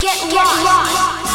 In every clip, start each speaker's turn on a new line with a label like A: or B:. A: Get lost.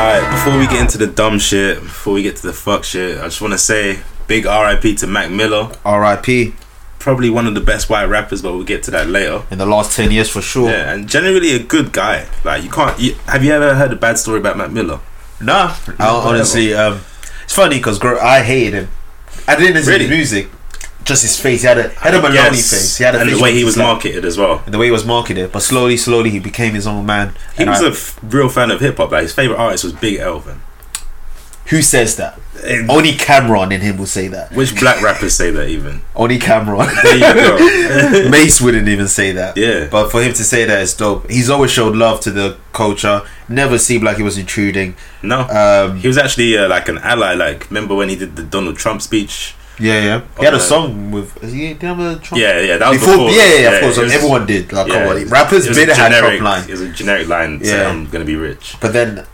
B: Alright, before we get into the dumb shit, before we get to the fuck shit, I just want to say big RIP to Mac Miller.
C: R.I.P.
B: Probably one of the best white rappers, but we'll get to that later.
C: in the last ten years for sure.
B: Yeah, and generally a good guy. Like, you can't. You, have you ever heard a bad story about Mac Miller?
C: Nah, I, honestly, um, it's funny because I hated him. I didn't listen to
B: Really?
C: his music, just his face. He had a he had a Maloney
B: Yes.
C: face. He had a
B: and the
C: face
B: way
C: with
B: he
C: his,
B: was
C: like-
B: marketed as well.
C: and the way he was marketed. But slowly, slowly, he became his own man.
B: He
C: And
B: was
C: I-
B: a f- real fan of hip hop. Like, his favorite artist was Big Elvin.
C: who says that?
B: Eh,
C: Only Cameron in him will say that.
B: Which black rappers say that even?
C: Only Cameron.
B: There you go.
C: Mace wouldn't even say that.
B: Yeah.
C: But for him to say that is dope. He's always showed love to the culture. Never seemed like he was intruding.
B: no.
C: Um,
B: he was actually uh, like an ally. Like, remember when he did the Donald Trump speech?
C: yeah, yeah. He had a
B: Okay.
C: song with. Did he have a Trump?
B: Yeah, yeah, that was
C: before,
B: before.
C: yeah, yeah, of course,
B: it was-
C: everyone did. Like,
B: yeah,
C: come
B: it
C: on,
B: was-
C: rappers
B: it was
C: did
B: a
C: have top
B: generic-
C: line,
B: It was a generic line. saying
C: Yeah.
B: I'm gonna be rich.
C: but then,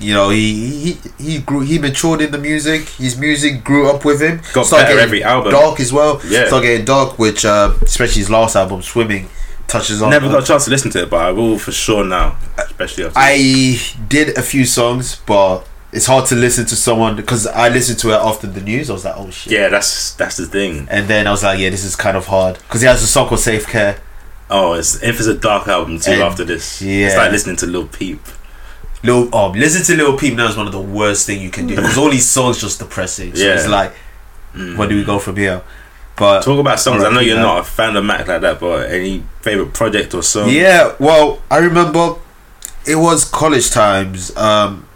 C: you know, he he he grew, he matured in the music. His music grew up with him.
B: Got better
C: Started getting
B: every album.
C: Dark as well.
B: Yeah.
C: started getting dark, which uh, especially his last album, Swimming, touches on.
B: Never got a chance to listen to it, but um, I will for sure now, especially after.
C: I did a few songs, but it's hard to listen to someone because I listened to it after the news. I was like, oh shit.
B: yeah, that's that's the thing.
C: And then I was like, yeah, this is kind of hard because he has a song called Safe Care.
B: Oh, it's, if it's a dark album too
C: And-
B: after this, it's
C: yeah.
B: like listening to Lil Peep.
C: Lil, um, listen to Lil Peep now is one of the worst thing you can do because all these songs just depressing. So
B: Yeah. Mm.
C: it's like, where do we go from here? But
B: Talk about songs. I know
C: R.I.P.
B: you're
C: that.
B: not a fan of Mac like that, but any favorite project or song?
C: yeah, well, I remember it was college times. Um,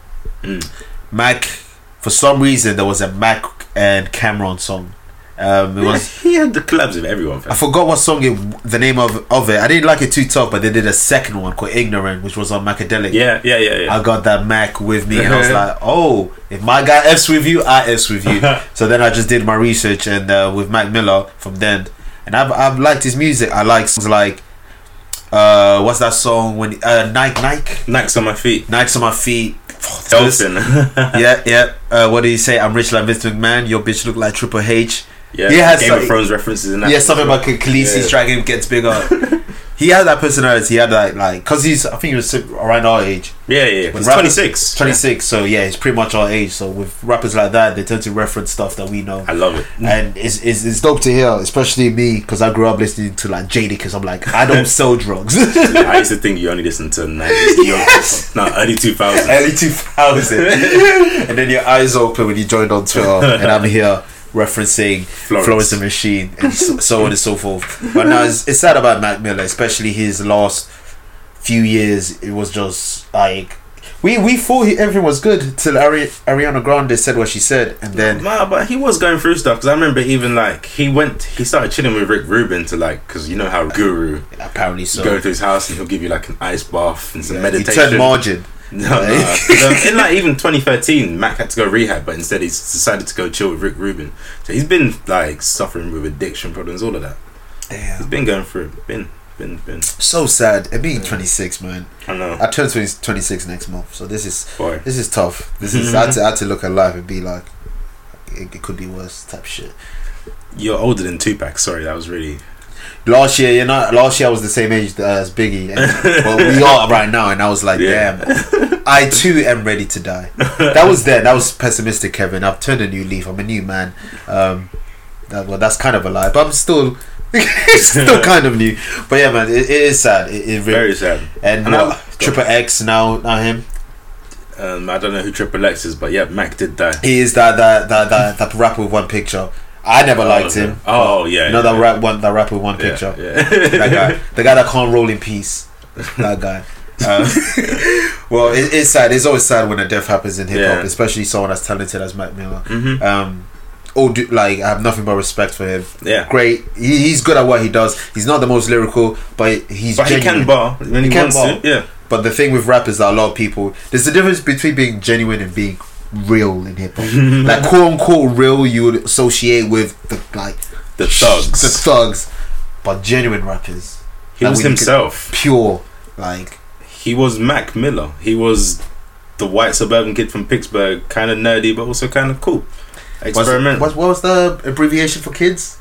B: Mm.
C: Mac, for some reason, there was a Mac and Cameron song. Um, it was
B: he had the collabs with everyone.
C: I
B: fam.
C: forgot what song it, the name of of it. I didn't like it too tough, but they did a second one called Ignorant, which was on Macadelic.
B: Yeah, yeah, yeah, yeah.
C: I got that Mac with me, and I was like, "Oh, if my guy f's with you, I f's with you." so then I just did my research and uh, with Mac Miller from then, and I've, I've liked his music. I like songs like, uh, what's that song when uh, Nike Nike
B: Knacks on my feet.
C: Nike's on my feet.
B: Dolphin.
C: yeah, yeah. Uh, what do you say? I'm rich like Vince McMahon. Your bitch look like Triple H.
B: yeah,
C: He has
B: Game
C: some-
B: of Thrones references in that.
C: Yeah, something about Khaleesi's
B: Yeah.
C: dragon gets bigger. he had that personality. He had that like because he's I think he was around our age,
B: Yeah, yeah. yeah.
C: When
B: He's
C: rappers-
B: 26.
C: twenty six. So yeah, he's pretty much our age. So with rappers like that, they tend to reference stuff that we know.
B: I love it.
C: And it's, it's, it's dope to hear, especially me, because I grew up listening to like Jada. Because I'm like, I don't sell drugs.
B: I used to think you only listened to 90s.
C: Yes.
B: No, early 2000s.
C: Early E two thousand, and then your eyes open when you joined on Twitter, and I'm here referencing
B: Florence.
C: Florence, the Machine and so, so on and so forth. But now it's, it's sad about Mac Miller, especially his last few years. It was just like we we thought he, everything was good till Ari- Ariana Grande said what she said, and then
B: Nah, but he was going through stuff because I remember even like he went, he started chilling with Rick Rubin to like because you know how Guru
C: apparently so.
B: go to his house and he'll give you like an ice bath and some
C: Yeah, he
B: meditation.
C: turned margin.
B: No, no. 'Cause, um, in like even 2013, Mac had to go rehab, but instead he's decided to go chill with Rick Rubin. So he's been like suffering with addiction problems, all of that.
C: Damn,
B: He's been going through, it. been, been, been.
C: so sad. And being 26, man,
B: I know,
C: I turn 20, 26 next month, so this is
B: boy.
C: This is tough. This is I had, to, I had to look at life and be like, it, it could be worse type shit.
B: You're older than Tupac. Sorry, that was really.
C: Last year, you know, last year I was the same age as Biggie, and, but we are right now, and I was like,
B: Yeah.
C: damn, I too am ready to die. That was then. That was pessimistic, Kevin. I've turned a new leaf. I'm a new man. Um, that, well, that's kind of a lie, but I'm still. still kind of new, but yeah, man, it, it is sad. It, it really
B: Very sad.
C: and
B: And I'm-
C: what, Triple X now, now him.
B: Um, I don't know who Triple X is, but yeah, Mac did die.
C: He is that that that that, that rapper with one picture. I never liked
B: okay.
C: him.
B: Oh, yeah,
C: You know
B: yeah,
C: that rap one that rapper with one
B: Yeah,
C: picture.
B: yeah.
C: That guy. The guy that can't roll in peace. That guy. Um, well, it, it's sad. It's always sad when a death happens in hip hop,
B: Yeah.
C: especially someone as talented as Mac Miller.
B: Mhm.
C: Um, all do, like I have nothing but respect for him.
B: Yeah.
C: great. He, he's good at what he does. He's not the most lyrical, but he's
B: But he
C: genuine.
B: can bar when he,
C: He can
B: wants
C: bar.
B: to. Yeah.
C: But the thing with rap is that a lot of people there's a difference between being genuine and being real in hip hop. like quote unquote real you would associate with the like
B: The
C: sh-
B: thugs.
C: The thugs. But genuine rappers.
B: He
C: Like,
B: was
C: when you could-
B: himself.
C: Pure like
B: He was Mac Miller. He was the white suburban kid from Pittsburgh, kind of nerdy, but also kind of cool.
C: what's-
B: Experimental.
C: What, what was the abbreviation for kids?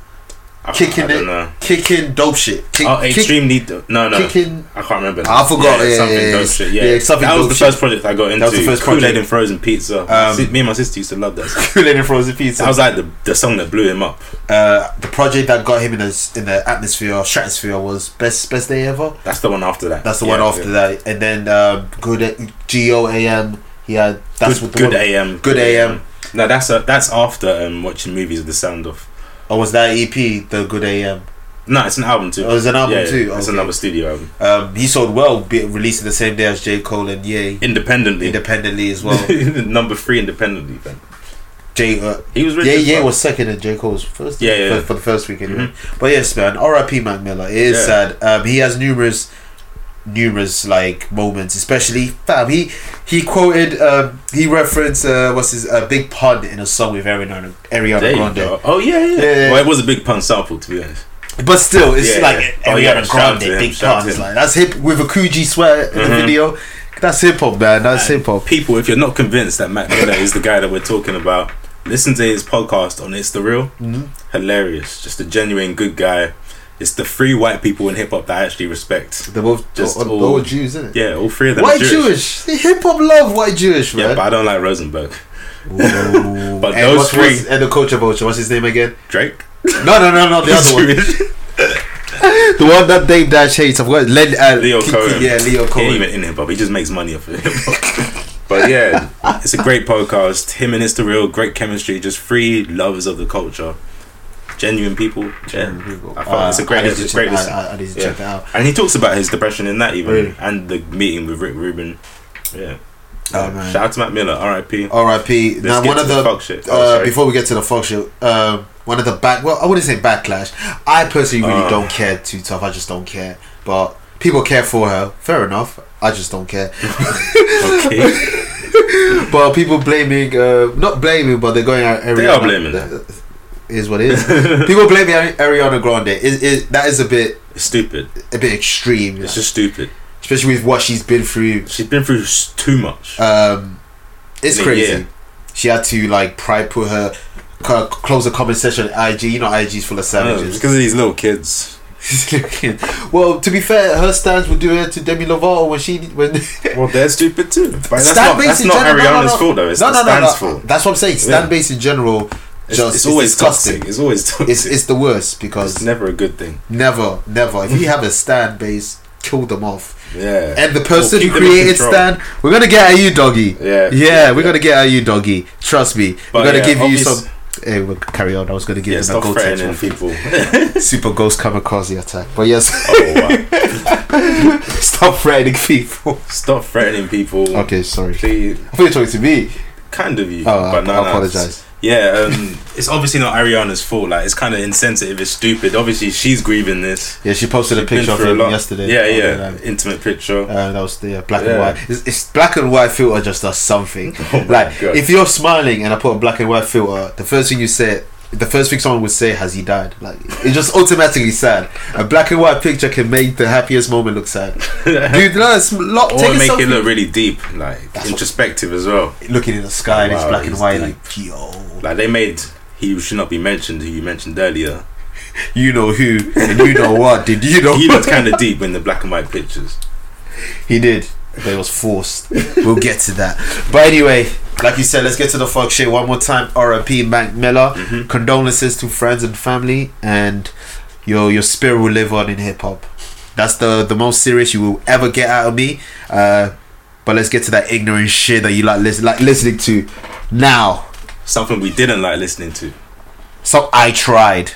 B: I-
C: kicking
B: I don't
C: it?
B: know.
C: Kicking dope shit. Kick,
B: Oh,
C: kick-
B: extremely. d- No, no.
C: Kicking
B: I can't remember.
C: I forgot, yeah,
B: something
C: yeah,
B: dope
C: yeah.
B: shit. Yeah,
C: Yeah, something
B: that was
C: dope
B: the
C: shit.
B: first project I got into.
C: was the first
B: Kool-Aid
C: project.
B: and frozen pizza.
C: Um,
B: Si- me and my sister used to love that. Song.
C: Kool-Aid and frozen pizza.
B: That was like the, the song that blew him up.
C: uh, the project that got him in the in the atmosphere or stratosphere was best best day ever.
B: That's the one after that.
C: That's the
B: Yeah,
C: one after
B: yeah.
C: that, and then um, good G O A M. He had that's
B: good,
C: what the
B: good
C: one,
B: AM.
C: Good AM.
B: No, that's a, that's after um, watching movies with the sound off.
C: or was that EP the Good A M?
B: No, it's an album too.
C: Oh, it's an album too,
B: It's
C: okay.
B: another studio album,
C: Um, he sold well, be, released the same day as J Cole and Ye
B: independently.
C: independently as well.
B: Number three, independently. Man.
C: J uh,
B: He was rich.
C: Yeah,
B: as
C: yeah,
B: well.
C: was second and J. Cole's first.
B: Yeah, yeah. Mm-hmm.
C: For, for the first week anyway. But yes, man, R.I.P. Mac Miller. It is
B: Yeah.
C: sad. Um, he has numerous, numerous like moments, especially fam. He he quoted, um, he referenced uh, what's his a big pun in a song with Ariana Ariana
B: There you
C: Grande.
B: go. Oh yeah, yeah.
C: Yeah, yeah.
B: Well, it was a big pun sample to be honest.
C: But still, it's
B: Yeah,
C: like
B: yeah. Oh,
C: Ariana
B: yeah, shout
C: Grande
B: out to him,
C: big
B: shout out
C: pun.
B: to
C: It's
B: him.
C: like that's hip with a Coogee sweat in the
B: Mhm.
C: video. That's hip hop, man. That's hip hop.
B: people, if you're not convinced that Matt Miller is the guy that we're talking about, listen to his podcast on It's the Real.
C: Mhm.
B: Hilarious. Just a genuine good guy. It's the three white people in hip hop that I actually respect.
C: They're both
B: Just
C: all, all,
B: all-
C: Jews, isn't it?
B: Yeah, all three of them. are
C: White Jewish, hip hop love white Jewish, man.
B: Yeah, but I don't like Rosenberg.
C: but
B: those
C: what's-
B: three-
C: what's- and the coach of Ocho, what's his name again?
B: Drake.
C: No, no, no, no, the other one,
B: Jewish.
C: the one that Dave Dash hates. I've got Led, uh,
B: Leo
C: Ki- Ki-
B: Cohen.
C: Yeah, Leo
B: He ain't
C: Cohen.
B: even in hip hop. He just makes money off of hip hop. but yeah, it's a great podcast. Him and It's the Real, great chemistry. Just three lovers of the culture, genuine people. Yeah. I felt it's a great-
C: Ah, I need
B: it's
C: to
B: a
C: check-
B: great listen.
C: I, I- I need to
B: Yeah.
C: check that out.
B: And he talks about his depression in that even,
C: Really?
B: and the meeting with Rick Rubin. Yeah.
C: Oh,
B: Yeah.
C: man.
B: Shout out to Matt Miller, R.I.P.
C: R.I.P.
B: Let's
C: Now,
B: get
C: one
B: to
C: of
B: the
C: the,
B: fuck shit. Oh,
C: uh,
B: sorry.
C: before we get to the fuck shit, uh, one of the back. Well, I wouldn't say backlash. I personally really
B: Uh.
C: don't care too tough. I just don't care. But people care for her. Fair enough. I just don't care.
B: Okay.
C: But people blaming, uh, not blaming, but they're going at Ariana.
B: They are blaming her.
C: Is what it is. people blaming Ari- Ariana Grande. Is is that is a bit
B: It's stupid.
C: a bit extreme,
B: It's just stupid.
C: especially with what she's been through.
B: She's been through s- too much.
C: Um, it's
B: In a
C: crazy.
B: year.
C: She had to like pri put her c- close a comment section on IG. You know, IG's full of
B: No, it's
C: savages.
B: because of these little kids.
C: well, to be fair, her stance would do her to Demi Lovato when she when
B: Well, they're stupid too. But that's
C: Stan
B: not,
C: Bates
B: that's
C: in
B: not
C: general- no, no,
B: Ariana's
C: no.
B: fault though. It's
C: no,
B: the
C: no, no, no.
B: Stan's fault.
C: That's what I'm saying. Stand
B: Yeah.
C: base in general,
B: It's,
C: just
B: it's always
C: disgusting.
B: toxic. It's always toxic.
C: It's it's the worst because
B: It's never a good thing.
C: Never, never. If you have a stand base, kill them off.
B: Yeah.
C: And the person
B: Or keep
C: who
B: them in
C: created
B: control.
C: stand, we're gonna get at you, doggy.
B: Yeah.
C: Yeah, we're gonna get at you, doggy. Trust me.
B: But
C: we're gonna
B: yeah,
C: give you
B: obvious-
C: some. Hey, we'll carry on. I was gonna give
B: Yeah,
C: them a
B: stop
C: go
B: threatening
C: to
B: people.
C: super ghost kamikaze attack. But yes,
B: oh, wow.
C: stop threatening people.
B: Stop threatening people.
C: Okay, sorry.
B: Please,
C: I thought you were talking to me.
B: kind of you.
C: Oh, I,
B: but no,
C: I
B: no,
C: apologize.
B: Yeah, um, it's obviously not Ariana's fault. Like, it's kind of insensitive. It's stupid. Obviously, she's grieving this.
C: Yeah, she posted a
B: She's been
C: picture of
B: through a
C: him
B: lot.
C: yesterday.
B: Yeah,
C: Oh,
B: yeah,
C: man.
B: intimate picture.
C: Uh, that was the yeah, black and
B: Yeah.
C: white. It's, it's black and white filter just does something.
B: Oh my
C: like
B: God.
C: if you're smiling and I put a black and white filter, the first thing you say, the first thing someone would say, "Has he died?" Like it's just automatically sad. A black and white picture can make the happiest moment look sad. Dude, no, it's lot,
B: or
C: take a
B: make
C: selfie.
B: it look really deep, like
C: That's what-
B: introspective as well.
C: looking in the sky and it's
B: Wow,
C: black and
B: he's
C: white.
B: deep.
C: Like yo,
B: Like they made he should not be mentioned who you mentioned earlier.
C: you know who and you know what? Did you know?
B: He looked kind of deep in the black and white pictures.
C: He did, but it was forced. we'll get to that. But anyway, like you said, let's get to the fuck shit one more time. R.I.P. Mac Miller. Condolences to friends and family, and your your spirit will live on in hip hop. That's the the most serious you will ever get out of me. Uh, but let's get to that ignorant shit that you like listen like listening to now.
B: Something we didn't like listening to.
C: So I tried,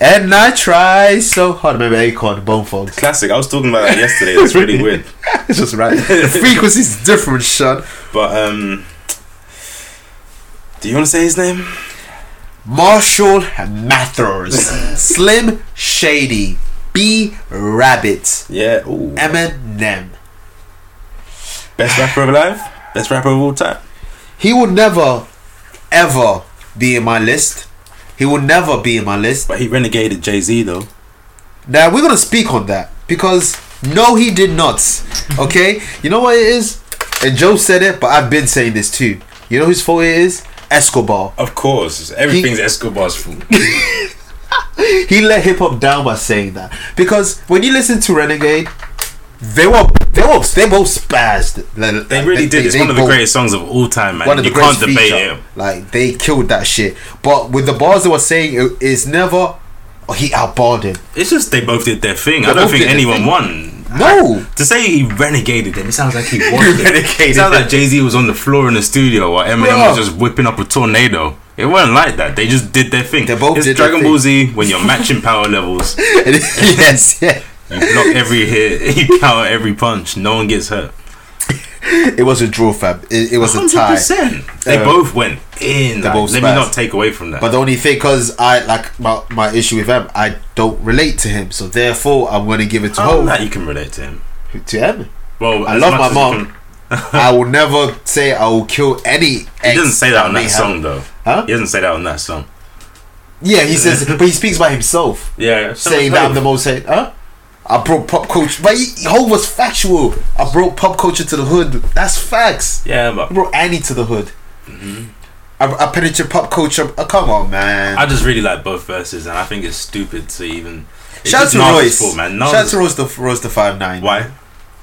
C: and I tried so hard. Remember Akon Bone Fog?
B: Classic. I was talking about that yesterday. It's really weird.
C: It's just right. The frequency's different, son.
B: But um, do you want to say his name?
C: Marshall Mathers, Slim Shady, B Rabbit,
B: Yeah. Ooh.
C: Eminem,
B: Best rapper alive. Best rapper of all time.
C: He will never, ever be in my list. He will never be in my list.
B: But he renegaded Jay Z though.
C: Now we're gonna speak on that because no, he did not. Okay, you know what it is, and Joe said it, but I've been saying this too. You know whose fault it is? Escobar.
B: Of course, everything's Escobar's fault.
C: He let hip hop down by saying that because when you listen to Renegade, they were they were they both spazzed. Like,
B: They really did. It's one of the
C: both-
B: greatest songs of all time, man.
C: One of the
B: you can't
C: greatest
B: debate
C: feature.
B: it.
C: Like they killed that shit. But with the bars they were saying, it- it's never. Oh, he outbarred him.
B: It's just they both did their thing. I
C: both
B: don't think
C: did their
B: anyone
C: thing.
B: won.
C: No,
B: To say he renegaded them, it sounds like he won. it.
C: renegaded
B: It sounds
C: them.
B: like Jay Z was on the floor in the studio while Eminem
C: Bruh.
B: was just whipping up a tornado. It wasn't like that. They just did their thing.
C: They both
B: it's
C: did their
B: Dragon Ball Z when you're matching power levels. You
C: yes, yeah.
B: block every hit, you counter every punch. No one gets hurt.
C: It was a draw, fab. It, it was a tie.
B: 100%. They
C: Uh,
B: both went in.
C: they
B: like,
C: both
B: let me
C: spazzed.
B: not take away from that.
C: But the only thing, because I like my, my issue with him, I don't relate to him. So therefore, I'm going to give it to
B: oh,
C: home
B: that you can relate to him.
C: to him.
B: Well,
C: I
B: as
C: love
B: much
C: my
B: as
C: mom.
B: you can-
C: I will never say I will kill any.
B: He doesn't say that on that song though.
C: Huh?
B: He doesn't say that on that song.
C: Yeah, he says, but he speaks by himself,
B: Yeah.
C: saying that I'm the most. hate- Huh? I brought pop culture, but he, Ho was factual. I brought pop culture to the hood. That's facts.
B: Yeah, but
C: I brought Annie to the hood. I, I penetrated pop culture. Oh, come on, man.
B: Mm-hmm. I just really like both verses, and I think it's stupid to even. It's
C: Shout out
B: just
C: to
B: Nas'
C: Royce.
B: fault, man. Nas-
C: Shout out to Royce the Royce the Five Nine.
B: why?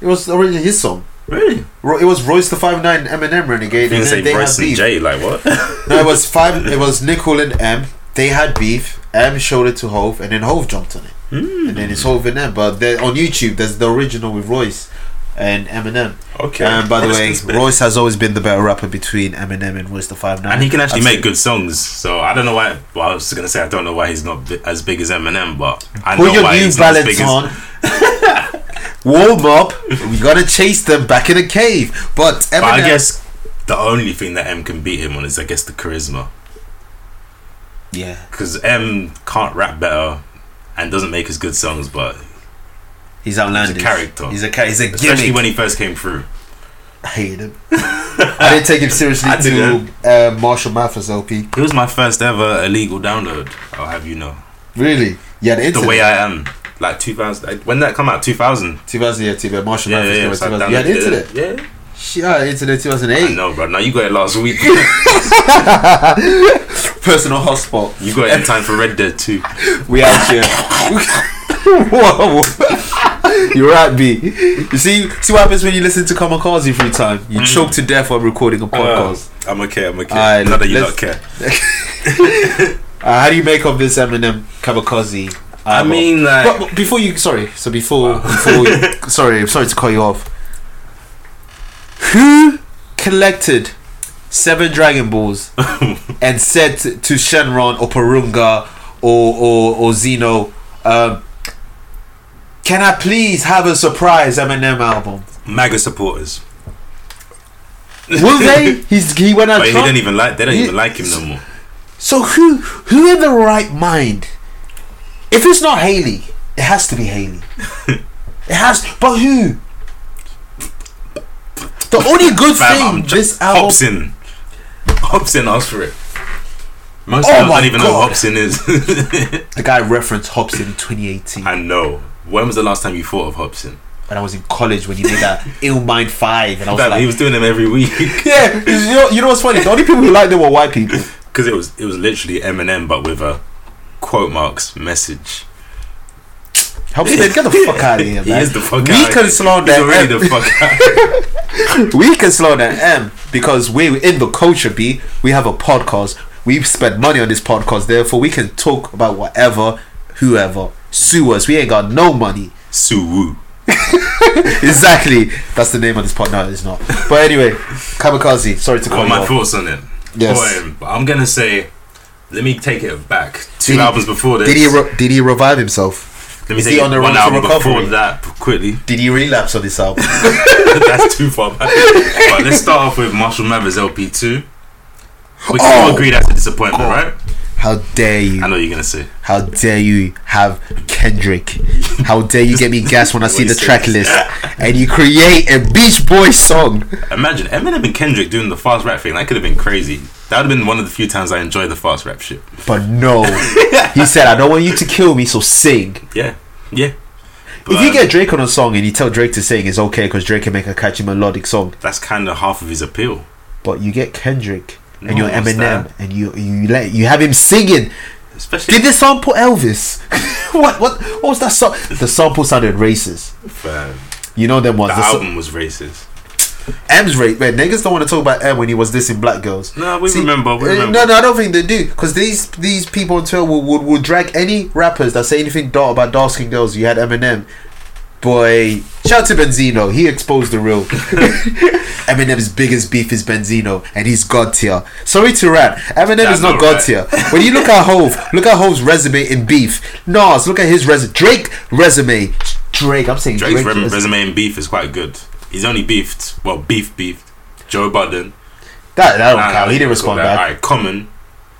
C: It was originally his song.
B: Really?
C: Ro- It was Royce the Five Nine, Eminem, Renegade,
B: You didn't
C: and
B: say
C: then they had
B: Royce and
C: beef.
B: Jay. Like what?
C: No, it was five. It was Nickel and M. They had beef. M showed it to Hove, and then Hove jumped on it,
B: Hmm.
C: and then it's Hove and M. But they're on YouTube. There's the original with Royce and Eminem.
B: Okay.
C: And Uh, by the
B: Royce
C: way,
B: can spit.
C: Royce has always been the better rapper between Eminem and Royce the Five Nine.
B: and he can actually
C: I've
B: make good songs. So I don't know why. Well, I was gonna say I don't know why he's not bi- as big as Eminem, but I
C: Put
B: know
C: your
B: why
C: New
B: he's not as
C: Balance
B: big
C: on. Warm up. We gotta chase them back in the cave. But
B: As,
C: Eminem.
B: but I guess the only thing that M can beat him on is I guess the charisma.
C: yeah,
B: because M can't rap better and doesn't make as good songs, but
C: he's outlandish.
B: character.
C: He's a character. He's a
B: especially
C: gimmick.
B: when he first came through.
C: I hated him. I didn't take him seriously
B: I
C: to
B: didn't.
C: uh, Marshall Mathers LP.
B: It was my first ever illegal download. I'll have you know.
C: Really? Yeah, the
B: The
C: internet.
B: way I am, like 2000. like, When that come out, 2000.
C: 2000, yeah, 2000, Marshall
B: Yeah, yeah, yeah.
C: Mathers. Yeah,
B: so I
C: 2000. You had
B: downloaded
C: internet.
B: it. Yeah,
C: Shit, I had internet
B: I
C: 2008.
B: know, bro. Now you got it last week.
C: Personal hotspot.
B: you got it in time for Red Dead too.
C: We out here. Whoa. You're right, B. You see, see what happens when you listen to Kamikaze free time.
B: Mm.
C: You choke to death while recording a podcast.
B: I'm okay. I'm okay.
C: Alright,
B: Not that you
C: let's-
B: don't care.
C: Uh, how do you make up this Eminem Kamikaze?
B: I
C: album?
B: mean, like,
C: But- but before you, sorry. So before, before you, sorry, I'm sorry to cut you off. Who collected seven Dragon Balls and said to, to Shenron or Purunga or or, or Zeno, um, "Can I please have a surprise Eminem album?"
B: MAGA supporters.
C: Will they? He's he went out.
B: But he
C: Trump.
B: didn't even like. They don't
C: He-
B: even like him no more.
C: So who who in the right mind? If it's not Haley, it has to be Haley. it has, but who? The only good
B: Fam,
C: thing
B: I'm ju-
C: this album.
B: Hobson. Hobson asked for it. Most
C: Oh
B: people
C: my
B: don't even know who
C: God.
B: Hobson is.
C: The guy referenced Hobson in 2018,
B: I know. When was the last time you thought of Hobson?
C: and I was in college when he did that Ill Mind Five, and I was
B: Fam,
C: like,
B: he was doing them every week
C: yeah. You know, you know what's funny? The only people who liked them were white people.
B: because it was it was literally Eminem, but with a quote marks message.
C: Hobson, get the fuck out of here, man.
B: He is the fuck
C: we
B: out.
C: can slow
B: He's
C: down.
B: already the fuck out.
C: We can slow down M because we're in the culture B. We have a podcast. We've spent money on this podcast, therefore we can talk about whatever, whoever. Sue us. We ain't got no money.
B: Suwu.
C: Exactly. That's the name of this pod. No, it's not. But anyway, Kamikaze. Sorry to call
B: What are
C: you
B: my
C: off.
B: thoughts on it?
C: Yes.
B: Boy, um, I'm gonna say. Let me take it back. Two
C: Did he-
B: albums before this.
C: Did he re- did he revive himself?
B: let me
C: is
B: take
C: he
B: it
C: on the
B: one
C: road to
B: album before
C: recovery?
B: that quickly.
C: Did he relapse on this album?
B: That's too far back. But let's start off with Marshall Mathers LP two. We can all
C: Oh.
B: agree that's a disappointment, right?
C: How dare you?
B: I know you're gonna say.
C: How dare you have Kendrick? How dare you get me gas when I see the track list and you create a Beach Boy song?
B: Imagine Eminem and Kendrick doing the fast rap thing. That could have been crazy. That would have been one of the few times I enjoyed the fast rap shit.
C: But no. He said, I don't want you to kill me, so sing.
B: Yeah, yeah. But,
C: If you
B: um,
C: get Drake on a song and you tell Drake to sing, it's okay because Drake can make a catchy melodic song.
B: that's kind of half of his appeal.
C: But you get Kendrick and
B: No,
C: you're
B: what's
C: Eminem and you you let you have him singing.
B: Especially
C: Did this sample Elvis? what what what was that song? The sample sounded racist.
B: if, uh,
C: You know them ones.
B: the
C: The so-
B: album was racist.
C: M's rate, man. Niggas don't want to talk about M when he was dissing black girls.
B: No, we remember, we
C: uh,
B: remember.
C: No, no, I don't think they do. Because these these people on Twitter will, will, will drag any rappers that say anything dark about dark skinned girls. You had Eminem. Boy, shout to Benzino. He exposed the real. Eminem's biggest beef is Benzino, and he's god tier. Sorry to rap. Eminem
B: Yeah,
C: is not
B: no,
C: god
B: right.
C: tier. When you look at Hove, look at Hove's resume in beef. Nas, look at his resume. Drake resume. Drake, I'm saying
B: Drake's
C: Drake.
B: rem-
C: resume.
B: resume in beef is quite good. He's only beefed, well, beef beefed. Joe Budden.
C: That, that don't
B: Nah,
C: count.
B: nah,
C: Oh, He didn't
B: go
C: respond
B: there.
C: back.
B: Alright, Common,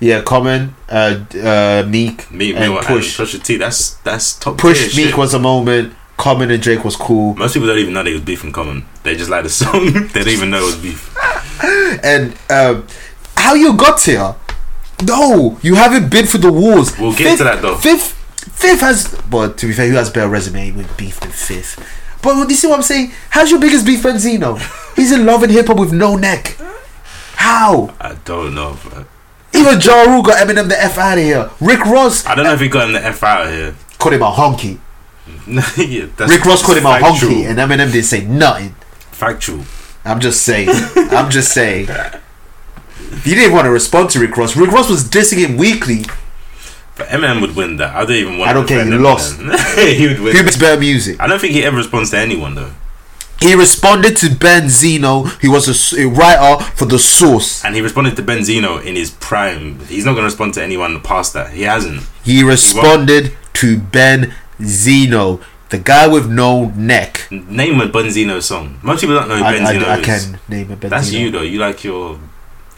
C: Yeah, Common, uh, uh, Meek,
B: Meek
C: and
B: Mill, push.
C: Push.
B: and Pusha T. That's that's top
C: push
B: tier
C: Meek
B: shit.
C: was a moment. Common and Drake was cool,
B: Most people don't even know they was beefing Common. They just like the song. they don't even know it was beef.
C: and um, how you got here? No, you haven't been through the wars.
B: We'll get to that, though.
C: Fifth, fifth has. But to be fair, who has better resume with beef than Fifth? But you see what I'm saying? How's your biggest beef, Benzino? He's in love and hip hop with no neck. How?
B: I don't know. Bro.
C: Even Ja Rule got Eminem the F out of here. Rick Ross
B: I don't know if he got him the F out of here.
C: called him a honky.
B: yeah, that's
C: Rick Ross called him a
B: factual.
C: honky, and Eminem didn't say nothing.
B: Factual.
C: I'm just saying. I'm just saying. You didn't want to respond to Rick Ross. Rick Ross was dissing him weekly.
B: But Eminem would win that. I don't even want.
C: I don't
B: to
C: care, he
B: defend
C: lost.
B: Eminem. he would win.
C: Who makes better music?
B: I don't think he ever responds to anyone though,
C: He responded to Ben Zeno, who was a s- a, writer for The Source.
B: and he responded to Benzino in his prime. He's not gonna respond to anyone past that. He hasn't.
C: He responded to Ben Zeno, the guy with no neck.
B: Name a Benzino song. Most people don't know who
C: I,
B: Benzino
C: I, I
B: is.
C: can name a Ben
B: That's
C: Zeno.
B: you though. You like your,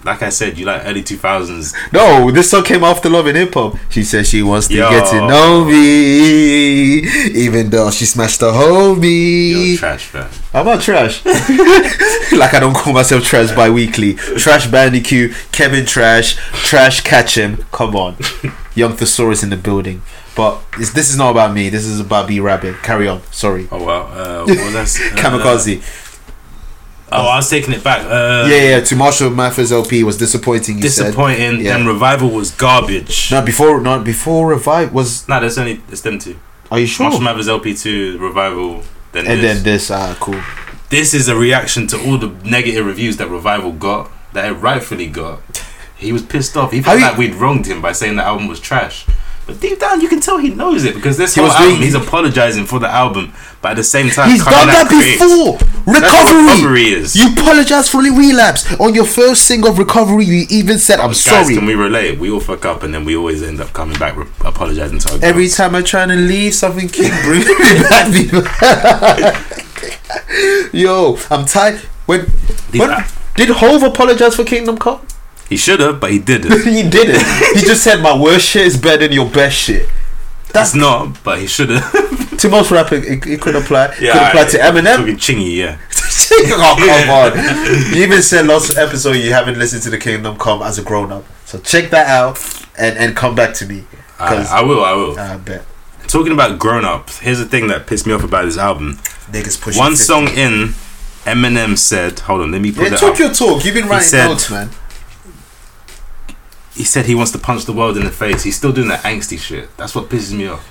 B: like I said, you like early two thousands.
C: No, this song came after Love and Hip Hop. She said she wants to
B: Yo.
C: get to know me, even though she smashed the homie.
B: You're trash, fam.
C: I'm not trash. like I don't call myself trash bi-weekly. Trash Bandicoot, Kevin Trash, Trash Catch Him. Come on, Young Thesaurus in the building. But it's, this is not about me. This is about B Rabbit. Carry on. Sorry,
B: Oh well. Uh, what was that?
C: Kamikaze.
B: Uh, oh, I was taking it back. Uh,
C: yeah, yeah. To Marshall Mathers LP was disappointing. You
B: Disappointing.
C: Yeah.
B: Then revival was garbage.
C: said. No, before not before revive was.
B: Nah, there's only it's them two.
C: Are you sure?
B: Marshall Mathers LP two revival. Then
C: and
B: this.
C: then this. Ah, cool.
B: this is a reaction to all the negative reviews that revival got that it rightfully got. He was pissed off. He
C: How
B: felt
C: you-
B: like we'd wronged him by saying the album was trash. But deep down, you can tell he knows it because this
C: He
B: whole
C: was
B: album,
C: doing-
B: he's apologizing for the album. But at the same time,
C: He's
B: coming
C: done
B: out
C: that
B: creative.
C: before.
B: That's what
C: Recovery.
B: recovery is.
C: You apologize for the relapse on your first single, Recovery. You even said, "I'm
B: Guys,
C: sorry."
B: can we relate? We all fuck up, and then we always end up coming back re- apologizing to our
C: Every
B: girls.
C: time I try to leave, something keep bringing me back. people. Yo, I'm tired. When, when
B: Yeah.
C: did Hove apologize for Kingdom Come?
B: He should have, but he didn't.
C: he didn't. He just said my worst shit is better than your best shit.
B: That's not, but he should have.
C: To most rapper, it, it could apply. could apply to
B: alright.
C: Eminem.
B: Talking chingy, yeah.
C: oh come on! You even said last episode you haven't listened to the Kingdom Come as a grown up. So check that out and and come back to me
B: Alright,
C: because
B: I will. I will.
C: I bet
B: Talking about grown up. Here's the thing that pissed me off about this album.
C: niggas push.
B: One song in, Eminem said, "Hold on, let me put
C: Yeah,
B: that
C: talk
B: up."
C: your talk. You've been writing
B: said-
C: notes, man.
B: he said he wants to punch the world in the face. He's still doing that angsty shit. That's what pisses me off.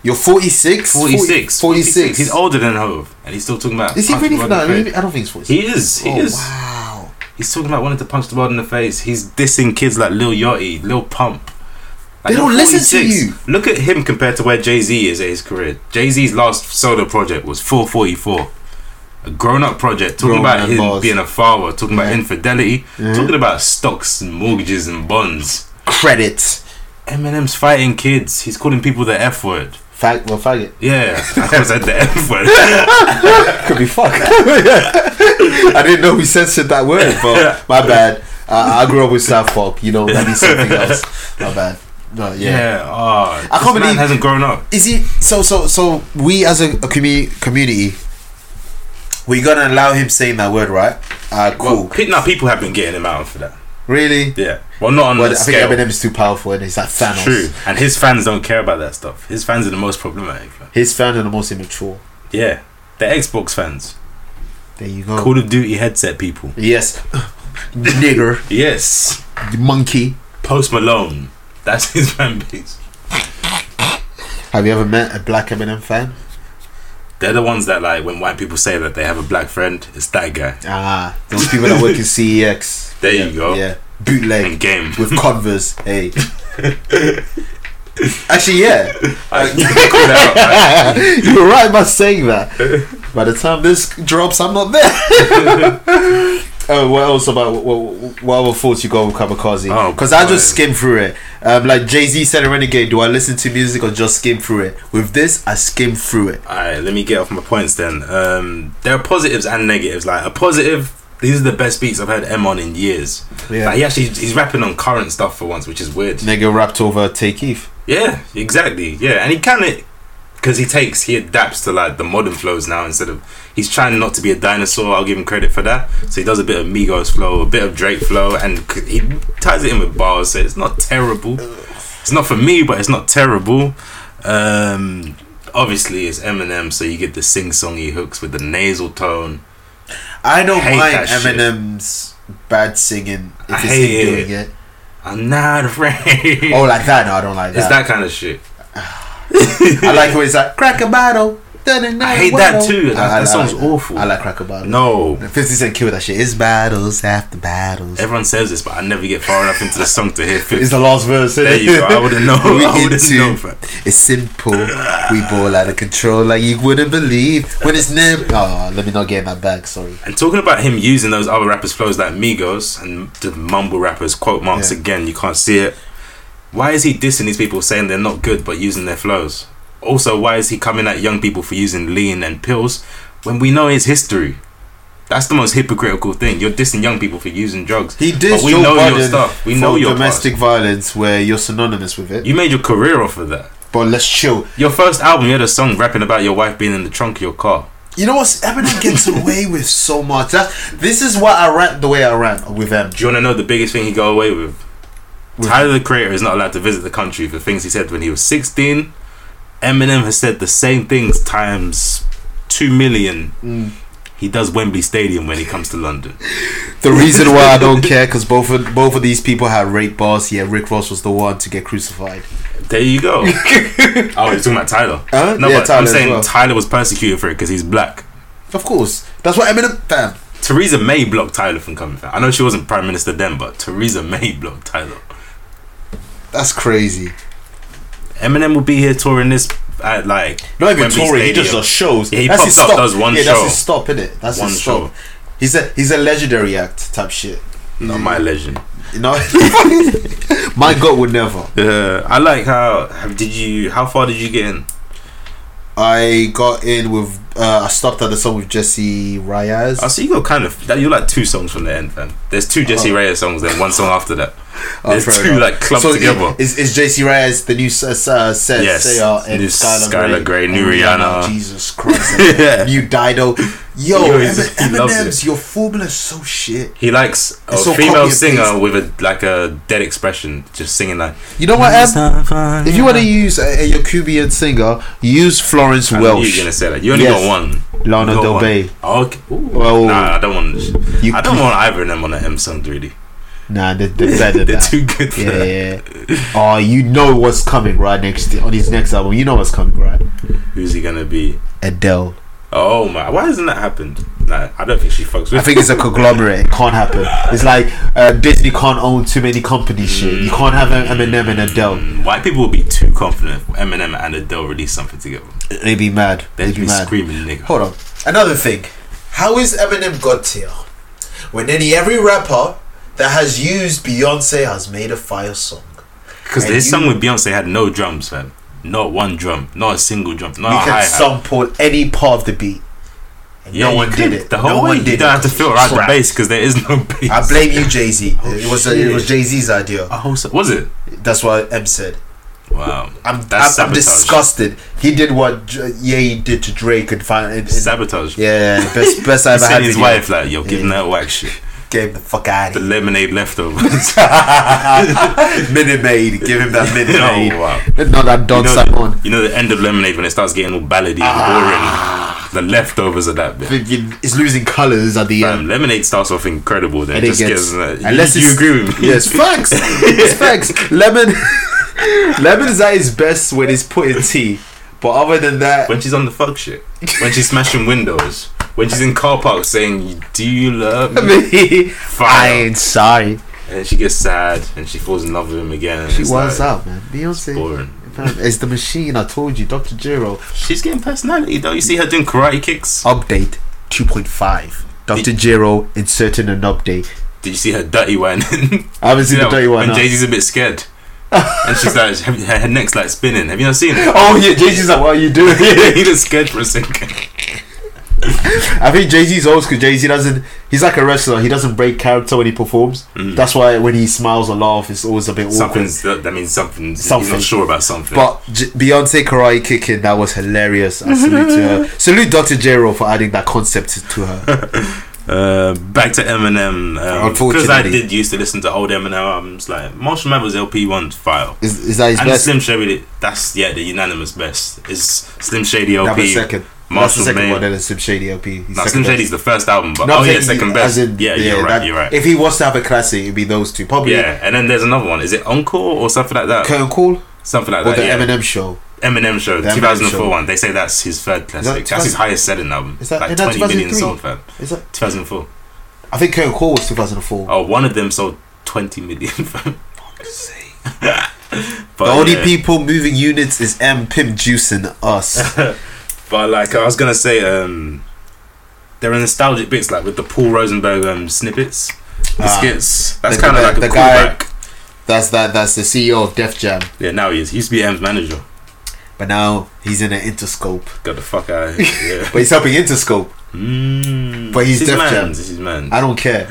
C: You're 46?
B: 46,
C: 46.
B: He's older than Hove, and he's still talking about.
C: Is he
B: punching
C: really?
B: the
C: No,
B: world in the face.
C: I don't think he's 46.
B: He is. He
C: oh,
B: is.
C: Wow.
B: He's talking about wanting to punch the world in the face. He's dissing kids like Lil Yachty, Lil Pump.
C: They don't
B: you're
C: listen to
B: 46.
C: you.
B: Look at him compared to where Jay Z is at his career. Jay Z's last solo project was 444. A grown up project talking
C: Grown
B: about
C: man
B: him
C: bars.
B: being a father, talking
C: Yeah.
B: about infidelity, talking about stocks and mortgages and bonds.
C: Credit.
B: Eminem's fighting kids. He's calling people the F word.
C: Fag- well, faggot.
B: Yeah, I was at the F word.
C: Could be fuck. I didn't know we censored that word, but my bad. I, I grew up with South Park. You know, that is something else. My bad. No, yeah.
B: Yeah. ah,
C: I
B: this
C: can't
B: man
C: believe-
B: hasn't grown up.
C: Is he so? So so we as a, a commu- community, we gonna allow him saying that word, right? Uh, cool.
B: Well, pe- now people have been getting him out for that.
C: really?
B: Yeah. Well, not on
C: Well, I
B: the
C: think
B: scale.
C: Eminem is too powerful, and he's like Thanos.
B: True. And his fans don't care about that stuff. His fans are the most problematic. man.
C: His fans are the most immature.
B: Yeah. They're Xbox fans.
C: There you go.
B: Call of Duty headset people.
C: Yes, nigger,
B: Yes.
C: monkey.
B: Post Malone. That's his fan base.
C: Have you ever met a black Eminem fan?
B: They're the ones that like when white people say that they have a black friend, it's that guy.
C: Ah, those people that work in CEX.
B: There
C: yeah,
B: you go.
C: Yeah, bootleg.
B: And game.
C: with Converse. Hey. Actually, yeah,
B: I, you can call that out.
C: you're right about saying that. By the time this drops, I'm not there. Oh, what else about what, what, what other thoughts you got with Kamikaze?
B: Oh,
C: Because I just
B: boy.
C: skimmed through it. Um, like Jay Z said in Renegade, do I listen to music or just skim through it? With this, I skim through it.
B: Alright, let me get off my points then. Um, there are positives and negatives. Like a positive, these are the best beats I've heard M on in years.
C: Yeah.
B: Like he actually he's rapping on current stuff for once, which is weird.
C: Nigga rapped over Take Eve.
B: Yeah, exactly. Yeah, and he kind of because he takes he adapts to like the modern flows now instead of he's trying not to be a dinosaur. I'll give him credit for that. So he does a bit of Migos flow, a bit of Drake flow, and c- he ties it in with bars. So it's not terrible. It's not for me, but it's not terrible. Um, obviously, it's Eminem, so you get the sing-songy hooks with the nasal tone.
C: I don't
B: Hate
C: mind
B: that shit.
C: Eminem's bad singing if
B: I
C: it's
B: hate it.
C: him doing it.
B: I'm not afraid.
C: Oh, like that? No, I don't like
B: it's that kind of shit.
C: I like when it's like crack a bottle.
B: I
C: I
B: hate that too. That, that song's
C: like
B: awful.
C: I like crack a bottle.
B: no,
C: 50 Cent killed that shit. It's battles after battles.
B: Everyone says this, but I never get far enough into the song to hear 50.
C: It's the last verse.
B: There you go. I wouldn't know.
C: We
B: I wouldn't
C: into-
B: know. fam.
C: It's simple. We ball out of control like you wouldn't believe. When it's near. Oh, let me not get in my bag. Sorry.
B: And talking about him using those other rappers' flows like Migos and the mumble rappers, quote marks
C: Yeah.
B: again, you can't see it. Why is he dissing these people saying they're not good but using their flows? Also, why is he coming at young people for using lean and pills when we know his history? That's the most hypocritical thing. You're dissing young people for using drugs.
C: He did
B: But we
C: Joe
B: know your
C: Biden
B: stuff. We know
C: for
B: your
C: domestic violence where you're synonymous with it.
B: You made your career off of that.
C: But let's chill.
B: Your first album, you had a song rapping about your wife being in the trunk of your car.
C: You know what? Eminem gets away with so much. That, this is why I rant the way I rant with them.
B: Do you want to know the biggest thing he got away with? Tyler the Creator is not allowed to visit the country for things he said when he was 16. Eminem has said the same things times 2 million.
C: Mm.
B: He does Wembley Stadium when he comes to London.
C: The reason why I don't care because both of both of these people had rape bars. Yeah, Rick Ross was the one to get crucified.
B: There you go. oh, you're talking about Tyler.
C: Huh?
B: No,
C: Yeah,
B: but
C: Tyler
B: I'm
C: as
B: saying
C: well.
B: Tyler was persecuted for it because he's black.
C: Of course, that's what Eminem fan.
B: Theresa May blocked Tyler from coming back. I know she wasn't prime minister then, but Theresa May blocked Tyler.
C: That's crazy.
B: Eminem will be here touring this at like
C: Not even
B: Wembley
C: touring. He just
B: Stadium.
C: does shows.
B: Yeah, he
C: that's
B: pops
C: his
B: up,
C: stop.
B: does one
C: yeah,
B: show.
C: that's his stop, innit? That's
B: One
C: his stop.
B: show.
C: He's a he's a legendary act type shit.
B: not my legend.
C: You know, my God would never.
B: Yeah, I like how have- did you? How far did you get in?
C: I got in with uh, I stopped at the song with Jesse Reyes.
B: Oh, so you got kind of that. You're like two songs from the end, fam. There's two Jesse Reyes songs, then one song after that.
C: Oh,
B: There's
C: fair
B: two
C: enough.
B: like clumped
C: So it-
B: together.
C: Is is JC Reyes the new s- uh, set
B: Yes.
C: Sayer and
B: New
C: Skylar,
B: Skylar Grey,
C: Grey,
B: new
C: and
B: Rihanna.
C: Jesus Christ,
B: Yeah.
C: new Dido. Yo,
B: Yo,
C: Em-
B: he's- he loves
C: Eminem's your formula's so shit.
B: he likes a
C: It's so copy
B: female
C: and
B: singer
C: paste.
B: with a like a dead expression, just singing like.
C: You know what, Em? Um, If
B: If
C: you want to use uh, a, a Yacubian singer, use Florence Welsh.
B: you're gonna say that. You only
C: Yes.
B: got one.
C: Lana
B: You got
C: Del
B: one.
C: Rey.
B: Oh, okay. Ooh.
C: Oh.
B: Nah, I don't want.
C: You
B: I don't
C: c-
B: want either of them on the M song, really.
C: Nah, they're, they're better than
B: They're
C: that.
B: too good for
C: Yeah,
B: that.
C: yeah. Oh, you know what's coming right next on his next album. You know what's coming right.
B: Who's he gonna be?
C: Adele.
B: Oh my! Why hasn't that happened? Nah, I don't think she fucks with.
C: I think it's a conglomerate. It can't happen. It's like uh, Disney can't own too many company shit. You can't have Eminem and Adele.
B: Mm, White people will be too confident if Eminem and Adele release something together.
C: They'd be mad.
B: They'd be
C: mad.
B: screaming, nigga.
C: Hold on. Another thing. How is Eminem god tier when any every rapper that has used Beyonce has made a fire song?
B: Because
C: And
B: his
C: you-
B: song with Beyonce had no drums, fam. Not one drum, not a single drum, not
C: We
B: a
C: can
B: hi hat.
C: sample any part of the beat. And no one did it.
B: The whole
C: no
B: way,
C: one
B: you
C: did
B: don't have to
C: it.
B: filter out the
C: Crap.
B: bass because there is no bass.
C: I blame you, Jay Z.
B: Oh,
C: it was a, it was
B: shit.
C: Jay Z's idea.
B: A whole se- was it?
C: That's what M said.
B: Wow,
C: I'm I'm,
B: That's
C: I'm
B: sabotage.
C: disgusted. He did what J- Ye did to Drake and find it.
B: sabotage. Yeah,
C: yeah, yeah, best best I
B: he
C: ever had.
B: said his
C: video.
B: wife like, "Yo, give
C: Yeah.
B: him that whack shit."
C: Get him the fuck out
B: The
C: of
B: lemonade leftovers.
C: here. Minute Maid, give him that Minute Maid.
B: oh wow.
C: Not that Don
B: you know,
C: Simon.
B: you know the end of lemonade when it starts getting all ballady and boring.
C: Ah.
B: The leftovers of that bit.
C: It's losing colours at the
B: Fam,
C: end.
B: lemonade starts off incredible, then
C: And
B: it
C: it
B: just
C: gets-
B: gets. uh,
C: unless
B: you, you
C: it's-
B: agree with me?
C: Yes, facts. It's facts. Lemon, lemon is at his best when it's put in tea. But other than that,
B: When she's on the fuck shit, when she's smashing windows, when she's in car parks saying, "Do you love me?"
C: I ain't sorry.
B: And then she gets sad and she falls in love with him again. and
C: She
B: it's
C: was
B: like,
C: up, man. Beyonce.
B: Boring.
C: fam, It's the machine. I told you, Dr. Jiro.
B: She's getting personality though. You see her doing karate kicks.
C: Oh. Update 2.5. Dr. Jiro inserting an update.
B: Did you see her dirty one?
C: I haven't seen
B: You know,
C: the dirty one.
B: When
C: no.
B: Jay Z's a bit scared, and she's like, her her neck's like spinning. Have you not seen it?
C: Oh yeah, Jay Z's like, what are you doing?
B: he just scared for a second.
C: I think Jay Z's old school. Jay Z doesn't. He's like a wrestler. He doesn't break character when he performs. That's why when he smiles or laughs, it's always a bit awkward.
B: Mm. Something's that, that means something. He's
C: Something.
B: not sure about something.
C: But J- Beyonce karate kicking that was hilarious. I salute to her. Salute Dr. J-Ro for adding that concept to her.
B: Uh, back to Eminem. Because I
C: Unfortunately.
B: did used to listen to old Eminem albums like Marshall Mathers LP one file.
C: Is, is that his
B: And
C: best?
B: Slim Shady, that's yeah, the unanimous best is Slim Shady
C: That
B: LP.
C: was second. That's the
B: Marshall
C: second
B: Mathers.
C: one. Then it's Slim Shady LP. He's
B: Nah,
C: second
B: Slim
C: best.
B: Shady's the first album, but
C: No, I'm
B: oh yeah,
C: saying
B: second
C: he-
B: best.
C: as in-
B: yeah, you're right.
C: that-
B: You're right.
C: If he was to have a classic, it'd be those two. Probably
B: yeah, and then there's another one. Is it Encore or something like that?
C: Curtain Call
B: something like
C: or
B: that.
C: the
B: Uh, yeah.
C: Eminem show.
B: Eminem show,
C: The Eminem
B: 2004
C: Show.
B: one. They say that's his third classic.
C: that
B: that's his
C: 2000?
B: highest selling album.
C: Is that-
B: like
C: is that
B: 20 million
C: 2003?
B: sold, fam.
C: Is that?
B: 2004.
C: I think Curtain Call was 2004.
B: Oh, one of them sold 20 million, fam. Oh, But,
C: the only
B: yeah.
C: people moving units is M Pimp Juice and us.
B: But like I was gonna say, um, there are nostalgic bits like with the Paul Rosenberg um, snippets, the
C: Ah.
B: skits. That's
C: The-
B: kind of
C: the-
B: like a
C: the guy-
B: callback.
C: that's that. That's the CEO of Def Jam.
B: Yeah, now he is. He used to be M's manager.
C: But now he's in an Interscope.
B: Got the fuck out. Of here. Yeah.
C: But he's helping Interscope.
B: mm,
C: But he's
B: this is
C: Def
B: man's,
C: Jam.
B: This is man.
C: I don't care.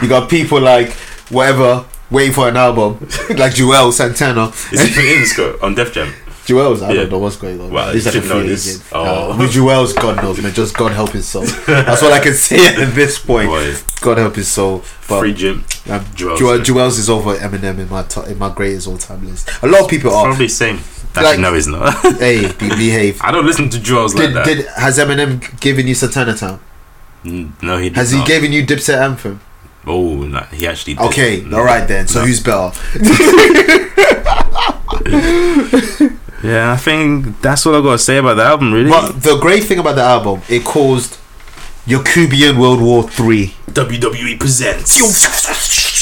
C: you got people like whatever waiting for an album, like Joel Santana.
B: Is he from Interscope on Def Jam?
C: Joel's, I
B: Yeah.
C: don't know what's going on.
B: Well,
C: He's
B: you
C: like a
B: should know
C: free
B: this.
C: agent.
B: Oh.
C: Uh, with Joel's, God knows, man. Just God help his soul. That's all I can say at this point.
B: Boy,
C: God help his soul. But
B: free gym.
C: um,
B: Joel's
C: Joel,
B: there.
C: Joel's is over Eminem in my to- in my greatest all time list. A lot of people are.
B: Probably same. Actually,
C: Like-
B: no, he's not.
C: hey, be- behave.
B: I don't listen to Jules like
C: Did,
B: that.
C: did has Eminem given you Satana Town?
B: Mm, no, he did
C: Has
B: not.
C: he given you Dipset Anthem?
B: oh, no, he actually. Did. Mm.
C: Okay,
B: No.
C: all right then. So who's better?
B: Yeah, I think that's what I gotta say about the album. Really,
C: But the great thing about the album, it caused Yakubian World War Three.
B: WWE E presents.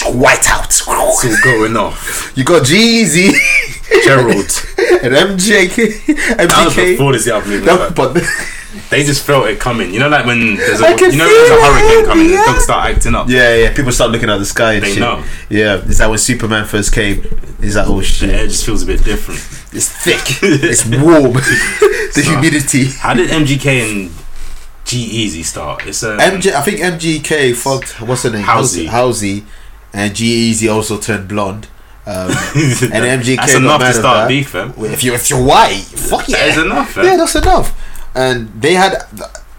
C: Whiteout.
B: Still going off.
C: You got Jeezy
B: Gerald.
C: and MJK,
B: That was
C: MJK.
B: before this album even
C: No,
B: no,
C: but
B: They just felt it coming. You know, like when there's a,
C: I can
B: you know,
C: feel
B: there's a
C: it,
B: hurricane coming,
C: yeah.
B: the dogs start acting up.
C: yeah, yeah. People start looking at the sky and
B: They
C: shit.
B: know.
C: Yeah, is that when Superman first came? Is that oh
B: The air
C: shit?
B: just feels a bit different.
C: It's thick. it's warm. the humidity.
B: How did MGK and G Easy start? It's uh, a
C: MJ, I think MGK fucked. What's her name?
B: Halsey.
C: Halsey, and G Easy also turned blonde. Um, and MGK
B: That's
C: got
B: enough
C: mad
B: to
C: at
B: start
C: that.
B: beef, man.
C: if you if you're white, fuck
B: That
C: yeah,
B: is enough,
C: yeah,
B: man.
C: that's enough. And they had,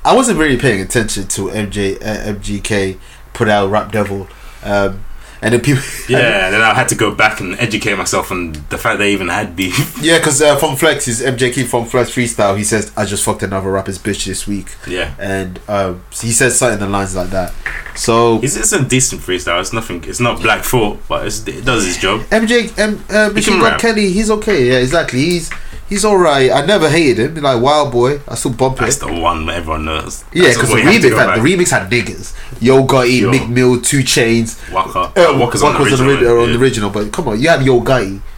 C: I wasn't really paying attention to MJ uh, MGK put out Rap Devil, um, and then people,
B: Yeah, and then I had to go back and educate myself on the fact they even had beef.
C: yeah, because uh, from Flex is MJK from Flex freestyle. He says, "I just fucked another rapper's bitch this week,"
B: Yeah.
C: and um, he says something in the lines like that. So
B: It's, it's a decent freestyle. It's nothing. It's not Black Thought, but it's, it does its job.
C: MJ, M, uh, Machine Gun
B: rap.
C: Kelly, he's okay. Yeah, exactly. He's he's all right. I never hated him. Like Wild Boy, I still bump
B: That's
C: it.
B: the one that everyone knows.
C: Yeah,
B: That's
C: because the
B: all you have to
C: remix,
B: go
C: had, the
B: back.
C: remix had niggas. Yo Gotti,
B: Yo.
C: Mick Mill, Two Chains,
B: Waka.
C: Uh,
B: Waka's on the
C: Waka's
B: original.
C: ori- on the
B: yeah.
C: original, but come on, you have Yo Gotti.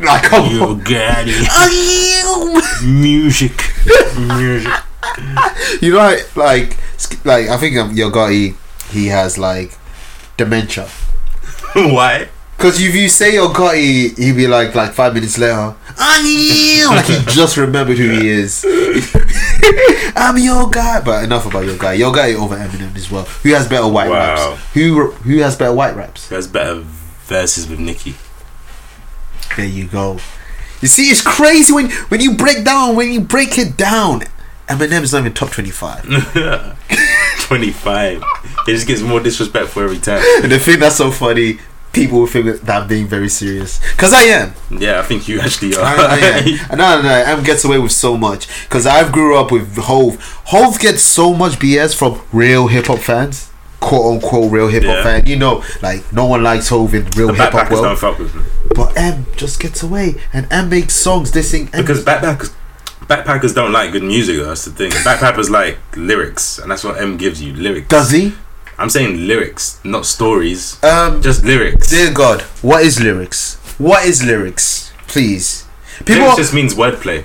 C: Like, come
B: You
C: on.
B: got it.
C: Are
B: Music. Music.
C: you- you know, like, like, sk- like I think um, Yo Gotti, he has like dementia.
B: Why?
C: Cause if you say Yo Gotti, he'd be like, like five minutes later, "Are you?" like he just remembered who he is. I'm your guy. But enough about your guy. Your guy over Eminem as well. Who has better white
B: Wow.
C: raps? Who who has better white raps?
B: That's better verses with Nicki.
C: There you go. You see, it's crazy when when you break down when you break it down. Eminem's not even top twenty five.
B: 25. It just gets more disrespectful every time.
C: and the thing that's so funny, people will think that I'm being very serious because I am.
B: Yeah, I think you actually are.
C: I, I am. No, no, no. Em gets away with so much because I've grew up with Hove. Hove gets so much BS from real hip hop fans, quote unquote real hip hop
B: Yeah.
C: fan. You know, like no one likes Hove in real
B: the
C: hip hop
B: backpackers
C: world.
B: don't fuck with him.
C: But M just gets away, and M makes songs dissing. M.
B: Because backpackers. Backpackers don't like good music. though, That's the thing. Backpackers like lyrics, and that's what M gives you lyrics.
C: Does he?
B: I'm saying lyrics, not stories.
C: Um,
B: Just lyrics.
C: dear God, what is lyrics? What is lyrics? Please, people.
B: lyrics just means wordplay.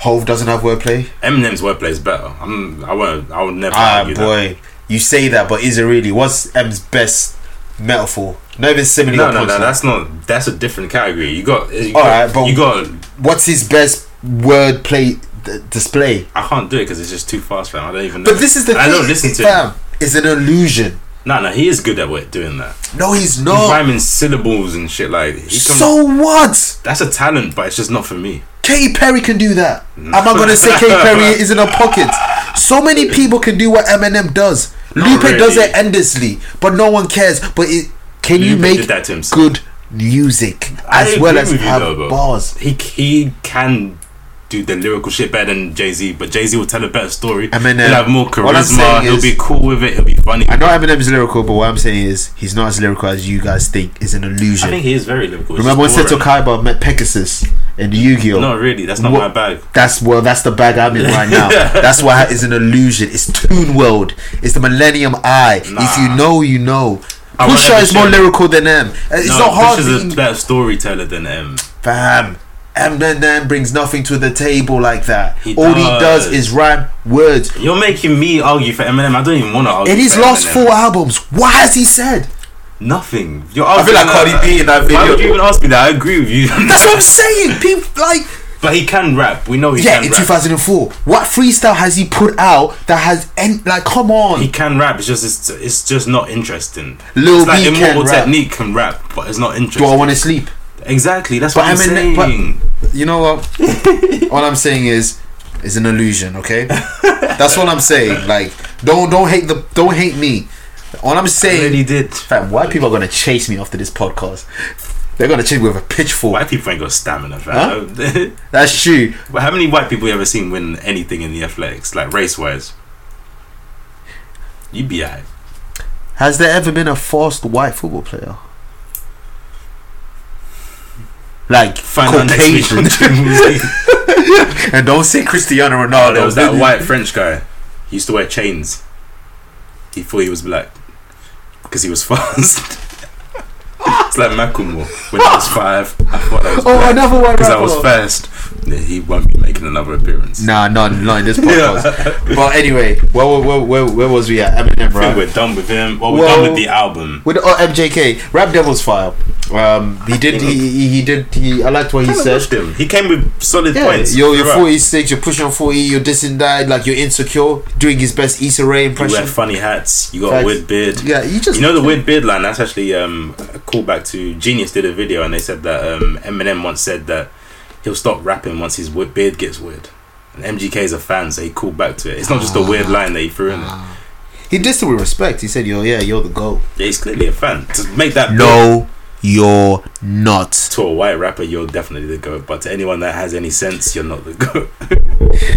C: Hove doesn't have wordplay.
B: Eminem's wordplay is better. I'm. I won't. I will never
C: Ah,
B: argue that.
C: boy, you say that, but is it really? What's M's best metaphor? Not even similar.
B: No,
C: or
B: no, no.
C: punchline.
B: That's not. That's a different category. You got. You
C: All
B: got,
C: right, but-
B: you got.
C: What's his best word play d- display?
B: I can't do it because it's just too fast, fam. I don't even. know.
C: But this is the
B: I
C: thing.
B: don't listen to
C: fam,
B: him.
C: It's an illusion.
B: No, no. He is good at what doing that.
C: No, he's
B: He's
C: not.
B: rhyming syllables and shit like. He can,
C: Oh. So what?
B: that's a talent, but it's just not for me.
C: Katy Perry can do that. I'm not gonna say Katy Perry is in her pocket. So many people can do what Eminem does. Lupe does
B: really.
C: it endlessly, but no one cares. But it, can you
B: Lupe
C: make
B: did that to himself.
C: good music
B: I
C: as
B: agree
C: well as
B: with you,
C: have
B: though, bro.
C: bars?
B: He he can do the lyrical shit better than Jay Z, but Jay Z will tell a better story.
C: Eminem.
B: He'll have more
C: All I'm
B: charisma.
C: saying
B: He'll
C: is-
B: be cool with it. He'll be funny.
C: I know Eminem's lyrical, but what I'm saying is he's not as lyrical as you guys think. It's an
B: I
C: illusion.
B: think he is very lyrical. It's
C: Remember when
B: just
C: Seto
B: boring.
C: Kaiba met Pegasus in Yu-Gi-Oh?
B: Not really. That's not
C: What-
B: my bag.
C: That's well. That's the bag I'm in right now. That's why it's an illusion. It's Toon World. It's the Millennium Eye. If you
B: Nah.
C: know, you know.
B: I want
C: Pusha is more
B: everything.
C: lyrical than them. It's
B: no,
C: not hard.
B: Push
C: being-
B: is a better storyteller than M.
C: Fam. Eminem brings nothing to the table like that.
B: He
C: All he
B: does.
C: does is rhyme words.
B: You're making me argue for Eminem. I don't even want to argue.
C: In his
B: for
C: last
B: Eminem.
C: four albums, what has he said?
B: nothing. You're
C: I feel
B: arguing
C: like Cardi B in that
B: Why would you
C: video.
B: even ask me that? I agree with you.
C: That's what I'm saying. People like
B: but he can rap. We know he
C: yeah,
B: can
C: in
B: rap.
C: 2004. What freestyle has he put out that has end like come on?
B: He can rap. It's just it's, it's just not interesting.
C: Lil
B: it's like
C: B can
B: Immortal
C: rap.
B: Technique can rap, but it's not interesting.
C: Do I want to sleep?
B: exactly. That's
C: But
B: what I'm
C: Eminem-
B: saying.
C: but- You know what? all I'm saying is, is an illusion. Okay, that's what I'm saying. Like, don't don't hate the don't hate me. All I'm
B: I
C: saying,
B: really did.
C: fam, white people are gonna chase me after this podcast. They're gonna chase me with a pitchfork.
B: White people ain't got stamina, fam.
C: That's true.
B: But How many white people you ever seen win anything in the athletics, like race wise? You be alright.
C: Has there ever been a forced white football player? Like
B: Find out next week.
C: Caucasian, and don't say Cristiano
B: oh,
C: Ronaldo.
B: there was that white French guy. He used to wear chains. He thought he was black because he was fast. it's like Makumo when I was five. I thought I was
C: Oh,
B: black
C: another white
B: because I
C: rapper.
B: was fast. Yeah, He won't be making another appearance.
C: Nah, no, not in this podcast. But anyway, where, where, where, where was we at? Eminem,
B: I think
C: right?
B: we're done with him. Well, we're done
C: Well-
B: with the album.
C: With oh, MJK, Rap Devil's File. Um, he did. He, he, he did. He. I liked what he
B: Kind of
C: said.
B: rushed him. He came with solid
C: Yeah,
B: points.
C: you're, you're
B: You're right.
C: 46. You're pushing 40. You're this and that. Like you're insecure. Doing his best Issa Rae
B: You
C: impression.
B: wear funny hats. You got
C: Facts.
B: a weird beard.
C: yeah, you just.
B: You know the weird beard line? That's actually um, a callback to Genius did a video and they said that um, Eminem once said that he'll stop rapping once his wi- beard gets weird. And MGK is a fan, so he called back to it. It's not just a weird line that he threw in there. Yeah,
C: He did it with respect. He said, "Yo, yeah, you're the goat."
B: he's clearly a fan. To make that beard
C: No, you're not.
B: to a white rapper, you're definitely the goat. But to anyone that has any sense, you're not the goat.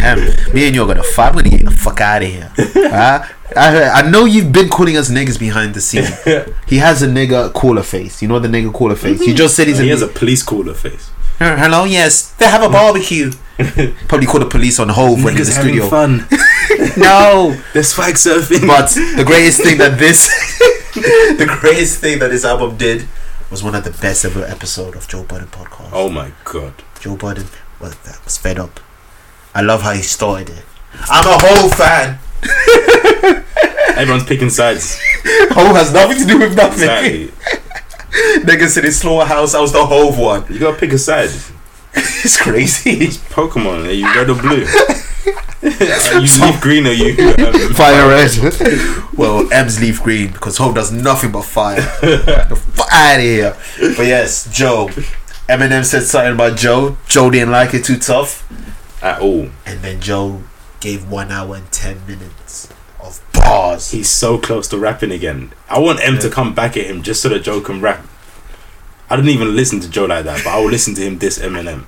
C: Em, me and you are gonna fight. I'm gonna get the fuck out of here. Huh? I, heard- I know you've been calling us niggas behind the scenes. He has a nigga caller face. You know the nigga caller face. You just said he's
B: Mm-hmm. Oh, he
C: a
B: has a police caller face.
C: hello. Yes, they have a barbecue. Probably call the police on hold when in the
B: Niggas having
C: studio.
B: fun.
C: No,
B: They're swag surfing.
C: but the greatest thing that this, the greatest thing that this album did was one of the best ever episode of Joe Budden podcast.
B: oh my god.
C: Joe Budden was, was fed up. I love how he started it. I'm a whole fan.
B: Everyone's picking sides.
C: Hove has nothing to do with nothing.
B: Exactly.
C: Niggas said in Slaughterhouse, I was the Hove one.
B: You gotta pick a side.
C: It's crazy.
B: eh? It's Pokemon. Are you red or blue? Uh, you leave green or you um,
C: Fire red. well, M's leaf green because Hope does nothing but fire. the fuck out of here. But yes, Joe. Eminem said something about Joe. Joe didn't like it too tough.
B: at all.
C: And then Joe gave one hour and ten minutes of bars.
B: He's so close to rapping again. I want M to come back at him just so that Joe can rap. I didn't even listen to Joe like that, but I will listen to him diss Eminem.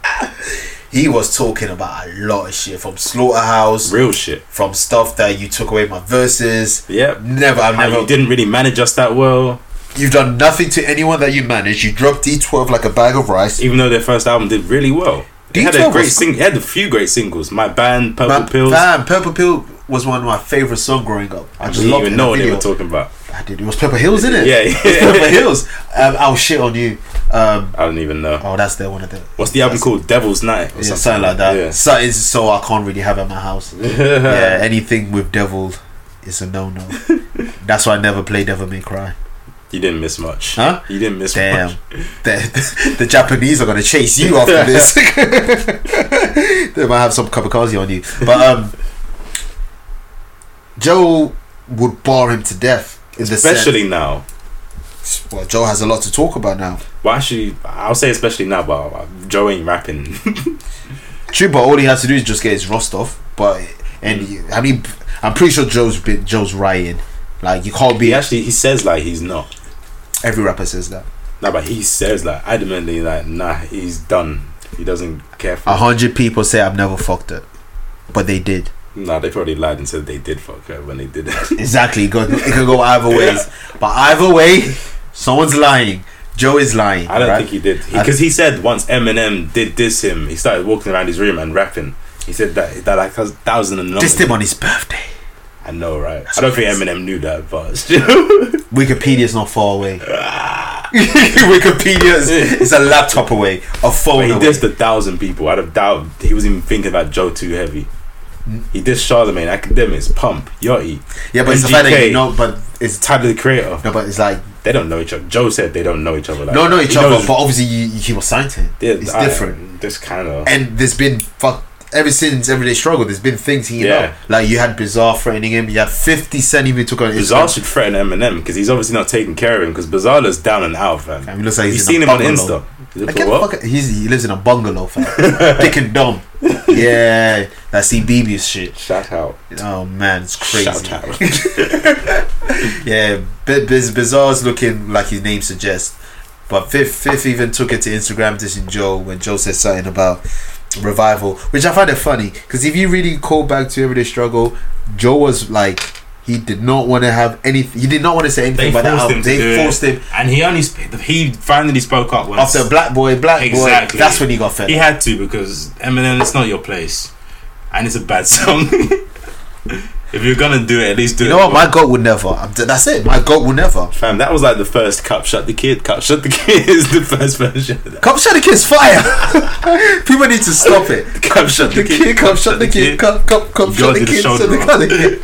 C: He was talking about a lot of shit from Slaughterhouse,
B: Real shit.
C: from stuff that you took away my verses.
B: Yep.
C: Never, I've
B: How
C: never.
B: you didn't really manage us that well,
C: You've done nothing to anyone that you managed. You dropped D12 like a bag of rice.
B: even though their first album did really well. They had a
C: D12
B: great
C: was-
B: sing. They had a few great singles. My band, Purple
C: Man,
B: Pills.
C: fam, Purple Pill was one of my favorite songs growing up. I
B: I
C: just
B: didn't
C: loved it.
B: even
C: in
B: know
C: the
B: what they
C: video.
B: were talking about.
C: I did. It was Purple Hills, isn't it?
B: Yeah,
C: It was
B: yeah.
C: Purple Hills. Um, I'll shit on you. Um,
B: I don't even know.
C: oh, that's their one of them.
B: What's the album called? Devil's Night or something.
C: Yeah, something like that.
B: Yeah.
C: Something so I can't really have at my house. yeah, anything with devil is a no no. that's why I never play Devil May Cry.
B: You didn't miss much.
C: Huh?
B: You didn't miss
C: Damn,
B: much.
C: the, the Japanese are gonna chase you after this. they might have some kamikaze on you. But um, Joe would bar him to death. In the
B: Especially now.
C: sense, well, Joe has a lot to talk about now.
B: Well, actually, I'll say especially now, but uh, Joe ain't rapping.
C: True, but all he has to do is just get his rust off. But and you- I mean, I'm pretty sure Joe's been Joe's rioting. Like you can't be.
B: he actually he says like he's not.
C: Every rapper says that.
B: No, but he says like adamantly like nah, he's done. He doesn't care for.
C: A hundred people say I've never fucked it, but they did.
B: Nah, they probably lied and said they did fuck her when they did it.
C: Exactly. It, could- it could go either ways. But either way, someone's lying. Joe is lying.
B: I don't
C: right?
B: think he did
C: I-
B: because he, said once Eminem did diss him, he started walking around his room and rapping. He said that that like a thousand and
C: Dissed him on his birthday.
B: I know, right? I don't think Eminem knew that, but
C: Wikipedia's not far away. Wikipedia is, is a laptop away, a phone
B: But he
C: away.
B: dissed a thousand people. I'd have doubt he was even thinking about Joe too heavy. He dissed Charlemagne, academics, Pump, Yachty,
C: yeah, but it's the fact that
B: MGK.
C: you know. But it's
B: Tyler the Creator.
C: no, but it's like
B: They don't know each other. Joe said they don't know each other. Like
C: no, no,
B: that.
C: each
B: He
C: other.
B: knows-
C: But obviously, you, you, he was signed to him.
B: Yeah,
C: it's
B: I-
C: different.
B: This kind of
C: and there's been fuck ever since everyday struggle. There's been things he
B: Yeah.
C: know. Like you had bizarre threatening him. You had Fifty Cent even took on his
B: Bizarre should threaten Eminem because he's obviously not taking care of him because Bizarre's down and out, fam.
C: Fam, he looks like
B: you
C: he's
B: seen
C: in a
B: him on
C: bungalow.
B: Insta. He look
C: Like, get
B: like,
C: the
B: what?
C: fuck out- he's, he lives in a bungalow, fam. Dick and dumb. Yeah, that CBeebies shit.
B: Shout out.
C: Oh man, it's crazy.
B: Shout out.
C: Yeah, Bi- Biz- Bizarre's looking like his name suggests. But Fifth, Fifth even took it to Instagram dissing Joe when Joe said something about revival, which I find it funny because if you really call back to everyday struggle, Joe was like he did not want to have anything. He did not want to say anything
B: They
C: about that
B: forced
C: album.
B: him to do
C: They
B: it.
C: forced him
B: and he only sp- he finally spoke up once.
C: after Black Boy, Black
B: Exactly.
C: Boy. That's when he got fed.
B: he
C: up.
B: had to because Eminem, it's not your place, and it's a bad song. if you're gonna do it, at least do
C: You
B: it.
C: know what?
B: well.
C: My goat will never. I'm d- that's it. My goat will never.
B: Fam, that was like the first Cup Shut the Kid. Cup Shut the Kid is the first version. of that.
C: Cup shut the kids fire. People need to stop it.
B: Cup Shut
C: The kid, cup shut the kid, cup, cup, cup
B: You
C: shut
B: gotta do
C: the
B: the
C: kid, shut
B: shoulder
C: the
B: roll.
C: cup, the kid.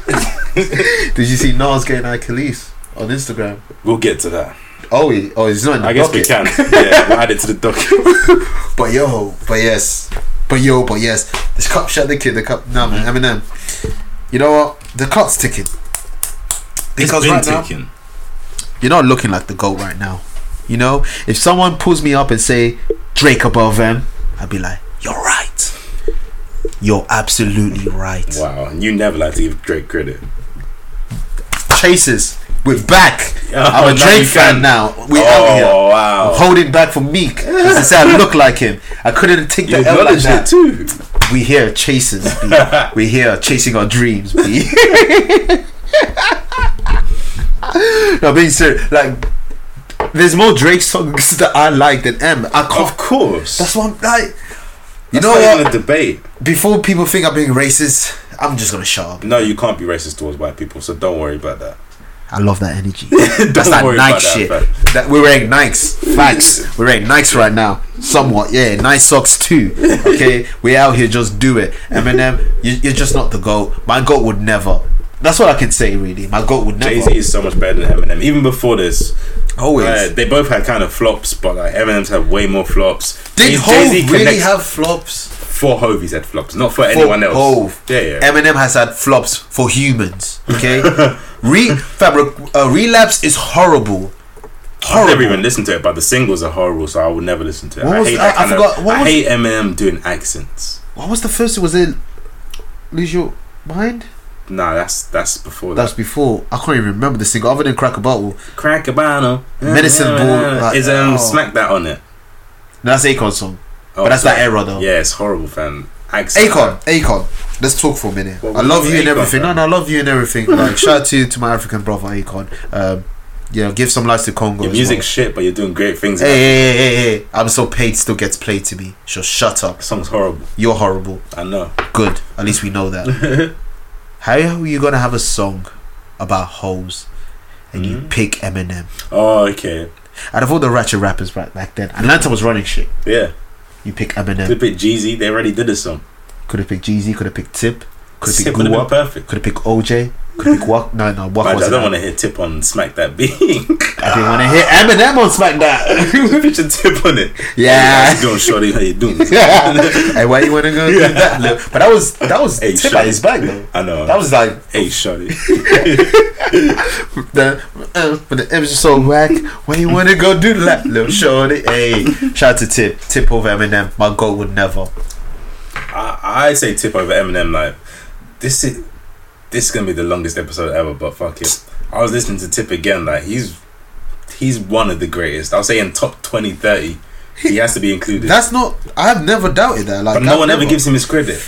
C: Did you see Nas getting Achilles on Instagram?
B: We'll get to that.
C: Oh, he, oh, he's not in the
B: I guess we
C: bucket.
B: can. Yeah, we'll add it to the document.
C: But yo, but yes, but yo, but yes. This cup shut the kid, the cup. Nah, man, Eminem. You know what? The clock's ticking. Because right now,
B: ticking.
C: you're not looking like the goat right now. You know, if someone pulls me up and say Drake above him, I'd be like, you're right. You're absolutely right.
B: Wow, and you never like to give Drake credit.
C: Chasers. We're back.
B: Oh,
C: I'm a
B: now
C: Drake
B: you
C: fan
B: can.
C: now. We
B: oh
C: out here. I'm
B: wow,
C: holding back for Meek because they said I look like him. I couldn't take
B: you
C: the L like
B: acknowledged it
C: that.
B: too.
C: We here chasers. B. we here chasing our dreams. B. no, being serious. Like, there's more Drake songs that I like than M. I can't.
B: Of course,
C: That's what I'm like. You
B: Oh. That's
C: know
B: not
C: what?
B: even a debate.
C: Before people think I'm being racist, I'm just gonna shut up.
B: No, you can't be racist towards white people, so don't worry about that.
C: I love that energy. That's that
B: worry
C: Nike
B: about that,
C: shit.
B: but-
C: That we're wearing Nikes. Facts. we're wearing Nikes right now. Somewhat, yeah. Nice socks too. Okay, we're out here. Just do it, Eminem. You, you're just not the goat. My goat would never. That's what I can say, really. My goat would never.
B: Jay Z is so much better than Eminem. Even before this,
C: Always.
B: uh, they both had kind of flops, but like Eminem's had way more flops.
C: Did
B: Jay-
C: Hov
B: Jay-Z
C: really
B: connects-
C: have flops?
B: for Hove he's had flops, not for, anyone else.
C: Hove.
B: Yeah, yeah.
C: Eminem has had flops for humans. Okay, Re- fabric, uh, relapse is horrible.
B: I've never
C: Horrible.
B: even listened to it, but the singles are horrible, so I will never listen to it.
C: What
B: I
C: was-
B: hate
C: I-
B: that
C: I
B: kind of-
C: forgot- what
B: I
C: was-
B: hate Eminem doing accents.
C: What was the first? Was it lose your mind?
B: Nah, that's that's before
C: That's before. I can't even remember the single other than Crack a Bottle.
B: that. Crack a bottle.
C: Medicine ball, like,
B: Is um
C: oh.
B: smack that on it?
C: That's Akon song,
B: Oh,
C: but that's
B: sorry.
C: that era though.
B: Yeah, it's horrible, fam. Accent.
C: Akon, Akon. Let's talk for a minute.
B: Well,
C: I
B: we
C: love
B: love
C: you and
B: Akon,
C: everything. No,
B: man.
C: no, I love you and everything. Like, shout out to to my African brother Akon. Um, yeah, give some likes to Congo.
B: Your
C: as
B: music's
C: well.
B: shit, but you're doing great things.
C: Hey, hey, hey, hey, hey! I'm so paid still gets played to me. So shut up.
B: That song's horrible.
C: You're horrible.
B: I know.
C: Good. At least we know that. How are you gonna have a song about hoes and
B: Hmm?
C: you pick Eminem?
B: Oh, okay.
C: Out of all the ratchet rappers right back then, Atlanta was running shit.
B: Yeah.
C: You pick
B: Could
C: Eminem.
B: have picked Jeezy. They already did a song.
C: Could have picked Jeezy. Could have picked Tip. Could have
B: Tip
C: picked
B: would have been
C: Guwap.
B: perfect.
C: Could have picked OJ. Could have picked Wak. No, no,
B: Mind
C: Wak
B: you, I
C: wasn't.
B: don't
C: out.
B: want to hear Tip on Smack That Beat.
C: I didn't want to hear Eminem on SmackDown.
B: Picture Tip on it.
C: Yeah.
B: How you doing, Shorty? How you doing?
C: hey, why you wanna go do that? Look, but that was that was
B: Hey,
C: Tip
B: shut
C: at his
B: up.
C: back though.
B: I know.
C: That was like
B: Hey, Shorty.
C: the uh, but the M's so whack. Why you wanna go do that, little shorty? Hey, shout out to Tip. Tip over Eminem. My goal would never.
B: I, I say tip over Eminem. Like this is this is gonna be the longest episode ever, but fuck it. I was listening to Tip again. Like he's he's one of the greatest. I'll say in top 20, 30, he has to be included.
C: That's not. I've never doubted that. Like
B: but no
C: I've
B: one ever
C: never-
B: gives him his credit.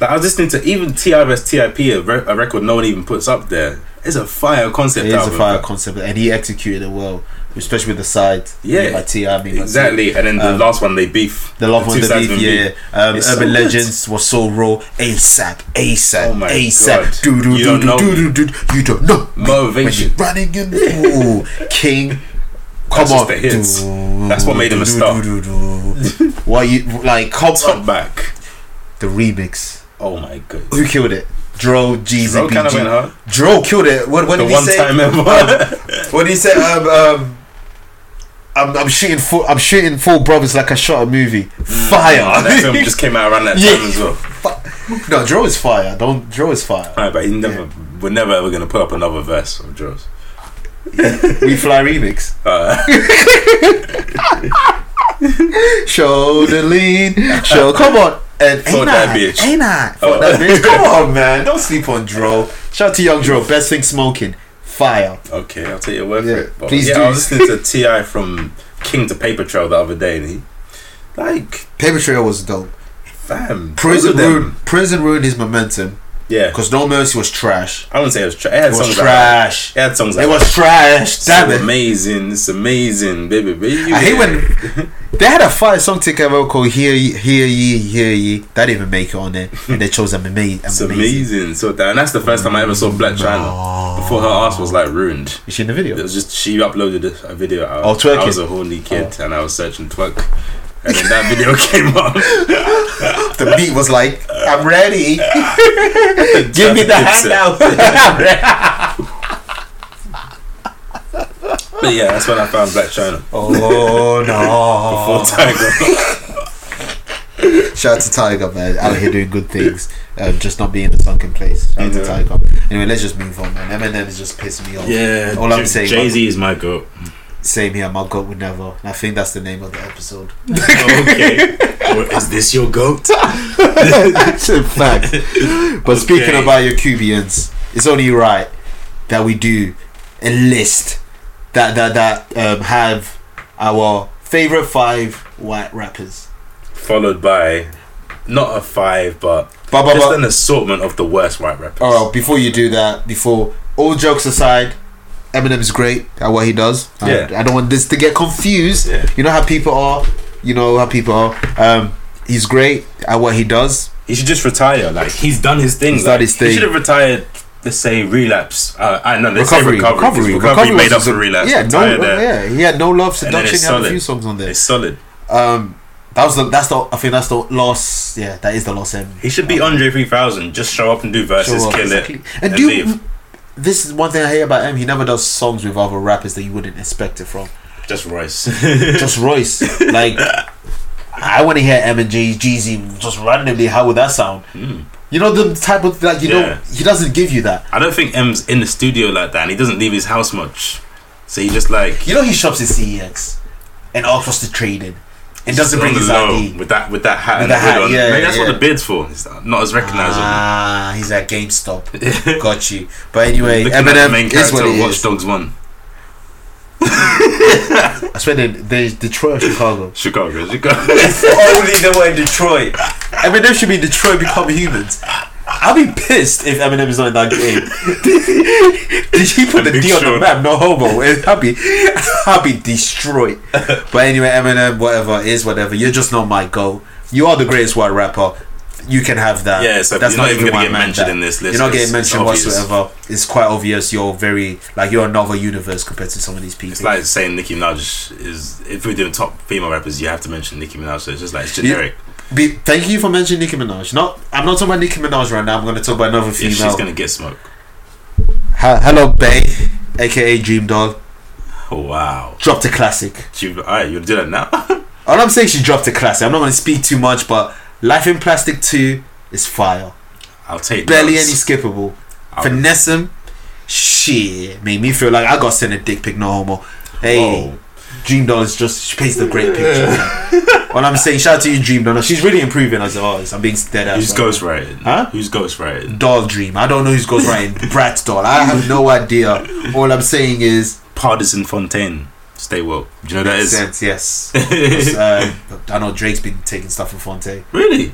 B: Like I was listening to even Ti vs Tip, a, re- a record no one even puts up there. It's a fire concept.
C: It is a
B: album.
C: fire concept, and he executed it well, especially with the side.
B: Yeah.
C: Made by Ti, made by Tip.
B: Exactly, and then the
C: Um,
B: last one they beef.
C: The love on
B: two
C: the
B: sides
C: beef,
B: of a
C: yeah. Um, Urban
B: It's so good.
C: Legends was so raw. ASAP, ASAP,
B: Oh my God.
C: ASAP. Do do
B: You don't
C: do
B: know
C: do do do. You don't know.
B: Motivation.
C: When you're running in, ooh, King. Come
B: That's
C: on,
B: just the hits. That's what made him a star.
C: do, do. Why you like? Come on,
B: Top back.
C: the remix.
B: Oh my god.
C: Who killed it? Dro, Jeezy,
B: Bro, kind of went
C: BG.
B: hard.
C: Dro killed it. What, what
B: The
C: did he
B: one
C: say?
B: time ever.
C: Um, what did he say? Um, um, I'm, I'm shooting full. I'm shooting full brothers like I shot a movie. Fire.
B: Oh, that film just came out around that
C: Yeah.
B: time as well.
C: No, Draw is fire. Don't Draw is fire.
B: Alright, but he never, we're never ever gonna put up another verse of Jaws.
C: We fly remix.
B: Uh,
C: Shoulder lean. Show. Come on. And
B: Fuck
C: ain't
B: that
C: I,
B: bitch.
C: Ain't I? Fuck
B: Oh.
C: that bitch. Come on, man. Don't sleep on Draw. Shout out to Young Draw. Best thing smoking. Fire.
B: okay, I'll take your word
C: Yeah,
B: for it. But
C: please
B: yeah,
C: do.
B: I was listening to Ti from King to Paper Trail the other day, and he like,
C: Paper Trail was dope.
B: fam,
C: Prison
B: both of them-
C: ruined. Prison ruined his momentum
B: Yeah,
C: because No Mercy was trash.
B: I wouldn't say it was trash. It had
C: It was
B: songs like that.
C: trash.
B: It had songs like
C: It was trash.
B: that.
C: Damn
B: so
C: it.
B: amazing. It's amazing, baby, baby.
C: I hate when they had a fire song together called "Hear Ye, Hear Ye, Hear Ye." That didn't even make it on there, and they chose amazing.
B: It's
C: amazing.
B: amazing. So that, and that's the first time I ever saw Black China before her ass was like ruined.
C: Is she in the video?
B: It was just she uploaded a a video. I,
C: Oh, twerking.
B: I was a horny kid and I was searching twerk, and then that video came up.
C: the beat was like, I'm ready. Give me the
B: Dipset.
C: handout. I'm ready.
B: But yeah, that's when I found Black China.
C: oh
B: Full
C: no.
B: Tiger.
C: Shout out to Tiger, man. Out here doing good things. Um, just not being in a sunken place. Shout out to
B: Yeah.
C: Tiger. Anyway, let's just move on, man. Eminem is just pissing me off. All I'm saying,
B: Jay Z is my goat.
C: same here. My goat would never. And I think that's the name of the episode.
B: okay, is this your goat?
C: that's a fact. But speaking
B: Okay.
C: about your Cubians, it's only right that we do a list that that that um, have our favorite five white rappers.
B: Followed by not a five, but
C: But, but, Oh.
B: just
C: but
B: an assortment of the worst white rappers.
C: all right, before you do that, before all jokes aside, Eminem is great at what he does. I-
B: Yeah.
C: I, don't want this to get confused.
B: Yeah.
C: You know how people are. You know how people are. Um, he's great at what he does.
B: He should just retire. Like he's done his thing.
C: He's
B: like,
C: done his thing.
B: He should have retired. Let's say relapse. Uh, I know. Let's
C: Recovery,
B: say recovery. 'cause
C: recovery,
B: recovery,
C: recovery
B: made
C: was
B: up
C: just
B: for relapse.
C: yeah, no, uh,
B: Retire there.
C: yeah, he had no love.
B: And then
C: Seduction
B: it's
C: had a
B: solid.
C: few songs on there.
B: It's solid.
C: Um, that was the that's the I think that's the last yeah that is the last M.
B: He should be Andre 3000. Just show up and do
C: Sure,
B: verses, kill
C: exactly.
B: it,
C: And
B: and,
C: do
B: leave.
C: you, this is one thing I hate about him. He never does songs with other rappers that you wouldn't expect it from.
B: Just Royce.
C: Just Royce, like I want to hear M and J Jeezy just randomly. How would that sound?
B: Mm.
C: You know the type of like you
B: Yeah.
C: know he doesn't give you that.
B: I don't think M's in the studio like that, and he doesn't leave his house much. So he just like
C: You know he shops at CEX and offers to trade in and
B: just
C: doesn't
B: on
C: bring
B: the
C: his
B: low
C: ID.
B: with that with that hat
C: With
B: and
C: the
B: the hood
C: hat,
B: on.
C: yeah,
B: Maybe that's
C: yeah.
B: what the beard's for. It's not as recognizable.
C: Ah, he's at GameStop. Got you. But anyway,
B: Looking at the
C: Eminem
B: main
C: is
B: character
C: what it
B: of Watch
C: is.
B: Dogs One,
C: I swear they, they Detroit or Chicago.
B: Chicago, Chicago.
C: Only they were in Detroit. Eminem should be in Detroit Become Humans. I'll be pissed if Eminem is not in that game. Did he put the
B: Big
C: D on the
B: Sean.
C: map? No homo. I'll be, I'll be destroyed. But anyway, Eminem, whatever is whatever. You're just not my goal. You are the greatest white rapper. You can have that.
B: Yeah, so you're not even gonna
C: why I
B: get
C: meant
B: mentioned in this list.
C: You're not
B: It's-
C: getting
B: it's
C: mentioned
B: obvious.
C: whatsoever. It's quite obvious. You're very like you're another universe compared to some of these people.
B: It's like saying Nicki Minaj is. If we're doing top female rappers, you have to mention Nicki Minaj. So it's just like it's generic.
C: Be, thank you for mentioning Nicki Minaj. Not, I'm not talking about Nicki Minaj right now. I'm going to talk about another
B: Yeah,
C: female.
B: she's gonna get smoke.
C: Ha- Hello, Bay, aka Dream Doll,
B: Oh wow.
C: dropped a classic.
B: She, all right, you'll do that now.
C: All I'm saying, she dropped a classic. I'm not going to speak too much, but Life in Plastic Two is fire.
B: I'll take
C: Barely
B: notes.
C: any skippable.
B: I'll-
C: Finesse him. Shit, made me feel like I got sent a dick pic. No homo. Hey.
B: Whoa.
C: Dream Doll is just she paints the great picture. All I'm saying, shout out to you, Dream Doll. No, She's really improving as an artist. I'm being dead ass.
B: Who's
C: right
B: ghostwriting?
C: Huh?
B: Who's ghostwriting?
C: doll dream. I don't know who's goes right in Brat's doll. I have no idea. All I'm saying is
B: Partisan Fontaine. Stay woke. Do you know that
C: makes
B: is?
C: sense. Yes. 'Cause, uh, I know Drake's been taking stuff from Fonte.
B: Really?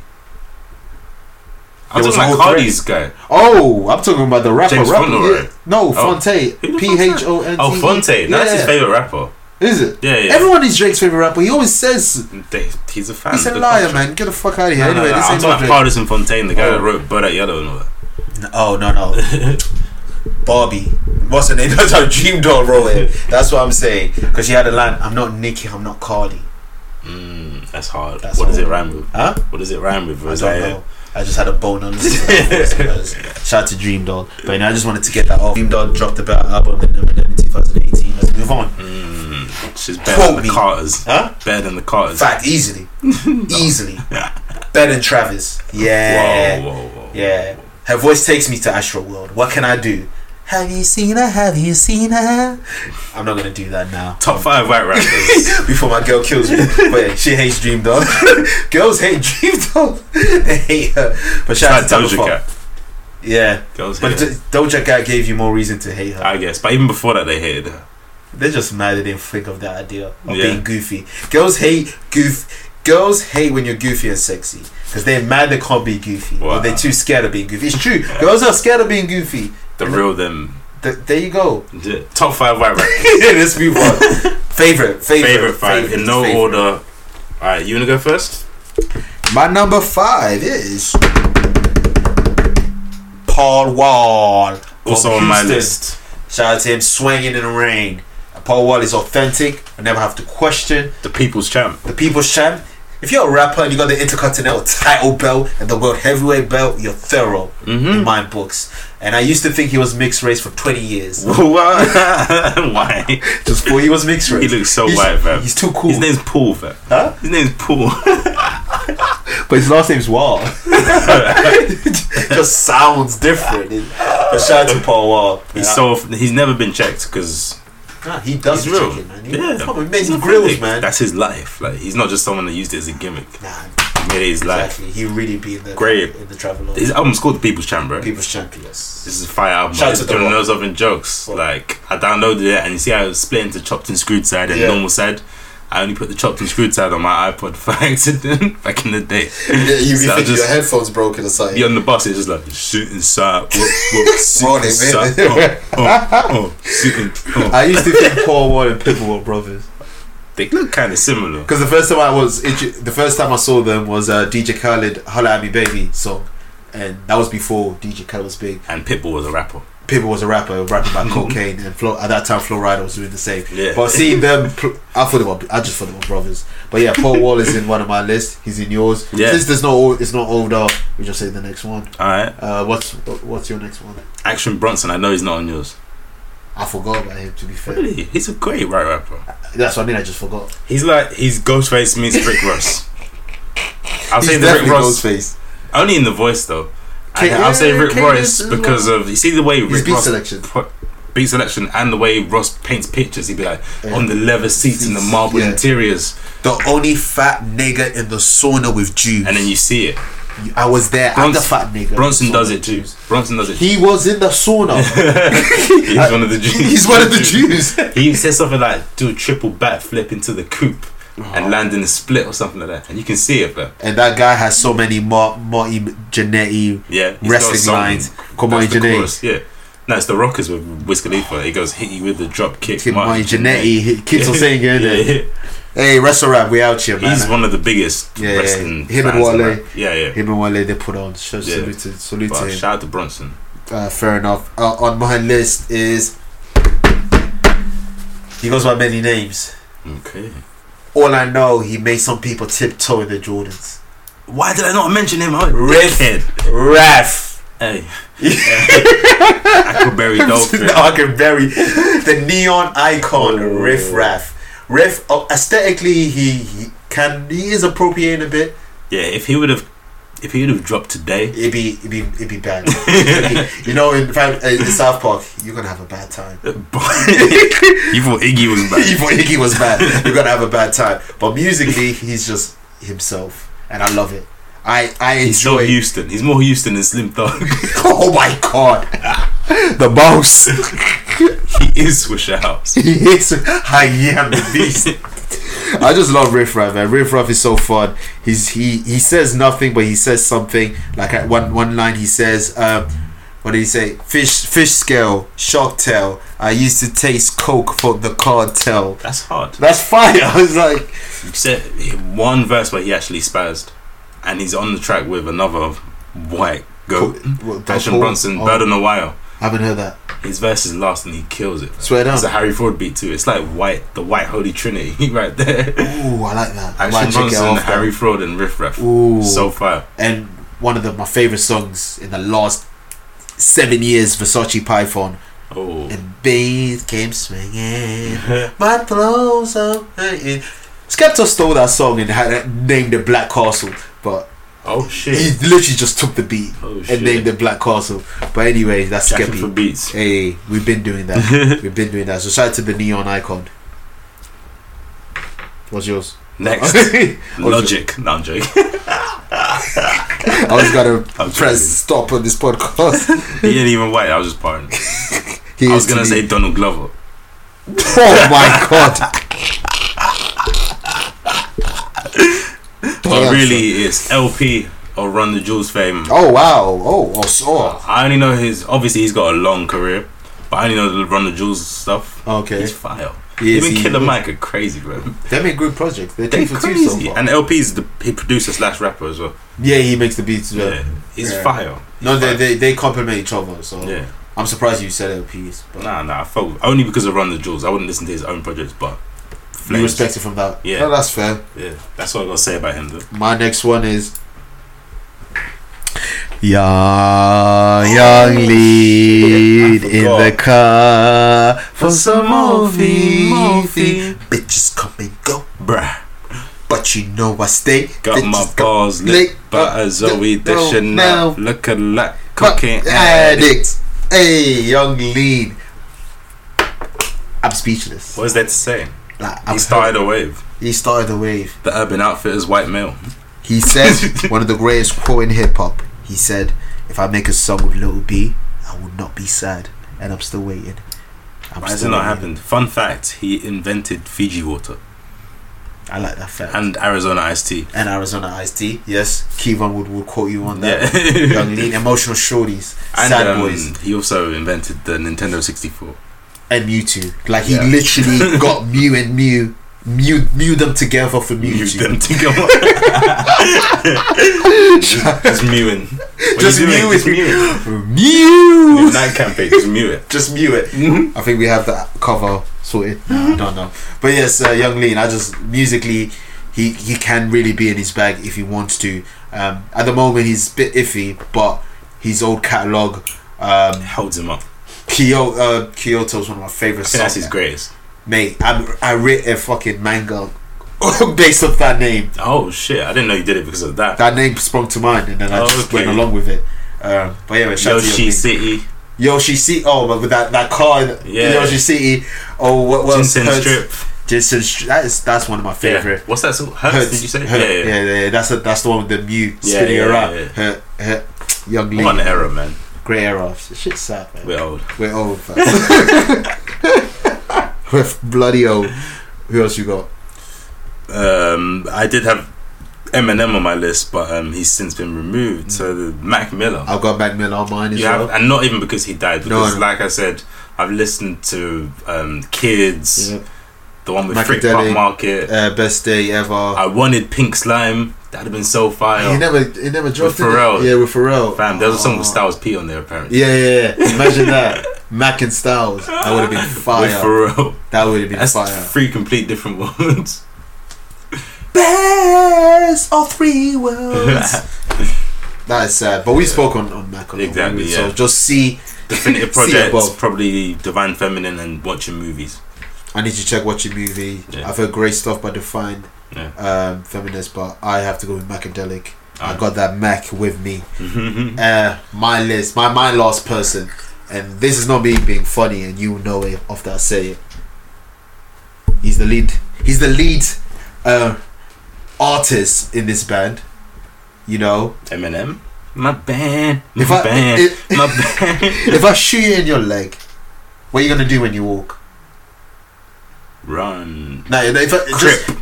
B: I was
C: There was a
B: talking
C: whole
B: about Cardi's guy.
C: Oh, I'm talking about the rapper.
B: James
C: rapper
B: Fonte,
C: yeah.
B: right?
C: No,
B: Oh.
C: Fonte.
B: Who the
C: P H O N T. E.
B: Oh, Fonte. That's his favorite rapper.
C: Is it?
B: Yeah, yeah.
C: Everyone is Drake's favorite rapper. He always says
B: They- he's a fan.
C: he's
B: of
C: a
B: the
C: liar,
B: culture.
C: man. Get the fuck out of here.
B: No, no,
C: anyway,
B: no,
C: this
B: I'm talking
C: ain't no
B: about
C: Drake.
B: Partisan Fontaine, the guy
C: Oh.
B: that wrote Bird at Yellow and all that.
C: Oh no no. Barbie. What's her name? That's how Dream Doll wrote it. That's what I'm saying. Because she had a line. I'm not Nicki. I'm not Cardi.
B: Mm, that's hard.
C: That's
B: what does it
C: hard.
B: rhyme with?
C: Huh?
B: What does it rhyme with?
C: I
B: Was
C: don't
B: that
C: know. I just had a bone on this. Shout out to Dream Doll. But you know, I just wanted to get that off. Dream Doll dropped a better album than Eminem in 2018. Let's move on.
B: Mm, she's better
C: Quote
B: than
C: me.
B: the Carters.
C: Huh?
B: Better than the Carters.
C: Fact, easily. Easily. Better than Travis. Yeah.
B: Whoa, whoa, whoa.
C: Yeah. Her voice takes me to Astro World. What can I do? Have you seen her? Have you seen her? I'm not gonna do that now.
B: Top five white rappers.
C: Before my girl kills me. but yeah, she hates Dream Doll. Girls hate Dream Doll. they hate her. But shout out
B: Like
C: to Doja
B: Doja Cat.
C: Yeah.
B: Girls
C: But
B: hate
C: D-
B: her.
C: Doja Cat gave you more reason to hate her.
B: I guess. But even before that, they hated her.
C: They're just mad they didn't think of that idea of
B: Yeah.
C: being goofy. Girls hate goof. Girls hate when you're goofy and sexy because they're mad they can't be goofy
B: Wow.
C: or they're too scared of being goofy. It's true. Girls are scared of being goofy.
B: The real them.
C: Th- there you go.
B: Yeah. Top five white rappers.
C: Let's move on. favorite, favorite,
B: favorite five in no
C: favorite.
B: order. All right, you wanna go first?
C: My number five is Paul Wall.
B: Also
C: from
B: on my
C: Houston.
B: list.
C: Shout out to him swinging in the rain. Paul Wall is authentic. I never have to question.
B: The People's Champ.
C: the People's Champ. If you're a rapper and you got the Intercontinental title belt and the World Heavyweight belt, you're thorough in
B: Mm-hmm.
C: my books. And I used to think he was mixed race for 20 years.
B: Why?
C: Just for he was mixed
B: He
C: race.
B: looks so
C: he's,
B: white, fam.
C: He's too cool.
B: His name's Paul, fam.
C: Huh?
B: His name's Paul.
C: but his last name's Wall. Just sounds different. But shout out to Paul Wall.
B: He's
C: Yeah.
B: so he's never been checked because
C: Nah, he does
B: he's real.
C: chicken, man. You
B: yeah,
C: fucking
B: He's
C: amazing
B: not
C: grills,
B: fake.
C: man.
B: That's his life. Like he's not just someone that used it as a gimmick.
C: nah,
B: He made it his life.
C: exactly. He really be in the
B: Great.
C: in the travelogue.
B: His album's called The People's Champ, bro.
C: People's champions.
B: This is a fire album.
C: Shout out
B: Shout
C: to
B: to
C: The Rock.
B: knows something jokes.
C: What?
B: Like I downloaded it and you see how it was split into chopped and screwed side and
C: Yeah.
B: normal side. I only put the chopped and screwed side on my iPod by accident back in the day.
C: you
B: So I
C: think your
B: just
C: headphones broken or something?
B: be on the bus. It's just like shoot inside, whoop, whoop,
C: Roll it,
B: shoot inside,
C: man.
B: oh, oh, oh, shoot in- oh.
C: I used to think Paul Wall and Pitbull were brothers
B: They look kind of similar.
C: because the first time I was intro- the first time I saw them was uh, DJ Khaled "Holla at Me Baby" song, and that was before DJ Khaled was big.
B: And Pitbull was a rapper.
C: Pitbull was a rapper rapping about cocaine, and Flo- at that time Flo Rida was doing the same.
B: Yeah.
C: But seeing them, pl- I thought they were I just thought they were brothers. But yeah, Paul Wall is in one of my lists. He's in yours.
B: Yeah.
C: Since there's no it's not older, we just say the next one.
B: All right,
C: Uh, what's what's your next one?
B: Action Bronson. I know he's not on yours.
C: I forgot about him. To be fair,
B: Really, he's a great rap rapper.
C: that's what I mean. I just forgot.
B: He's like he's Ghostface meets Rick Ross. I'll say the Rick Ross only in the voice though. And
C: Kane-
B: I'll say
C: yeah,
B: Rick
C: Kane
B: Ross
C: is-
B: because of you see the way
A: His
B: Rick
A: beat
B: Ross
A: selection.
B: pro- beat selection and the way Ross paints pictures. He'd be like
A: Yeah.
B: on the leather seats and the marble
A: Yeah.
B: interiors,
A: The only fat nigga in the sauna with Jews.
B: and then you see it.
A: I was there. I'm the
B: Bronson,
A: fat nigga.
B: Bronson does
A: Sauna
B: it too.
A: Jews.
B: Bronson does it.
A: He was in the sauna.
B: he's one of the Jews.
A: He's one of the Jews.
B: He says something like do a triple backflip into the coop
C: Oh.
B: and land in a split or something like that, and you can see it. But
C: And that guy has so many Mar- Martin Jannetty
B: yeah, he's got a
C: wrestling
B: song.
C: lines. Come on,
B: That's the
C: Jannetty.
B: chorus, yeah. No, it's the Rockers with Wiz Khalifa. He goes hit you with the drop kick.
C: Martin Jannetty. Kids are saying it. innit?
B: Yeah.
C: Hey, wrestle rap, we out here, man.
B: He's one of the biggest
C: Yeah, yeah,
B: wrestling
C: him and
B: fans
C: Wale.
B: around. Yeah, yeah.
C: Him and Wale, they put on. So
B: Yeah.
C: Salute to, salute
B: But
C: to him.
B: shout out to Bronson.
C: Uh, fair enough. Uh, on my list is he goes by many names.
B: Okay.
C: All I know, he made some people tiptoe in the Jordans.
B: Why did I not mention him? I'm a
C: Riff.
B: dickhead.
C: Raf.
B: Hey. Huckleberry Dolphin.
C: Huckleberry, the neon icon,
B: Oh.
C: Riff Raff. Riff, uh, aesthetically, he, he can he is appropriating a bit.
B: Yeah, if he would have, if he would have dropped today,
C: It'd be it'd be it'd be bad. It'd be- you know, in, fact, uh, in South Park, you're gonna have a bad time.
B: you thought Iggy was
C: you
B: bad.
C: thought Iggy was bad. You're gonna have a bad time. But musically, he's just himself, and I love it. I I
B: He's not
C: enjoy.
B: Houston. He's more Houston than Slim Thug.
C: oh my god, the boss.
B: he is Swisher House.
C: he is. I am the beast. I just love Riff Raff, man. Riff Raff is so fun. He's he he says nothing, but he says something. Like at one one line, he says, um, "What did he say? Fish fish scale, shark tail. I used to taste coke for the cartel."
B: That's hard.
C: That's fire. I was like,
B: You said one verse where he actually spazzed, and he's on the track with another white goat,
C: what,
B: Passion
C: Paul?
B: Bronson,
C: Oh,
B: Bird on the Wire.
C: haven't heard that.
B: His verse is last and he kills it.
C: Swear down.
B: It's a Harry Ford beat too. It's like white, the white holy trinity right there.
C: Ooh, I like that. I might
B: Action
C: check it
B: Bronson,
C: off.
B: Harry Fraud, and Riff Raff.
C: Ooh.
B: So far,
C: and one of the, my favorite songs in the last seven years, Versace Python.
B: oh,
C: And bees came swinging,
B: Uh-huh.
C: my clothes are hanging. Skepta stole that song and had it named it Black Castle, but
B: oh
C: he
B: shit,
C: literally just took the beat
B: oh
C: and named
B: shit.
C: it Black Castle. But anyway, that's
B: Jacking for
C: Skeppy.
B: beats.
C: Hey, we've been doing that. we've been doing that. So shout out to the neon icon. What's yours?
B: Next,
C: I was-
B: Logic. No, I'm joking.
C: I was gonna
B: I'm
C: press stop on this podcast.
B: joking. He ain't even white. I was just partying.
C: He
B: I was
C: is
B: gonna
C: to
B: say
C: be-
B: Donald Glover.
C: oh my god.
B: But Oh, really, it's LP or Run the Jewels fame.
C: Oh wow. Oh, oh, so.
B: I only know his. Obviously, he's got a long career, but I only know the Run the Jewels stuff.
C: Okay.
B: He's fire.
C: He is,
B: Even
C: he-
B: Killer Mike are crazy, bro.
C: They make good projects. They're
B: They're
C: two for two so
B: crazy.
C: far.
B: And LP's the he producer slash rapper as well.
C: yeah, he makes the beats. Yeah.
B: Yeah, he's
C: Yeah.
B: fire.
C: No, they, they they complement each other. So
B: Yeah.
C: I'm surprised you said LPs, but
B: Nah, nah. I felt only because of Run the Jewels. I wouldn't listen to his own projects, but
C: you
B: Flames.
C: respect it from that.
B: Yeah.
C: no, that's fair.
B: Yeah, that's what I gotta say about him. Though.
C: My next one is. Young, young lead
B: I
C: in
B: forgot.
C: the car for some
B: Morphe,
C: movie.
B: Morphe.
C: Bitches come and go,
B: Bruh,
C: but you know I stay.
B: got
C: Bitches
B: my
C: come-
B: balls
C: lick
B: lit, but as Zoe
C: the- no,
B: dishing
C: no.
B: out, look a lot,
C: Fuck
B: cocaine addict.
C: addicts. Hey, young lead. I'm speechless.
B: What is that to say?
C: Like,
B: He
C: I'm-
B: started a wave.
C: he started the wave.
B: The Urban Outfitters white male.
C: He says one of the greatest quote in hip hop. He said, "If I make a song with Little B, I will not be sad." And I'm still waiting. I'm
B: Why has it
C: still
B: not
C: waiting.
B: happened? Fun fact: He invented Fiji water
C: I like that fact. And,
B: and Arizona iced tea.
C: Arizona Iced Tea. Yes, Kevon would, would quote you on that.
B: Yeah.
C: Young lean, emotional shorties,
B: And
C: sad
B: um,
C: boys,
B: he also invented the Nintendo 64.
C: and Mewtwo. Like he
B: Yeah.
C: literally got Mew and Mew, Mew, Mew them together for
B: Mute
C: Mewtwo.
B: them to go on. just, just mewing. What
C: Just
B: you doing?
C: mewing.
B: Just mewing.
C: Mew.
B: Your night campaign, just mew it.
C: Just mute it.
B: Mm-hmm.
C: I think we have that cover sorted. I don't know, but yes, uh, Young Lean. I just musically, he he can really be in his bag if he wants to. Um, at the moment, he's a bit iffy, but his old catalog, um,
B: Holds him up.
C: Kyoto, uh, Kyoto is one of my favorite
B: I think that's
C: songs.
B: his greatest.
C: Mate, I I read a fucking manga based off that name.
B: Oh shit! I didn't know you did it because of that.
C: That name sprung to mind, and then I
B: Oh,
C: just
B: okay.
C: went along with it. Um, but yeah, shout out to
B: Yoshi
C: Yoshi.
B: City,
C: Yoshi City. Oh, but with that that car, in
B: Yeah.
C: Yoshi City. Oh, what was
B: Jinsen Strip.
C: Jinsen Strip. That is that's one of my
B: Yeah.
C: favorite.
B: What's that? song?
C: Hurt,
B: Hurts? Did you say?
C: Hurt,
B: Yeah. yeah.
C: yeah, yeah, That's a, that's the one with the Mew
B: Yeah,
C: spinning
B: yeah,
C: around.
B: yeah, yeah.
C: Hurt, hurt, young Lee.
B: What an error, man.
C: Grey era. Shit's sad, man.
B: We're old.
C: We're old. fam. We're bloody old. Who else you got?
B: Um, I did have Eminem on my list, but um, he's since been removed. So
C: Mm.
B: the Mac Miller.
C: I've got Mac Miller on mine as
B: You have,
C: well.
B: and not even because he died,
C: No,
B: because
C: no.
B: like I said, I've listened to um, Kids,
C: Yeah.
B: the one with Frick
C: Macadelic.
B: Pop Market.
C: Uh, best day ever.
B: I wanted Pink Slime. That'd have been so
C: he
B: fire.
C: never, he never dropped it.
B: Pharrell.
C: Yeah, with Pharrell.
B: Fam, there was a song with
C: Oh.
B: Styles P on there apparently.
C: Yeah, yeah, yeah. Imagine that. Mac and Styles. That would have been
B: With
C: fire.
B: Pharrell.
C: that would have been
B: That's
C: fire.
B: three complete different worlds.
C: Best of three worlds. that is sad. But we spoke on, on Mac on the
B: Exactly,
C: movie,
B: yeah.
C: So just see.
B: Definitive
C: See you,
B: projects,
C: Bob.
B: probably Divine Feminine and watching movies.
C: I need to check watching movie.
B: Yeah.
C: I've heard great stuff by Define
B: Yeah.
C: um, Feminist, but I have to go with Macadelic. I
B: Alright.
C: got that Mac with me. uh, my list, my my last person, and this is not me being funny, and you know it after I say it. He's the lead. He's the lead uh, artist in this band. You know,
B: Eminem. My band. My
C: If I-
B: band.
C: it-
B: my band.
C: if I shoot you in your leg, what are you gonna do when you walk?
B: Run.
C: No, no, if I just
B: Crip.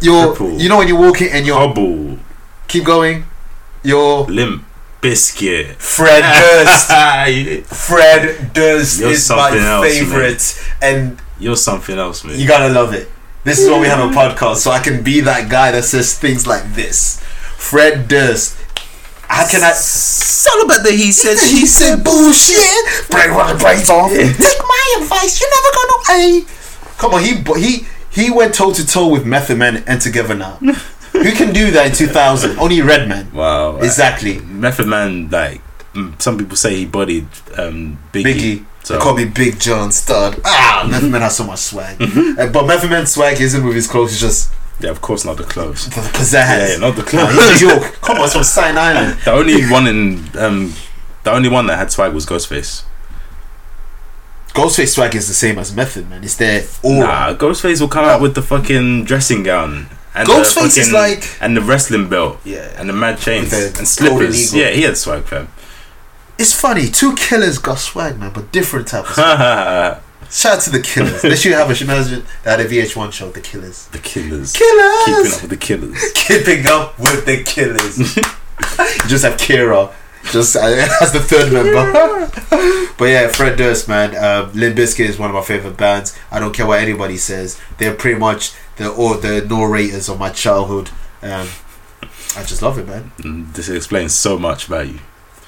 C: you're,
B: cripple.
C: you know when you're walking and you're
B: Hobble.
C: keep going, you're
B: Limp. Biscuit.
C: Fred Durst.
B: You're
C: Fred Durst
B: You're
C: is my
B: something else, man.
C: favorite, and
B: something else, man.
C: You gotta love it. This is why we have a podcast, so I can be that guy that says things like this. Fred Durst. How can I?
A: Son of a that he said
C: He said bullshit. Break one the brains off. Take my advice. You're never gonna pay. Come on, he bu- he he went toe to toe with Method Man and Together Now. Who can do that in 2000? Only Redman.
B: Wow. Uh,
C: Exactly.
B: Method Man, like, mm, some people say he bodied um, Biggie.
C: Biggie.
B: So-
C: They call me Big John Stud. Ah, Method Man has so much swag.
B: Mm-hmm.
C: Uh, but Method Man's swag isn't with his clothes. It's just
B: Yeah, of course, not the clothes.
C: the pizzazz.
B: Yeah, yeah, not the
C: Nah,
B: clothes.
C: he's New York. Come on, it's from Staten Island.
B: the only one in. Um, the only one that had swag was Ghostface.
C: Ghostface swag is the same as Method Man. It's their aura.
B: Nah, Ghostface will come out with the fucking dressing gown. And the
C: Ghostface is
B: fucking-
C: like-
B: And the wrestling belt.
C: Yeah.
B: And the mad chains.
C: With the
B: And
C: Golden
B: slippers.
C: Eagle.
B: Yeah, he had swag, fam.
C: It's funny. Two killers got swag, man, but different types.
B: Ha, ha,
C: Shout out to the killers. They should have a imagine they had a VH1 show, The Killers.
B: ha. the killers. Keeping
C: Killers.
B: up with the killers.
C: Keeping up with the killers. You just have Kira. Just uh, as the third member, but yeah, Fred Durst, man. Uh, Limp Bizkit is one of my favorite bands. I don't care what anybody says; they're pretty much the or the narrators of my childhood. Um, I just love it, man.
B: Mm, This explains so much about you.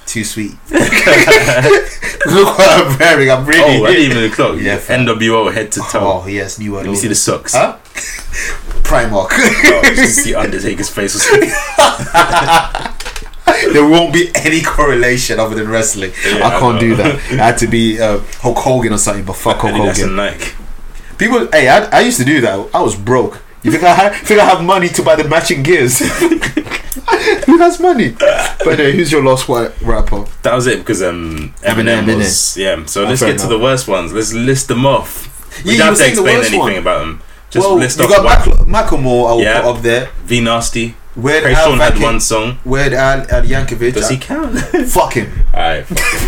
C: too sweet. Look what I'm wearing. I'm really.
B: Oh, I didn't even the clock.
C: Yeah,
B: Yeah,
C: fam.
B: NWO head to toe.
C: Oh, yes, new world.
B: Let me see the socks.
C: Huh? Primark.
B: Oh, you see Undertaker's face. or something.
C: there won't be any correlation other than wrestling.
B: Yeah,
C: I
B: I
C: can't
B: know.
C: do that. I had to be uh, Hulk Hogan or something, but fuck Hulk
B: And that's a
C: Hogan.
B: Nike.
C: People, hey, I, I used to do that. I was broke. You think I ha- think I have money to buy the matching gears? Who has money? But anyway, who's your last white rapper?
B: That was it because um,
C: Eminem, Oh,
B: Eminem was yeah. So let's
C: fair
B: get to the
C: enough.
B: worst ones. Let's list them off.
C: Yeah,
B: We
C: you
B: don't
C: were
B: have to
C: saying the
B: explain
C: worst
B: anything
C: one.
B: about them. Just
C: well,
B: list
C: you
B: off
C: got
B: what
C: Mac- Macklemore. I will
B: Yeah.
C: put up there.
B: V Nasty.
C: Where
B: Craig Sean had one song.
C: Where Al, Al Yankovic?
B: Does he count?
C: Fuck him.
B: Alright.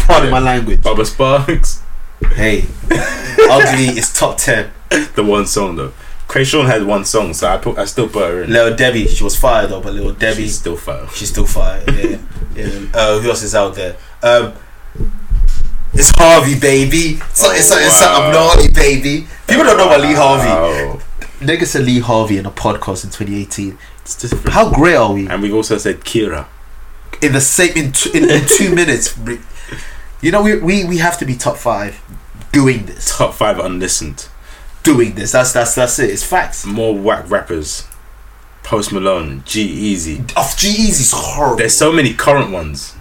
C: Pardon my language.
B: Bubba Sparks.
C: Hey, ugly is top ten.
B: The one song though. Craig Sean had one song, so I put I still put her in.
C: Little Debbie, she was fired though, but Little Debbie,
B: She's
C: she's,
B: still fire.
C: still fired. Yeah. yeah. Uh, who else is out there? Um, it's Harvey, baby. Something,
B: Oh,
C: something, something. I'm
B: wow.
C: naughty, baby. People don't know about Lee Harvey.
B: Wow.
C: Nigga said Lee Harvey in a podcast in 2018.
B: It's different.
C: How great are we?
B: And we've also said Kira.
C: In the same in two, in, in two minutes, we- you know we, we we have to be top five doing this.
B: Top five unlistened.
C: Doing this. That's that's that's it. It's facts.
B: More whack rappers. Post Malone, G Easy.
C: Off G Easy's horrible.
B: There's so many current ones.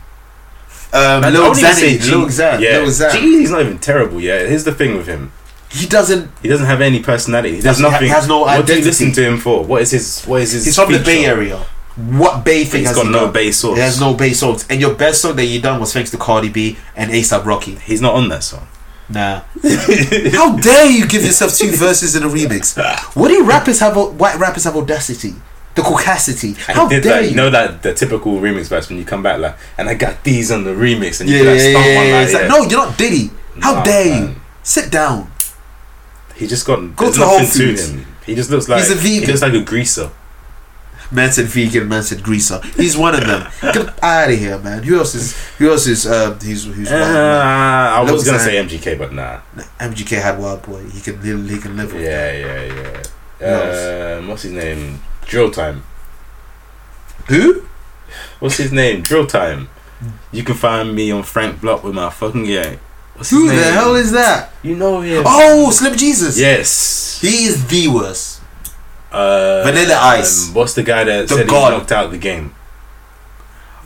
C: Um,
B: I
C: Lil
B: don't even say
C: Xanny,
B: G-
C: Um, Lil Xan,
B: Yeah.
C: Lil Xan.
B: G Easy's not even terrible. Yeah. Here's the thing with him.
C: he doesn't.
B: He doesn't have any personality. There's
C: Doesn't ha-
B: nothing.
C: has no
B: What do you
C: identity.
B: listen to him for? What is his? What is his?
C: He's from the Bay
B: feature?
C: Area. What Bay thing
B: He's
C: has
B: got
C: he
B: no
C: done?
B: Bay source.
C: He has no Bay songs, and your best song that you done was thanks to Cardi B and ASAP Rocky.
B: He's not on that song.
C: Nah,
A: How dare you give yourself two verses in a remix?
C: what do rappers have? au- White rappers have audacity, the caucasity. How
B: I did
C: dare
B: that,
C: you?
B: know that the typical remix verse when you come back like, and I got these on the remix, and you
C: Yeah,
B: yeah, like,
C: yeah,
B: stomp
C: yeah,
B: on
C: yeah,
B: like,
C: it's
A: It's
B: yeah.
A: like, no, you're not Diddy. How
B: Nah,
A: dare
B: man.
A: you? Sit down.
B: He just got
A: Go
B: there's
A: to Whole
B: nothing to
A: Foods.
B: him. He just looks like
A: He's a vegan.
B: He looks like a greaser.
C: Man said vegan, man said greaser. He's one of them. Get out of here, man. Who else is? Who else is? Uh, he's he's
B: Uh,
C: wild. Man.
B: Ah, I was
C: Looks
B: gonna
C: like-
B: say MGK, but nah.
C: MGK had wild boy. He can live. He can live. with that.
B: Yeah, yeah, yeah.
C: Yes.
B: Um, what's his name? Drill time.
C: Who?
B: What's his name? Drill time. You can find me on Frank Block with my fucking gang. What's his
C: Who
B: name?
C: the hell is that?
B: You know him.
C: Oh, Slim Jesus.
B: yes.
C: He is the worst.
B: Uh,
C: Vanilla Ice.
B: um, what's the guy that
C: The
B: said
C: God.
B: he knocked out the game?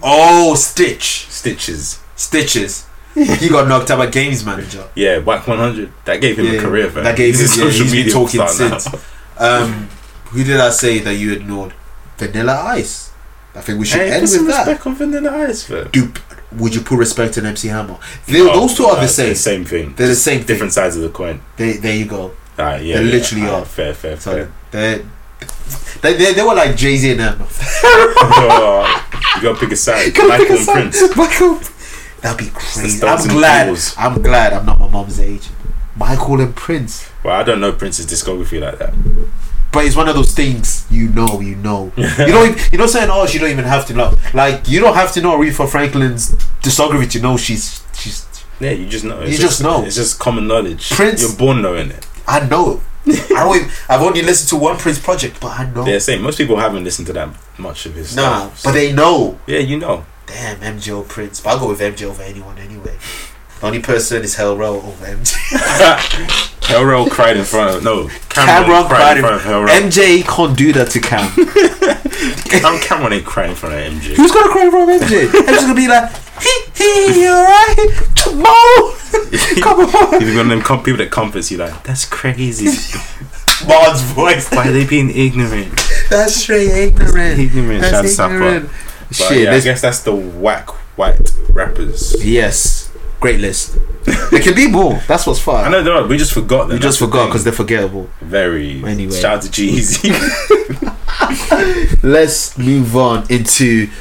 C: Oh, Stitch.
B: Stitches.
C: Stitches. he got knocked out by games manager.
B: Yeah, Whack 100. That gave him
C: Yeah,
B: a career, fam.
C: that gave
B: He's
C: him-
B: a
C: yeah, he's been talking
B: star now.
C: Um, who did I say that you ignored? Vanilla Ice. I think we should
B: Hey,
C: end
B: put some
C: with that.
B: respect on Vanilla Ice, fam.
C: Dupe. Would you put respect on MC Hammer? They, those two are
B: uh,
C: the same.
B: Same thing.
C: They're the same
B: Different sides of the coin.
C: Thing. They, there you go.
B: Alright, yeah.
C: They
B: yeah,
C: literally
B: alright,
C: are.
B: Fair, fair,
C: So
B: fair.
C: they, they, they, they were like Jay Z and Hammer.
B: Oh, you gotta pick a side. Michael and Prince.
C: Michael. That'd be crazy. I'm
B: Stones and
C: glad.
B: Beatles.
C: I'm glad I'm not my mom's age. Michael and Prince.
B: Well, I don't know Prince's discography like that.
C: But it's one of those things you know, you know. you don't. even- You know, saying oh, you don't even have to know. Like you don't have to know Aretha Franklin's discography to know she's she's.
B: Yeah, you just know. It's
C: You just know.
B: It's just common knowledge.
C: Prince-
B: You're born knowing it.
C: I know. it. I don't. Even, I've only listened to one Prince project, but I know.
B: They're saying most people haven't listened to that much of his
C: nah,
B: stuff.
C: but they know.
B: yeah, you know.
C: Damn, MJ or Prince. But I'll go with MJ over anyone anyway. The only person is Hell Row over MJ.
B: Hellrow cried in front of no. Cameron,
C: Cameron
B: cried
C: cried
B: in front of Hellrow.
C: MJ can't do that to Cam.
B: I'm Cameron ain't crying in front of MJ.
C: Who's gonna cry from MJ? MJ's gonna be like, he he, you alright? Tomorrow, come on.
B: He's one of them com- people that comforts you like that's crazy.
C: Bard's voice.
B: Why are they being ignorant?
C: That's straight ignorant.
B: Ignorant.
C: That's
B: Shout out
C: ignorant.
B: But
C: Shit.
B: yeah, I
C: let's-
B: guess that's the whack white rappers.
C: yes. Great list. there can be more. That's what's
B: I
C: fun.
B: know there are. We just forgot them.
C: We
B: That's
C: just
B: the
C: forgot
B: thing.
C: because they're forgettable.
B: very
C: Anyway.
B: shout out to Jeezy.
C: Let's move on into.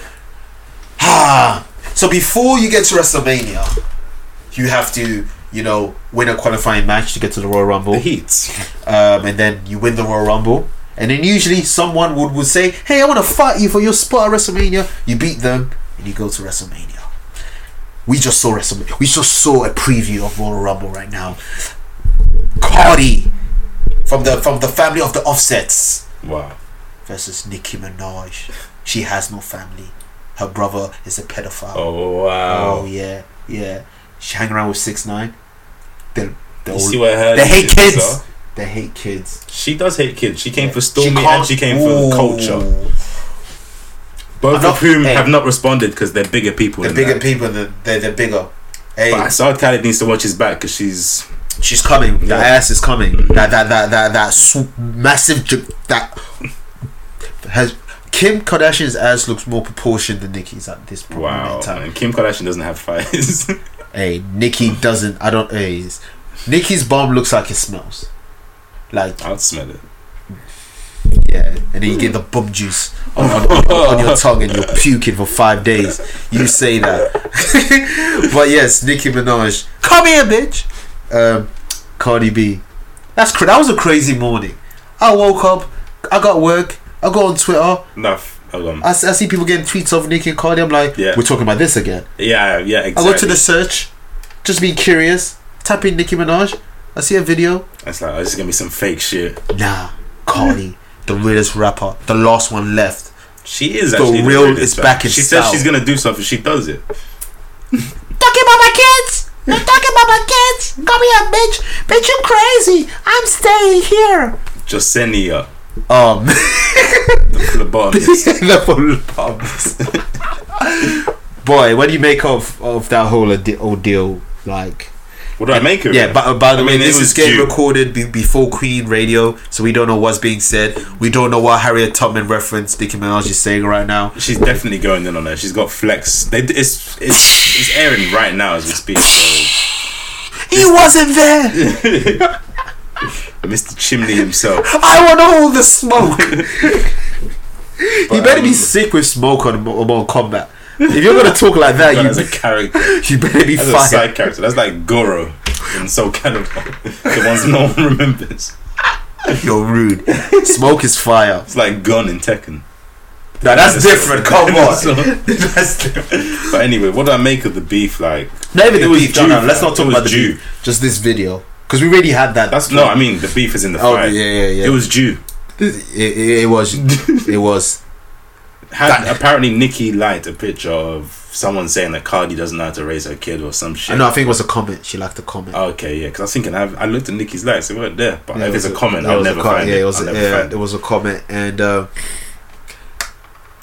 C: Ah. So before you get to WrestleMania, you have to, you know, win a qualifying match to get to the Royal Rumble.
B: the Heats.
C: um, and then you win the Royal Rumble. And then usually someone would, would say, "Hey, I want to fight you for your spot at WrestleMania." You beat them, and you go to WrestleMania. We just saw WrestleMania. We just saw a preview of Royal Rumble right now. Cardi from the from the family of the Offsets
B: Wow.
C: versus Nicki Minaj. She has no family. Her brother is a pedophile.
B: Oh wow.
C: Oh, yeah, yeah. She hang around with six nine. They
B: you see what her
C: they Oh, hate
B: is as
C: kids.
B: well?
C: They hate kids.
B: She does hate kids. She came for
C: She
B: Stormy
C: can't-
B: and she came
C: Ooh.
B: for culture. Both
C: Enough-
B: of whom
C: hey.
B: have not responded because they're bigger people.
C: The
B: than
C: bigger
B: that.
C: people, the they're, they're bigger. Hey,
B: But Saad Khalid needs to watch his back because she's
C: she's coming. That
B: Yeah.
C: ass is coming. That that that that that sw- massive j- that has Kim Kardashian's ass looks more proportioned than Nikki's at this point
B: wow.
C: in time.
B: And Kim Kardashian doesn't have thighs.
C: Hey, Nikki doesn't. I don't. Hey, it's- Nikki's bum looks like it smells. Like
B: I'd smell it.
C: yeah, and then you get the bum juice on, on, on- on your tongue, and you're puking for five days. You say that, but yes, Nicki Minaj, come here, bitch. Um, Cardi B, that's cra- that was a crazy morning. I woke up, I got work, I go on Twitter,
B: Enough. Hold on.
C: I, s- I see people getting tweets of Nicki and Cardi. I'm like,
B: Yeah.
C: we're talking about this again.
B: Yeah, yeah,
C: I
B: exactly.
C: go to the search, just being curious, type in Nicki Minaj, I see a video,
B: It's like, oh, this is gonna be some fake shit.
C: nah, Cardi, the weirdest rapper, the last one left.
B: She is actually
C: real
B: weirdest,
C: is
B: fam.
C: back in
B: She
C: style.
B: says she's gonna do something. She does it.
C: talking about my kids. You're talking about my kids. Come here, bitch. Bitch, you crazy. I'm staying here.
B: Josenia,
C: Um,
B: the bottom.
C: the full pubs. Boy, what do you make of of that whole ode- ordeal? Like,
B: What do I make of
C: yeah,
B: it?
C: but uh, by the
B: I
C: way,
B: mean,
C: this
B: it
C: is
B: was
C: getting
B: due.
C: recorded be- before Queen Radio, so we don't know what's being said. We don't know what Harriet Tubman reference Nicki Minaj is saying right now.
B: She's definitely going in on her. She's got flex. They, it's, it's it's airing right now as we speak. So
A: He wasn't there.
B: Mr. Chimney himself.
A: I want all the smoke.
C: you better
B: um,
C: be sick with smoke on Mo- Mortal Kombat. If you're gonna talk like that,
B: But as a
C: you,
B: character,
C: you better be
B: as a
C: fired.
B: side character, that's like Goro in Soul Calibur. the ones no one remembers.
C: You're rude. Smoke is fire.
B: It's like Gun in Tekken.
C: Now that's different. Come on.
B: So-
C: That's different.
B: but anyway, what do I make of the beef? Like
C: Maybe the
B: It was
C: beef. No,
B: due,
C: no, let's
B: fam.
C: not talk
B: It was
C: about the
B: due.
C: beef. Just this video, because we already had that.
B: that's no, I mean the beef is in the
C: Oh,
B: fight.
C: yeah, yeah, yeah.
B: It was due.
C: This- It, it, it was. It was.
B: Had, apparently, Nikki liked a picture of someone saying that Cardi doesn't know how to raise her kid or some shit.
C: I know. I think it was a comment. She liked a comment.
B: Okay, yeah, because I was thinking I've, I looked at Nikki's likes, they weren't there. But Uh,
C: Yeah,
B: if
C: it
B: it's
C: was
B: a comment,
C: yeah, it
B: I'll
C: was a
B: never
C: comment.
B: find
C: yeah,
B: it.
C: it. Was
B: I'll
C: a,
B: never
C: yeah,
B: find
C: it was a comment, and uh,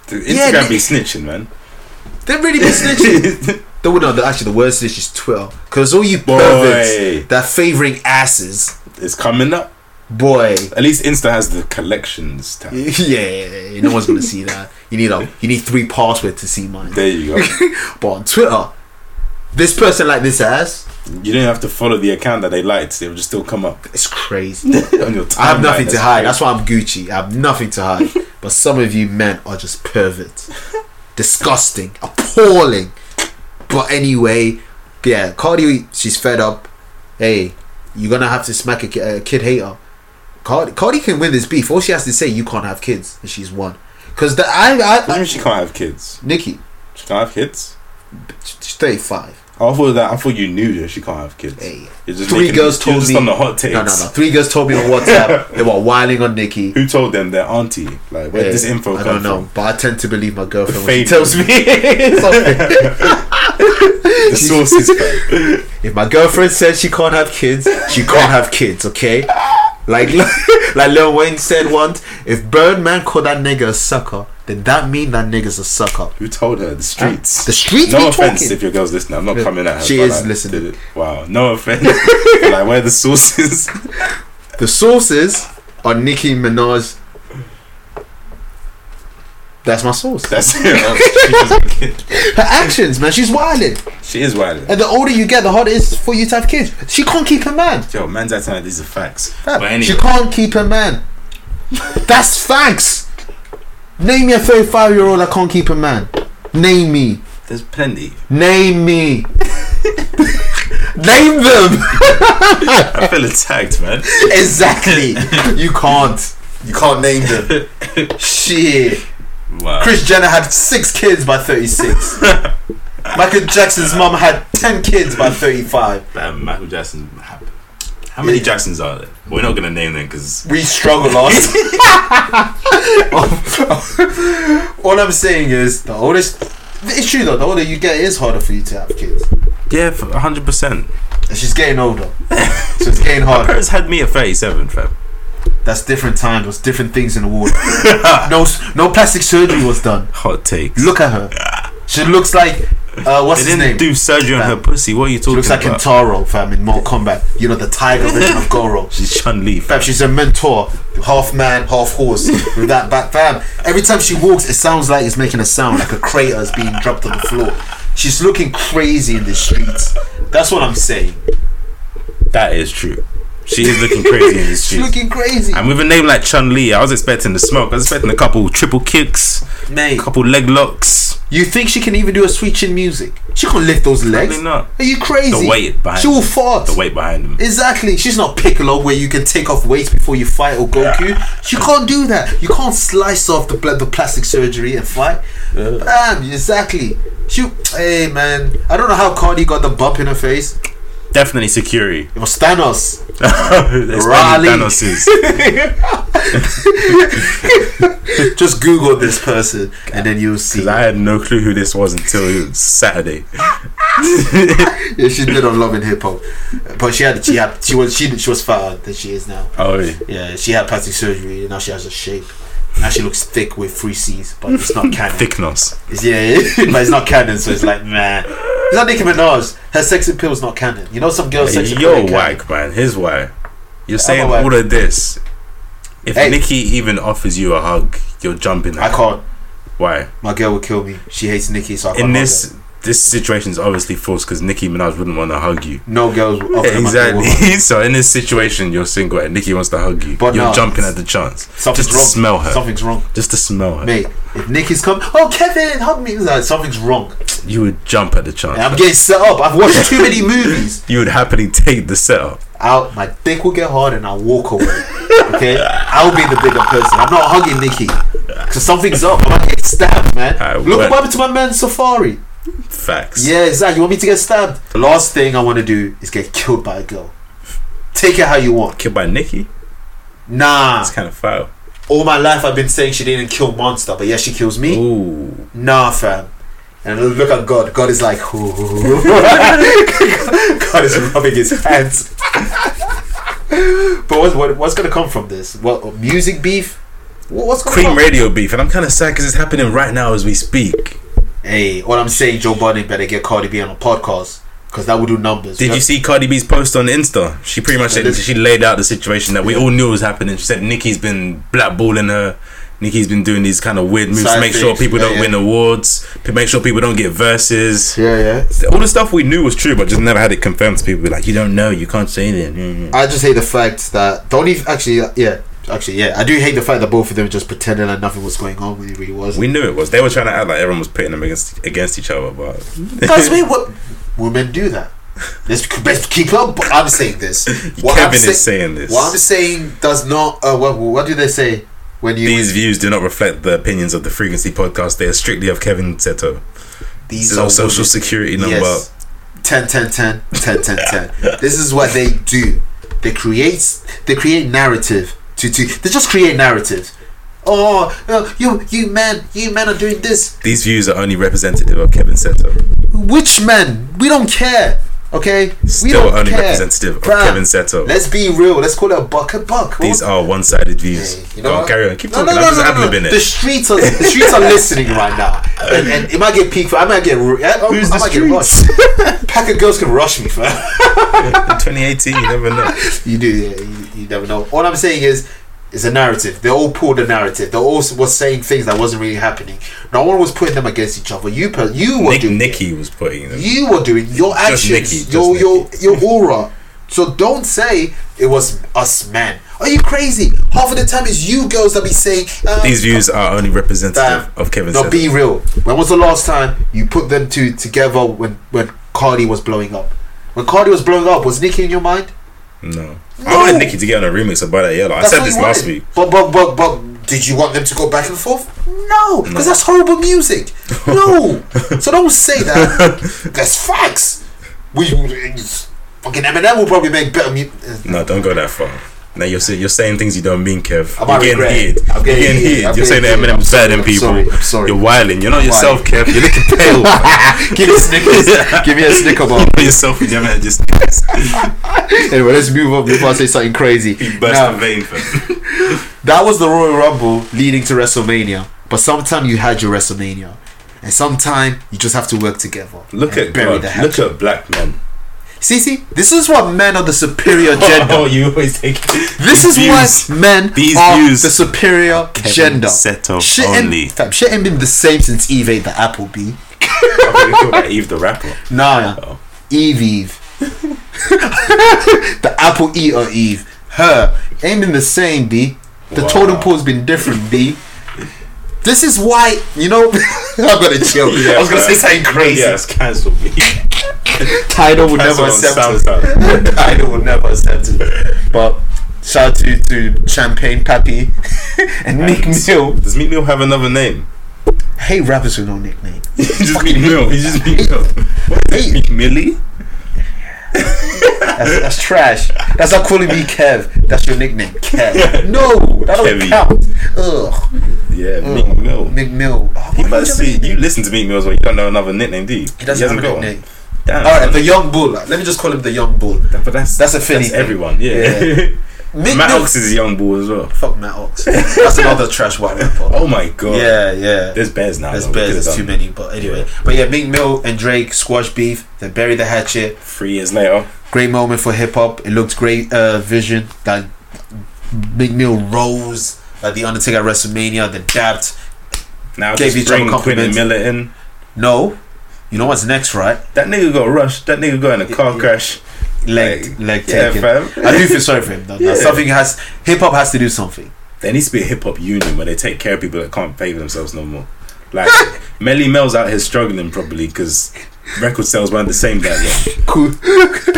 B: it.
C: yeah,
B: Instagram
C: Nick-
B: be snitching, man.
C: they really be snitching. the, no, the, actually, the word snitch is Twitter, because all you perverts
B: Boy,
C: that favoring asses,
B: it's coming up.
C: boy.
B: At least Insta has the collections tab.
C: Yeah, no one's gonna see that. You need a you need three passwords to see mine.
B: There you go.
C: But on Twitter, this person like this ass,
B: you didn't have to follow the account that they liked; they would just still come up
C: it's crazy.
B: on your timeline.
C: I have nothing to
B: That's
C: hide.
B: great.
C: That's why I'm Gucci. I have nothing to hide. but some of you men are just perverts. Disgusting. Appalling. But anyway, yeah, Cardi, she's fed up. Hey, you're going to have to smack a, ki- a kid hater. Cardi, Cardi can win this beef. All she has to say, you can't have kids. And she's won. Because the I, I,
B: What do you
C: I
B: mean she can't have kids?
C: Nikki,
B: She can't have kids.
C: she's 35.
B: I thought that. I thought you knew that she can't have kids.
C: Hey,
B: You're just
C: three
B: making-
C: girls
B: you're
C: told
B: just
C: me.
B: on the hot takes.
C: No, no, no. Three girls told me on WhatsApp they were whining on Nikki.
B: Who told them their auntie? Like, where
C: Yeah,
B: did this info
C: I
B: come
C: don't know,
B: from?
C: but I tend to believe my girlfriend when she
B: Fade.
C: tells me something.
B: The sources. fam.
C: If my girlfriend says she can't have kids, she can't have kids. Okay, like like Lil Wayne said once, if Birdman called that nigga a sucker, then that mean that nigga's a sucker.
B: Who told her? The streets.
C: The streets
B: No
C: be
B: offense
C: talking.
B: if your girl's listening. I'm not
C: Yeah,
B: coming at her.
C: she
B: but,
C: is listening.
B: did it- Wow. No offense. But, like where are the sources?
C: The sources are Nicki Minaj. That's my source.
B: That's it. She just-
C: Her actions, man, she's wilding.
B: she is wild.
C: And the older you get, the harder it is for you to have kids. She can't keep a man.
B: Yo, man's acting like these are facts.
C: Fam,
B: But
C: She
B: anyway,
C: can't keep a man. That's facts. Name me a 35 year old that can't keep a man. Name me.
B: there's plenty.
C: Name me. Name them.
B: I feel attacked, man.
C: exactly. You can't. You can't name them. Shit.
B: Wow.
C: Chris Jenner had six kids by 36. Michael Jackson's mom had 10 kids by 35.
B: Damn, Michael Jackson happened. How many Jacksons are there? We're not gonna name them because
C: we struggle on. All I'm saying is the oldest. It's true though. The older you get, it is harder for you to have kids.
B: yeah, hundred percent.
C: And she's getting older, so it's getting harder.
B: Parents had me at thirty-seven, fam.
C: That's different times. Was different things in the water. no, s- no plastic surgery was done.
B: Hot takes.
C: Look at her. She looks like uh, what's
B: they
C: his
B: didn't
C: name?
B: do surgery on her pussy. What are you
C: she
B: talking
C: looks like
B: about?
C: Kentaro, fam, in Mortal Kombat. You know the tiger version of Goro.
B: She's Chun Li.
C: Fam, she's a mentor, half man, half horse. With that back, fam. Every time she walks, it sounds like it's making a sound, like a crater is being dropped on the floor. She's looking crazy in the streets. That's what I'm saying.
B: That is true. She is looking crazy in this
C: She's
B: street.
C: looking crazy,
B: And with a name like Chun Li, I was expecting the smoke. I was expecting a couple triple kicks,
C: mate.
B: a couple leg locks.
C: You think she can even do a sweet chin music? She can lift those legs.
B: Probably not.
C: Are you crazy?
B: The weight behind
C: She will fart.
B: The weight behind them.
C: Exactly. She's not Piccolo where you can take off weights before you fight or Goku. She can't do that. You can't slice off the bl- the plastic surgery and fight. Bam, exactly. She hey man. I don't know how Cardi got the bump in her face.
B: Definitely security.
C: It was Thanos.
B: That's
C: Raleigh.
B: Thanos is.
C: Just Google this person and then you'll see.
B: 'Cause I had no clue who this was until Saturday.
C: Yeah, she did on Love and Hip Hop. But she had she had she was she, she was fatter than she is now.
B: Oh, yeah.
C: Yeah, she had plastic surgery and now she has a shape. Now she looks thick with three C's, but it's not canon.
B: Thicknos.
C: It's- Yeah, but it's not canon, so it's like man. It's not Nicki Minaj. Her sex appeal is not canon. You know some girls' sex appeal.
B: You're
C: ain't canon.
B: whack, man. Here's why. You're saying
C: whack.
B: all of this. If
C: Hey.
B: Nikki even offers you a hug, you're jumping.
C: I
B: her.
C: can't.
B: Why?
C: My girl would kill me. She hates Nicki, so I can't
B: In
C: hug
B: this, this situation is obviously false because Nicki Minaj wouldn't want to hug you.
C: her. no girls. would offer
B: Yeah,
C: them up to a
B: exactly.
C: woman.
B: so in this situation, you're single and Nikki wants to hug you.
C: But
B: you're
C: no.
B: jumping at the chance.
C: Something's
B: just to
C: wrong.
B: smell her.
C: Something's wrong,
B: Just to smell her.
C: mate. If Nicki's come, oh Kevin, hug me. Like, something's wrong.
B: You would jump at the chance.
C: I'm getting set up. I've watched too many movies.
B: you would happily take the setup.
C: I'll, my dick will get hard and I'll walk away. Okay? I'll be the bigger person. I'm not hugging Nikki. Because something's up. I'm getting stabbed, man.
B: I
C: Look what
B: went-
C: happened to my man Safari.
B: Facts.
C: Yeah, exactly. You want me to get stabbed? The last thing I want to do is get killed by a girl. Take it how you want.
B: Killed by Nikki?
C: Nah.
B: That's kind of foul.
C: All my life I've been saying she didn't kill Monster, but yeah, she kills me.
B: Oh. Ooh.
C: Nah, fam. And look at God. God is like, "Ooh." God is rubbing his hands. but what's, what, what's going to come from this? What music beef? What, what's going
B: Cream
C: on?
B: radio beef, and I'm kind of sad because it's happening right now as we speak.
C: Hey, what I'm saying, Joe Budden better get Cardi B on a podcast because that would do numbers.
B: Did you see Cardi B's post on Insta? She pretty much said,
C: Listen.
B: she laid out the situation that we all knew was happening. She said Nikki's been blackballing her. Nikki's been doing these kind of weird moves
C: Side
B: to make sure
C: things,
B: people
C: yeah,
B: don't
C: yeah.
B: win awards, to make sure people don't get verses.
C: Yeah, yeah.
B: All the stuff we knew was true, but just never had it confirmed to people. Like, you don't know, you can't say anything.
C: I just hate the fact that don't even actually yeah actually yeah I do hate the fact that both of them just pretended like nothing was going on when it really was.
B: We knew it was. They were trying to act like everyone was pitting them against against each other, but
C: Guys, wait, what? Women do that. Let's, let's keep up. But I'm saying this. What I'm
B: Kevin
C: say-
B: is saying this.
C: What I'm saying does not. Uh, what, what do they say when you
B: These views do not reflect the opinions of the Frequency Podcast. They are strictly of Kevin Seto. This
C: these
B: is our social
C: women.
B: security number.
C: Yes. 10, 10, 10, 10, 10, 10. This is what they do. They create. They create narrative. To to they just create narratives. Oh, uh, you you men, you men are doing this.
B: These views are only representative of Kevin Seto.
C: Which men? We don't care. Okay, we
B: Still
C: don't
B: only
C: care.
B: representative of
C: Bruh,
B: Kevin Seto.
C: Let's be real. Let's call it a buck a buck. What
B: These are one sided views.
C: Hey,
B: Go on,
C: what?
B: carry on. Keep talking. I'm just ad libbing
C: The
B: it.
C: streets are the streets are listening right now, and, and it might get peak. I might get ru- I, I,
B: Who's
C: I
B: the
C: might get rushed. Pack of girls can rush me, fam.
B: In 2018, you never know.
C: you do, yeah, you, you never know. All I'm saying is, it's a narrative. They all pulled a narrative. They all s- was saying things that wasn't really happening. No one was putting them against each other. You, per, you were
B: Nick,
C: doing it.
B: Nicky was putting them.
C: You were doing your
B: Just
C: actions,
B: Nicki, just
C: your your your aura. So don't say it was us men. Are you crazy? Half of the time it's you girls that be saying uh,
B: These views are only representative
C: Fam,
B: of Kevin
C: Now
B: Seto.
C: be real. When was the last time you put them two together when when Cardi was blowing up? When Cardi was blowing up, was Nicki in your mind?
B: No. I
C: No.
B: wanted Nikki to get on a remix of Buy That Yellow. I
C: That's
B: said
C: what
B: this
C: you
B: last
C: wanted.
B: week.
C: But but but but did you want them to go back and forth? No, because that's horrible music. No, so don't say that. That's facts. We fucking Eminem will probably make better music.
B: No, don't go that far. Now you're saying, you're saying things you don't mean, Kev.
C: I
B: You're
C: might
B: getting
C: regret it.
B: heated.
C: I'm
B: You're
C: getting
B: getting
C: heated.
B: heated.
C: I'm
B: You're saying that
C: getting
B: Eminem's
C: heated.
B: better than
C: I'm
B: people.
C: sorry. I'm sorry.
B: You're wilding. You're not yourself,
C: wilding.
B: Kev. You're looking pale.
C: Give me a Snickers. Give me a Snicker bar.
B: You're yourself with your man just
C: Anyway, let's move on before I say something crazy.
B: burst a
C: Now,
B: vein. fam.
C: That was the Royal Rumble leading to WrestleMania. But sometime you had your WrestleMania. And sometime you just have to work together.
B: Look
C: and
B: at
C: bury
B: God.
C: the
B: Look
C: hatchet.
B: at black men.
C: See, see, this is what men are the superior
B: Oh,
C: gender.
B: you always take
C: This is why men
B: These
C: are
B: views.
C: the superior gender.
B: Seto
C: shit
B: only.
C: Ain't, fam, shit ain't been the same since Eve ate the apple bee.
B: why Eve the rapper.
C: Nah,
B: Oh.
C: Eve Eve. the apple eater Eve. Her ain't been the same, B. The
B: Wow.
C: totem pole's been different, B. This is why, you know, I'm gonna chill. I was gonna say something crazy.
B: Yeah, it's cancelled. Me.
C: Tidal will
B: That's
C: never
B: what
C: accept
B: sounds
C: us.
B: like.
C: Tidal will never accept us. But shout out to, to Champagne Pappy and Nick Mill.
B: Does Meek Mill have another name?
C: I hate rappers with no nickname.
B: just Meek Mill. He's just Meek Mill. What is it, Meek Millie?
C: That's, that's trash. That's not calling me Kev. That's your nickname, Kev. No, that doesn't
B: Kevy.
C: count. Ugh,
B: Yeah,
C: Oh,
B: Meek Mill.
C: McMill. Oh,
B: You
C: why
B: must
C: do
B: see,
C: you have a
B: you listen to Meek Mill's when you don't know another nickname, do you?
C: He doesn't have a
B: got one.
C: nickname.
B: Damn.
C: All right, the young bull. Let me just call him the young bull.
B: but that's
C: That's a Philly.
B: that's everyone. Yeah.
C: Yeah.
A: Mick
B: Matt
A: Mill-
B: Ox is a young bull as well.
A: Fuck Matt Ox. That's another trash white rapper.
B: Oh my god.
C: Yeah, yeah.
B: There's bears now.
C: There's
B: though. We
C: bears.
B: could've
C: There's too
B: done
C: many. But anyway, but yeah, Meek Mill and Drake squash beef. They bury the hatchet.
B: Three years later,
C: Great moment for hip hop. It looked great. Uh, vision that Meek Mill rose like the Undertaker at WrestleMania. They dapped.
B: now
C: Gave
B: just
C: each
B: bring
C: other
B: Quinn and
C: compliments.
B: Miller in.
C: No, you know what's next, right?
B: That nigga got rushed. That nigga got in a car
C: Yeah.
B: crash.
C: Leg,
B: Like,
C: leg
B: Yeah,
C: taken.
B: fam.
C: I do feel sorry for him. Though.
B: Yeah.
C: Something has hip hop has to do something.
B: There needs to be a hip hop union where they take care of people that can't pay for themselves no more. Like Melly Mel's out here struggling probably because record sales weren't the same back then.
C: Cool.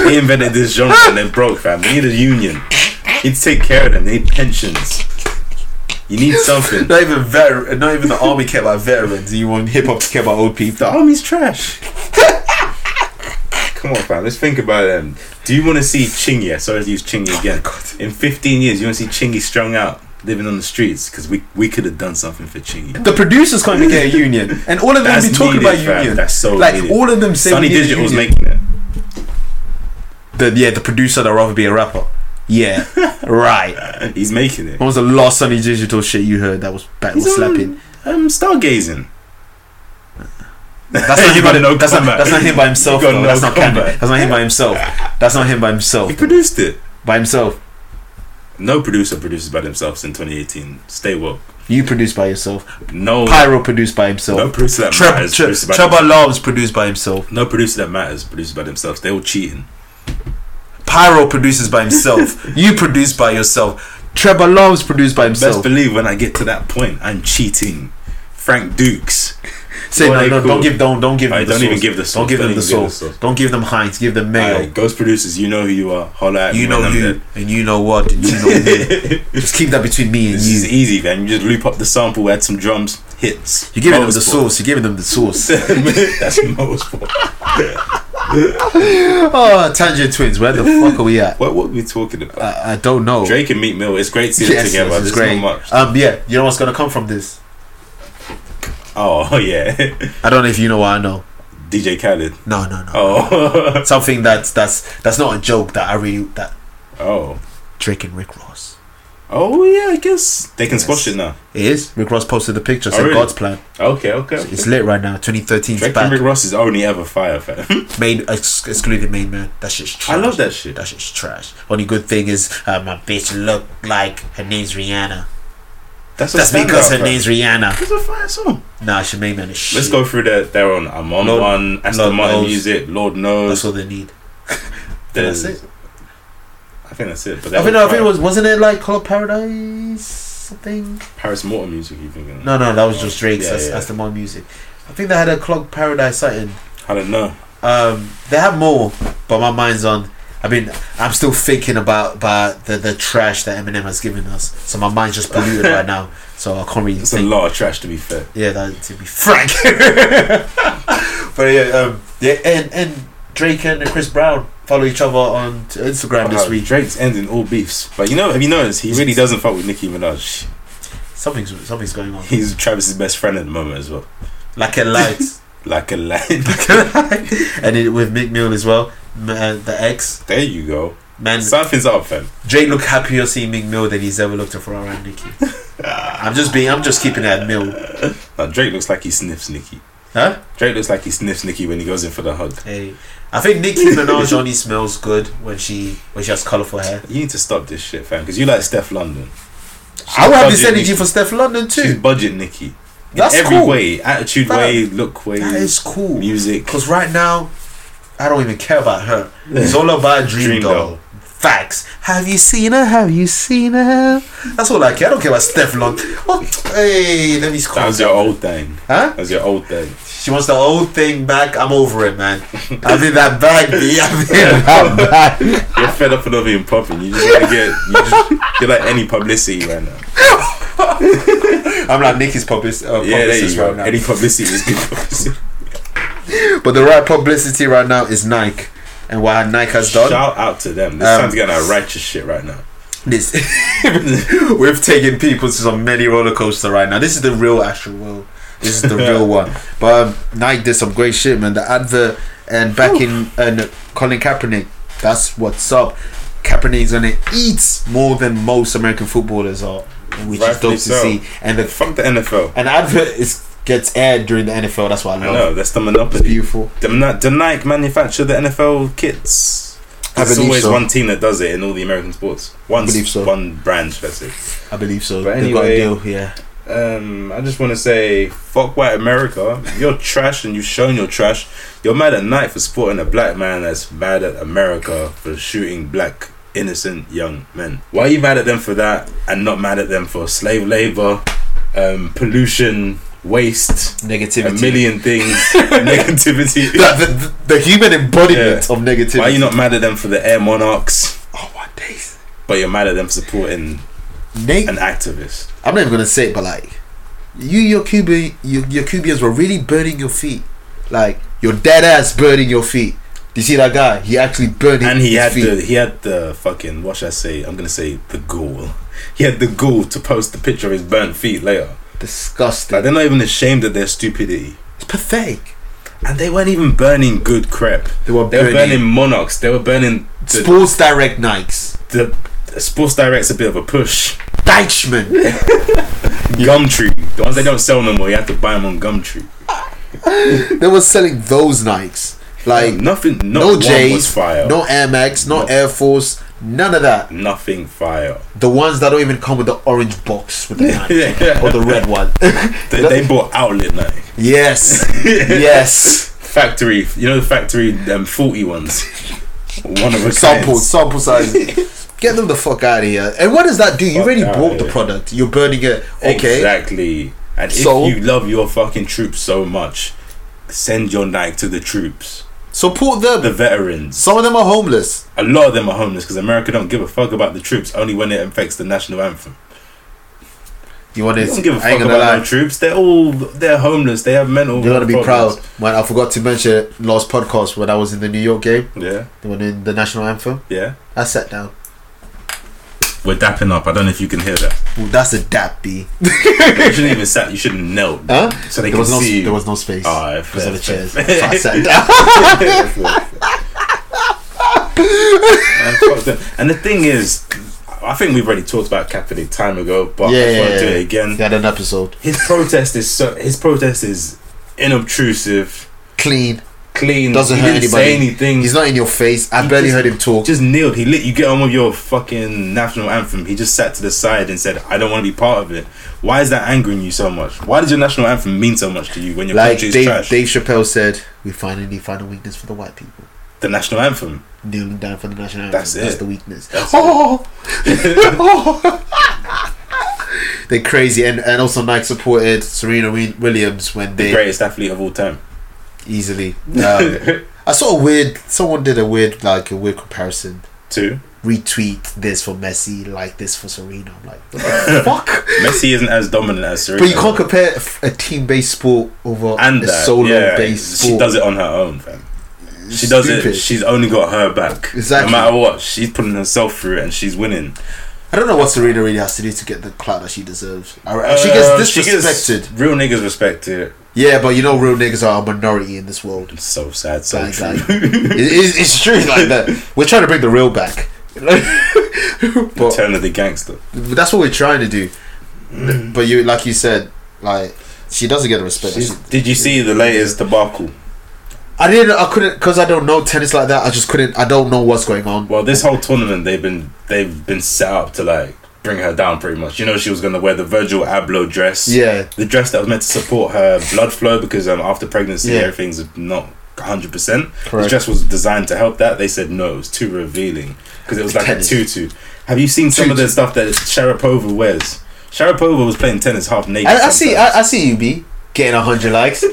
B: They invented this genre and they're broke, fam. They need a union. You need to take care of them. They need pensions. You need something.
C: Not even veteran, Not even the army care about veterans. You want hip hop to care about old
B: The
C: people.
B: army's trash. Come on, fam. Let's think about them. Do you want to see Chingy? Sorry to use
C: Oh
B: Chingy again. In 15 years, you want to see Chingy strung out, living on the streets? Because we, we could have done something for Chingy.
C: The producers can't even get a union, and all of them
B: That's
C: be talking
B: needed,
C: about
B: fam.
C: union.
B: That's so
C: like
B: needed.
C: all of them say
B: Sunny
C: we need a
B: Digital's
C: union.
B: making it.
C: the yeah the producer that rather be a rapper. Yeah, right.
B: Uh, He's making it.
C: When was the last Sunny Digital shit you heard that was bad was
B: He's
C: slapping?
B: On, um, stargazing.
C: That's
B: You
C: not him.
B: got
C: By,
B: no
C: that's, not,
B: comeback.
C: that's not him by himself.
B: You got
C: though.
B: no
C: that's not Kanye.
B: comeback.
C: That's not him by himself. That's not him by himself.
B: He produced it.
C: By himself.
B: No producer produces by themselves in 2018. Stay woke.
C: You produced by yourself.
B: No,
C: Pyro produced by himself.
B: no producer that
C: Trevor
B: matters.
C: Tre-
B: produces by
C: Trevor
B: themselves.
C: Law's produced by himself.
B: no producer that matters produces by themselves. They all cheating.
C: Pyro produces by himself. you produced by yourself. Trevor Law's produced by
B: Best
C: himself.
B: believe when I get to that point, I'm cheating. Frank Dukes.
C: Say
B: Well,
C: no,
B: they
C: no,
B: cool.
C: don't give don't don't give
B: Alright,
C: them the
B: don't
C: sauce.
B: even give the sauce.
C: Don't give
B: Don't
C: them the
B: even give the
C: sauce.
B: sauce.
C: Don't give them Heinz, give them mayo.
B: Alright, ghost producers, you know who you are. Holla at
C: You
B: me
C: know
B: when I'm
C: who
B: dead.
C: and you know what and you know who. Just keep that between me and
B: This
C: you.
B: is easy, man. You just loop up the sample, add some drums, hits.
C: You're giving them the
B: Motorsport.
C: sauce. You're giving them the sauce.
B: That's motorsport.
C: oh, Tangent Twins, where the fuck are we at?
B: What, what are we talking about?
C: I, I don't know.
B: Drake and Meat Mill. It's great to see them
C: Yes,
B: together.
C: yes,
B: There's
C: it's
B: great. Uh,
C: great.
B: not much.
C: Um, yeah, you know what's gonna come from this?
B: Oh yeah,
C: I don't know if you know what I know.
B: DJ Khaled.
C: No, no, no.
B: Oh,
C: Something that's that's that's not a joke that I really that
B: oh,
C: Drake and Rick Ross.
B: oh yeah. I guess they can squash it now.
C: It is. Rick Ross posted the picture.
B: Oh,
C: Said
B: really?
C: God's plan.
B: Okay, okay.
C: It's lit right now. 2013's
B: Drake and
C: back.
B: Rick Ross is only ever fire fam.
C: Main ex- excluded main man. That shit's trash.
B: I love that shit.
C: That shit's trash. Only good thing is uh, my bitch look like her name's Rihanna.
B: That's, a
C: That's
B: standout,
C: because her
B: fam.
C: name's Rihanna.
B: It's a fire song.
C: Nah, she main man is shit.
B: Let's go through that. They're on. I'm on
C: Lord-
B: one. Aston
C: Lord
B: Martin
C: knows.
B: music. Lord
C: That's
B: knows.
C: all they need.
B: There's-
C: that's it.
B: I think that's it. But
C: I think, I
B: that
C: think it was wasn't it like Club Paradise something?
B: Paris Morton music. You thinking? of?
C: No, no, that was just Drake's.
B: Yeah,
C: that's,
B: yeah.
C: that's the more music. I think they had a Club Paradise sighting.
B: I don't know.
C: Um, they have more, but my mind's on. I mean, I'm still thinking about about the, the trash that Eminem has given us. So my mind's just polluted right now. So I can't really
B: It's a
C: think.
B: lot of trash to be fair.
C: Yeah, that to be frank. but yeah, um, yeah, and and Drake and Chris Brown follow each other on t- Instagram this
B: Wow,
C: week.
B: Drake's ending all beefs. But you know, have you noticed he really doesn't fuck with Nicki Minaj?
C: Something's something's going on.
B: He's Travis's best friend at the moment as well.
C: Like a light.
B: Like a lion.
C: and it, with Mick Mill as well, m- uh, the ex
B: there you go.
C: man.
B: Something's up, fam.
C: Drake looked happier seeing Mick Mill than he's ever looked at Ferrari and Nicki. I'm just being, I'm just keeping it at Mill.
B: Now, Drake looks like he sniffs Nicki.
C: Huh?
B: Drake looks like he sniffs Nicki when he goes in for the hug.
C: Hey, I think Nicki Minaj only smells good when she when she has colorful hair.
B: You need to stop this shit, fam, because you like Steph London.
C: I would have this
B: budget
C: energy
B: Nicki.
C: for Steph London
B: She's
C: too.
B: budget Nicki. In
C: That's
B: every
C: cool.
B: way, attitude
C: Fam,
B: way, look way,
C: That is cool.
B: music.
C: Because right now, I don't even care about her. It's all about Dream,
B: Dream
C: Doll.
B: Doll.
C: Facts. Have you seen her? Have you seen her? That's all I care. I don't care about Steph London. Oh, hey, let me
B: That
C: scroll.
B: was your old thing.
C: Huh?
B: That was your old thing.
C: She wants the old thing back. I'm over it, man. I'm in that bag, B. I'm in that bag.
B: You're fed up and not being popping. You just want to get. You just, you're like any publicity right now.
C: I'm like Nicky's publicist, uh,
B: Yeah, there
C: publicist
B: you
C: right
B: go.
C: now.
B: Any publicity is good publicity.
C: But the right publicity right now is Nike. And what Nike has done,
B: Shout out to them. This
C: Um,
B: time's getting our righteous shit right now.
C: this we've taken people to some mini roller coaster right now. This is the real actual world. This is the real one. But um, Nike did some great shit, man. The advert and back in and Colin Kaepernick. That's what's up. Kaepernick's gonna eat more than most American footballers are, which is
B: Rightfully
C: dope to
B: so.
C: see. And the
B: Fuck the NFL.
C: an advert is gets aired during the NFL. That's what I
B: I
C: love.
B: know that's the
C: It's
B: monopoly.
C: beautiful.
B: Dem- Dem- Nike manufacture the NFL kits.
C: I
B: There's
C: believe
B: always
C: so.
B: one team that does it in all the American sports. One,
C: believe so.
B: one brand, let's say.
C: I believe so.
B: But
C: They've got a
B: anyway-
C: deal. Yeah.
B: Um, I just want to say, fuck white America. You're trash, and you've shown you're trash. You're mad at night for supporting a black man that's mad at America for shooting black innocent young men. Why are you mad at them for that, and not mad at them for slave labor, um, pollution, waste, a
C: Negativity.
B: million things, negativity?
C: Like, the, the human embodiment of negativity.
B: Why are you not mad at them for the Air Monarchs,
C: Oh my days.
B: but you're mad at them for supporting
C: Nate,
B: an activist?
C: I'm not even gonna say it, but like, you, your Cuban, your, your Cubans were really burning your feet. Like, your dead ass burning your feet. Do you see that guy? He actually burning
B: and he
C: his
B: had
C: feet.
B: the he had the fucking what should I say? I'm gonna say the ghoul. He had the ghoul to post the picture of his burnt feet later.
C: Disgusting.
B: Like they're not even ashamed of their stupidity,
C: it's pathetic.
B: and they weren't even burning good crap.
C: They were
B: They were
C: burning,
B: burning monarchs. They were burning the,
C: Sports Direct Nikes.
B: the, Sports Direct's a bit of a push.
C: Deichmann.
B: Gumtree, the ones they don't sell no more. You have to buy them on Gumtree.
C: they were selling those Nikes. Like,
B: nothing, not
C: no
B: one was
C: J's,
B: fire.
C: no Air Max, no
B: No.
C: Air Force, none of that.
B: nothing fire.
C: The ones that don't even come with the orange box with the Nike or the red one.
B: They, they bought outlet night.
C: yes, yes.
B: Factory, you know the factory um, faulty ones. One of a
C: sample,
B: kind.
C: sample size. Get them the fuck out of here. And what does that do? You
B: Fuck
C: already
B: outta
C: bought the
B: here.
C: product. You're burning it. Okay.
B: Exactly. And
C: So-
B: if you love your fucking troops so much, send your Nike to the troops,
C: Support them.
B: the veterans.
C: Some of them are homeless.
B: A lot of them are homeless because America don't give a fuck about the troops only when it affects the national anthem.
C: You want to?
B: They don't give a
C: I
B: fuck
C: ain't gonna
B: about
C: lie.
B: the troops. They're all they're homeless. They have mental.
C: They gotta be
B: problems.
C: proud. Man, I forgot to mention last podcast when I was in the New York game.
B: Yeah,
C: They were doing the national anthem.
B: yeah.
C: I sat down.
B: We're dapping up. I don't know if you can hear that.
C: Well, that's a dap B.
B: you shouldn't even sat. You should knelt.
C: Huh?
B: So they
C: there
B: can
C: was no
B: see. you.
C: there was no space.
B: Alright,
C: because of the
B: fair,
C: chairs. So
B: fair.
C: I sat down.
B: Man, fuck them. and the thing is, I think we've already talked about Kaepernick time ago, but
C: yeah,
B: I just
C: yeah,
B: want
C: yeah.
B: to do it again.
C: They had an episode.
B: His protest is so. His protest is inobtrusive,
C: Clean.
B: clean.
C: Doesn't
B: he
C: hurt
B: didn't
C: anybody.
B: say anything.
C: He's not in your face. I
B: He
C: barely
B: just-
C: heard him talk.
B: just kneeled. He lit. You get on with your fucking national anthem. He just sat to the side and said, "I don't want to be part of it." Why is that angering you so much? Why does your national anthem mean so much to you when your
C: like
B: country is
C: Dave,
B: trash?
C: Dave Chappelle said, we finally found a weakness for the white people.
B: the national anthem.
C: Kneeling down for the national anthem.
B: That's
C: That's,
B: it.
C: the weakness.
B: That's
C: oh, they're crazy, and, and also Nike supported Serena Wi- Williams when
B: The
C: they
B: greatest athlete of all time.
C: easily. Um, I saw a weird. Someone did a weird, like a weird comparison.
B: Two.
C: Retweet this for Messi, like this for Serena. I'm like, what the fuck.
B: Messi isn't as dominant as Serena.
C: But you can't compare a f- a team-based sport over
B: and
C: a
B: that, yeah,
C: solo-based sport.
B: She does it on her own, fam. She does it.
C: Stupid.
B: She's only got her back.
C: Exactly.
B: No matter what, she's putting herself through it and she's winning.
C: I don't know what Serena really has to do to get the clout that she deserves. I- I- she gets
B: Uh,
C: disrespected.
B: real niggas respect it.
C: yeah, but you know, real niggas are a minority in this world.
B: It's so sad, so
C: Like,
B: true.
C: like, it- it's, it's true like that. We're trying to bring the real back. but
B: Turn of the gangster.
C: that's what we're trying to do. But you, like you said, like she doesn't get the respect. that she-
B: Did you see the latest debacle?
C: I didn't. I couldn't because I don't know tennis like that. I just couldn't. I don't know what's going on.
B: Well, this whole tournament they've been they've been set up to like bring her down pretty much. You know she was gonna wear the Virgil Abloh dress.
C: Yeah,
B: The dress that was meant to support her blood flow because um, after pregnancy
C: Yeah.
B: everything's not 100%. The
C: Correct.
B: dress was designed to help that. They said no, it was too revealing because it was like
C: Tennis.
B: a tutu. Have you seen some of the
C: Tutu.
B: stuff that Sharapova wears? Sharapova was playing tennis half naked.
C: I, I see.
B: sometimes.
C: I, I see you be getting hundred likes.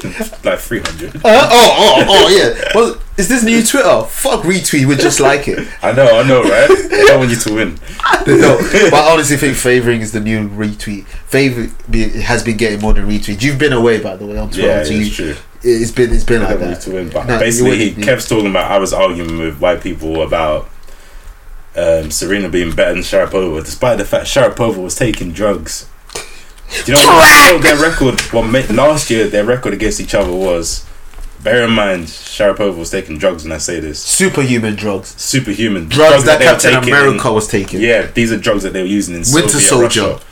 B: like 300.
C: Uh, oh, oh, oh, yeah. Well, is this new Twitter? Fuck retweet. We just like it.
B: I know, I know, right? I want you to win.
C: no, but I honestly think favoring is the new retweet. Favor be, has been getting more than retweets. You've been away, by the way, on Twitter.
B: Yeah,
C: so
B: it's
C: you,
B: true.
C: It's been it's been
B: I
C: like
B: don't want
C: that.
B: you to win. But
C: No, you
B: basically, he
C: wouldn't, yeah.
B: kept talking about. I was arguing with white people about um, Serena being better than Sharapova, despite the fact Sharapova was taking drugs. Do you know what, you know what their record? What ma- last year their record against each other was Bear in mind, Sharapova was taking drugs, and I say this
C: Superhuman drugs.
B: superhuman
C: Drugs, that,
B: they were
C: Captain
B: taking-
C: America was taking.
B: Yeah, these are drugs that they were using in
C: Winter
B: Winter
C: Soldier.
B: Soldier. Russia.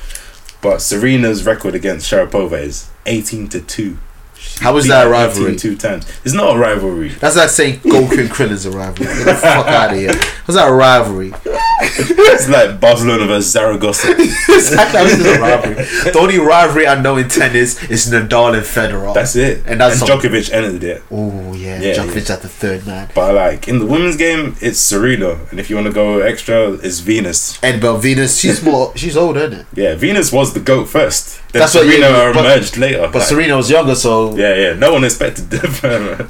B: But Serena's record against Sharapova is eighteen to two. She
C: How is
B: beat
C: that a
B: her
C: rivalry?
B: 18 Two times. It's not a rivalry.
C: That's like saying Goku and Krillin's a rivalry. Get the fuck out of here. That's not a rivalry.
B: It's like Barcelona versus Zaragoza.
C: Exactly, this is a rivalry. The only rivalry I know in tennis is Nadal and Federer.
B: That's it.
C: And that's some-
B: Djokovic ended it.
C: Oh yeah,
B: Yeah,
C: Djokovic's at the third man.
B: But like in the women's game, it's Serena, and if you want to go extra, it's Venus.
C: And but Venus, she's more, she's older, isn't it?
B: Yeah, Venus was the goat first. Then
C: That's what you-
B: Serena
C: but-
B: emerged later.
C: But
B: like,
C: Serena was younger, so
B: yeah, yeah. No one expected them.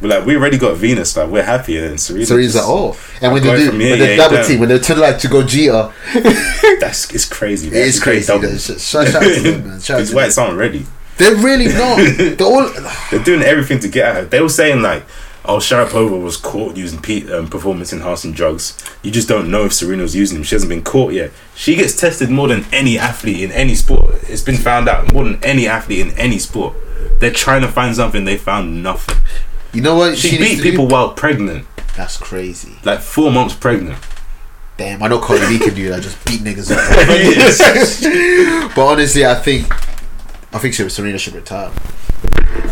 B: but like we already got Venus. Like we're happy, and Serena.
C: Serena's like
B: just-
C: oh. And when they
B: Going
C: do,
B: from here,
C: when they
B: yeah,
C: double
B: down.
C: team, when they turn like to go Gia,
B: That's it's crazy.
C: it is crazy. though. Sh- Shout, shout out to them, man. Shout out
B: It's
C: to them.
B: why it's on ready.
C: They're really not. They're all.
B: They're doing everything to get at her. They were saying like, "Oh, Sharapova was caught using pe- um, performance-enhancing drugs. You just don't know if Serena was using them. She hasn't been caught yet. She gets tested more than any athlete in any sport. It's been found out more than any athlete in any sport. They're trying to find something. They found nothing.
C: You know what?
B: She,
C: needs
B: beat
C: to be-
B: people while pregnant,
C: That's crazy.
B: like four months pregnant.
C: Damn, I know Cardi B can do that. Just beat niggas up. but honestly, I think, I think she- Serena should retire.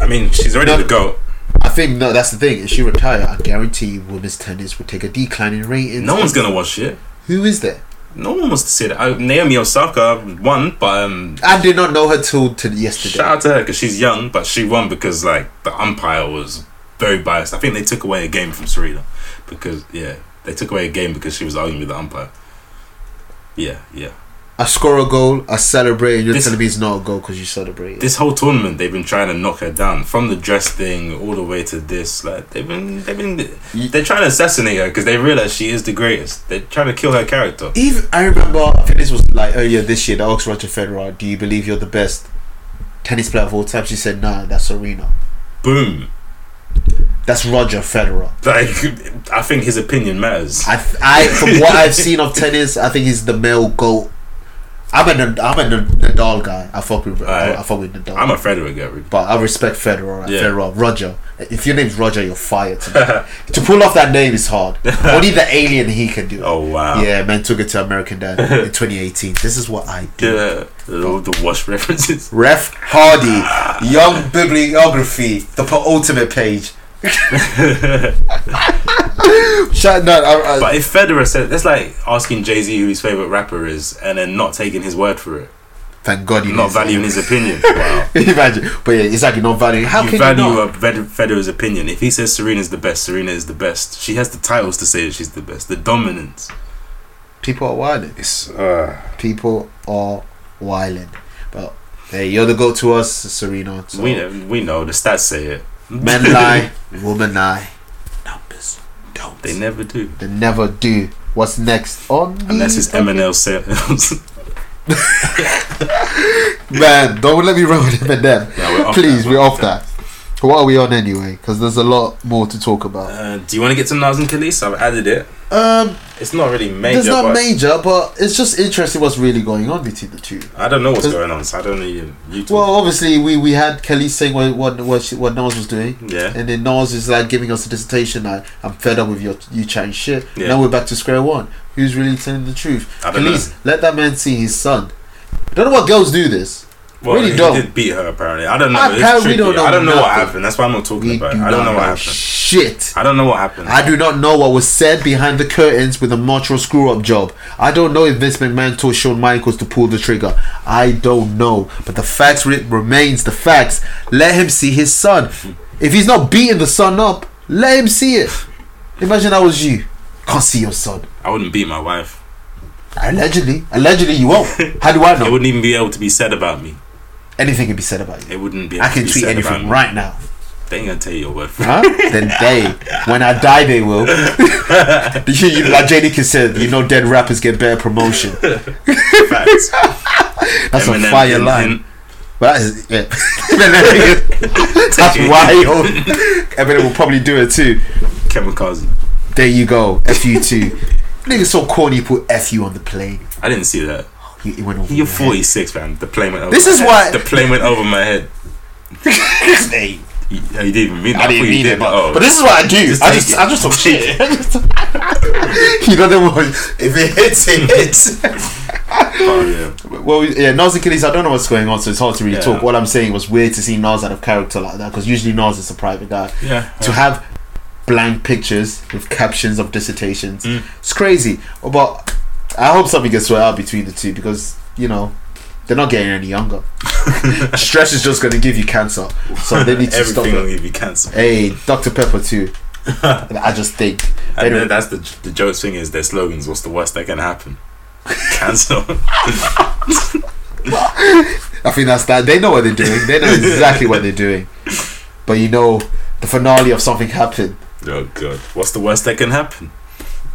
B: I mean, she's already the goat.
C: I think no. That's the thing. If she retired, I guarantee women's tennis would take a decline in ratings.
B: No one's gonna watch it.
C: Who is there?
B: No one wants to see that. Uh, Naomi Osaka won, but um,
C: I did not know her till to yesterday.
B: Shout out to her because she's young, but she won because like the umpire was very biased. I think they took away a game from Serena because yeah, they took away a game because she was arguing with the umpire. Yeah, yeah.
C: I score a goal, I celebrate, and you're
B: This-
C: telling me it's not a goal because you celebrate.
B: This whole tournament, they've been trying to knock her down from the dress thing all the way to this. Like they've been, they've been, they're trying to assassinate her because they realize she is the greatest. They're trying to kill her character.
C: Even I remember, I think this was like earlier this year. They asked Roger Federer, "Do you believe you're the best tennis player of all time?" She said, "No, that's Serena.
B: Boom.
C: That's Roger Federer."
B: Like I think his opinion matters.
C: I, I from what I've seen of tennis, I think he's the male goat. I'm a, I'm a Nadal guy. I fuck with, I, I fuck with Nadal.
B: I'm a Federer guy. really.
C: but I respect Federer.
B: Yeah.
C: Federer, Roger. If your name's Roger, you're fired. Tonight. to pull off that name is hard. Only the alien he can do. it.
B: Oh wow.
C: Yeah, man took it to American Dad in 2018. This is what I do.
B: Yeah. All the wash references.
C: Ref Hardy, Young Bibliography, the penultimate page. Shout no, I, I,
B: But if Federer said, that's like asking Jay Z who his favorite rapper is, and then not taking his word for it,
C: thank God you
B: not valuing his opinion. Wow,
C: Imagine, but yeah, it's like you're not valuing. How
B: you
C: can
B: value
C: you not?
B: a Fed- Federer's opinion. If he says Serena's the best, Serena is the best. She has the titles to say that she's the best. The dominance.
C: People are wilding.
B: It's uh,
C: People are wilding. But hey, you're the go to us, Serena. So.
B: we know, we know the stats say it.
C: Men lie, women lie. Numbers don't.
B: They never do.
C: They never do. What's next on? the-
B: Unless it's Eminem sales.
C: Man, don't let me run with Eminem.
B: Yeah, we're off
C: Please,
B: that,
C: we're
B: we're
C: off
B: off
C: that. What are we on anyway? Because there's a lot more to talk about.
B: uh, do you want to get to Nas and Khalees? I've added it.
C: Um,
B: It's not really major.
C: there's not
B: but
C: major, but it's just interesting what's really going on between the two.
B: I don't know what's
C: There's-
B: going on, so I don't know you. you two.
C: Well, obviously, we, we had Kelly saying what what what, she, what Nas was doing,
B: yeah.
C: and then Nas is like giving us a dissertation. Like, I'm fed up with your you chatting shit.
B: Yeah.
C: Now we're back to square one. Who's really telling the truth?
B: I don't
C: Please let that man see his son. I don't know what girls do this.
B: Well,
C: Really
B: he
C: don't.
B: did beat her apparently. I don't know.
C: I
B: It's
C: apparently
B: tricky.
C: don't know
B: I don't know what
C: nothing.
B: happened. That's why I'm not talking
C: We
B: about
C: do
B: it. I don't
C: not
B: know what happened.
C: shit.
B: I don't know what happened.
C: I do not know what was said behind the curtains with a Montreal screw up job. I don't know if Vince McMahon told Shawn Michaels to pull the trigger. I don't know. But the facts re- remains the facts. Let him see his son. If he's not beating the son up, let him see it. Imagine I was you. Can't see your son.
B: I wouldn't beat my wife.
C: Allegedly. Allegedly you won't. How do I
B: It
C: know?
B: wouldn't even be able to be said about me.
C: Anything can be said about you.
B: It wouldn't be. Able
C: I can
B: to be
C: tweet
B: said about
C: anything
B: me.
C: right now.
B: They ain't gonna tell you your word. For it.
C: Huh? then they, when I die, they will. you, you, like JD said, you know, dead rappers get better promotion.
B: Facts.
C: That's a
B: Eminem
C: fire
B: didn't-
C: line.
B: didn't-
C: But that is yeah. That's wild. Eminem will probably do it too.
B: Kamikaze.
C: There you go. F you too. Nigga so corny. You put F you on the plane.
B: I didn't see that.
C: You, you went over
B: You're
C: your head.
B: 46, man. The plane went over.
C: This
B: my
C: is
B: head.
C: why-
B: the plane went over my head.
C: Hey,
B: You, you didn't even mean that.
C: I didn't
B: thought you
C: mean
B: did,
C: it, but,
B: oh.
C: but this is what I do.
B: Just
C: I
B: take
C: just,
B: it.
C: I just talk shit. you know the one. If it hits, it hits.
B: Oh, yeah.
C: well, yeah, Nas and Killings. I don't know what's going on, so it's hard to really
B: Yeah.
C: talk. What I'm saying was weird to see Nas out of character like that because usually Nas is a private guy.
B: Yeah.
C: To have blank pictures with captions of dissertations, it's crazy. But I hope something gets sorted out between the two because you know. They're not getting any younger. Stress is just going to give you cancer, so they need to stop.
B: Everything
C: it.
B: will give you cancer.
C: Hey, Dr. Pepper too. And I just think.
B: And
C: Anyway.
B: then that's the the joke thing is their slogans. What's the worst that can happen? Cancer.
C: I think that's that. They know what they're doing. They know exactly what they're doing. But you know, the finale of something happened.
B: oh god. What's the worst that can happen?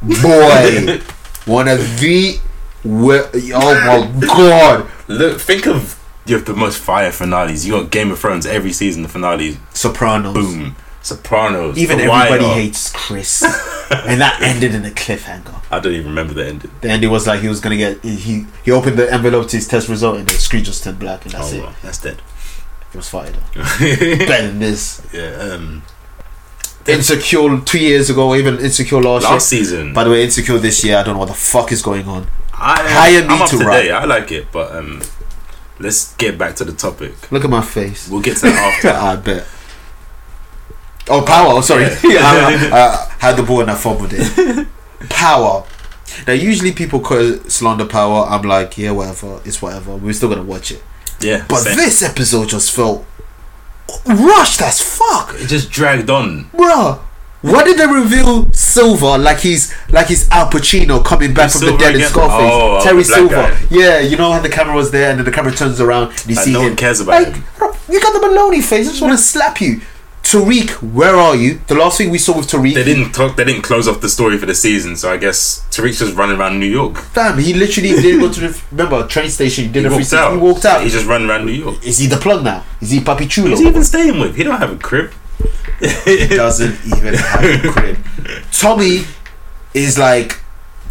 C: Boy, one of the. wo- Oh my god!
B: Look, think of you have the most fire finales. You got Game of Thrones every season. The finales,
C: Sopranos.
B: boom. Sopranos.
C: Even
B: The
C: everybody
B: Wire.
C: hates Chris, and that ended in a cliffhanger.
B: I don't even remember the ending.
C: The ending was like he was gonna get he he opened the envelope to his test result and the screen just turned black and that's
B: oh
C: it.
B: well, that's dead.
C: He was fired. Better than this.
B: yeah. Um,
C: Insecure two years ago, even insecure last, year.
B: last season,
C: By the way, insecure this year. I don't know what the fuck is going on.
B: I, um,
C: hire me
B: I'm up
C: to
B: to
C: write.
B: date. I like it, but um, let's get back to the topic.
C: Look at my face.
B: We'll get to that after.
C: I bet. Oh, power. oh, Sorry,
B: Yeah.
C: I, I- I had the ball and I fumbled it. power. Now, usually people call slander power. I'm like, yeah, whatever. It's whatever. We're still gonna watch it.
B: yeah,
C: But
B: same.
C: this episode just felt rushed as fuck,
B: it just dragged on.
C: bruh. Why did they reveal Silver like he's like he's Al Pacino coming back
B: Who's
C: from
B: Silver
C: the dead in
B: again?
C: Scarface?
B: Oh,
C: Terry
B: the black
C: Silver.
B: guy.
C: Yeah, you know how the camera was there and then the camera turns around and you
B: Like,
C: see
B: no
C: him.
B: one cares about
C: Like,
B: him.
C: you got the baloney face. I just want to slap you. Tariq, where are you? The last thing we saw with Tariq,
B: They didn't talk. They didn't close off the story for the season, so I guess Tariq's just running around New York.
C: fam, he literally didn't go to the remember train station. He did
B: He
C: a free
B: walked out.
C: He walked out.
B: He just running around New York.
C: Is he the plug now? Is he Papi Chulo?
B: Who's he even staying with? He don't have a crib.
C: doesn't even have a crib. Tommy is like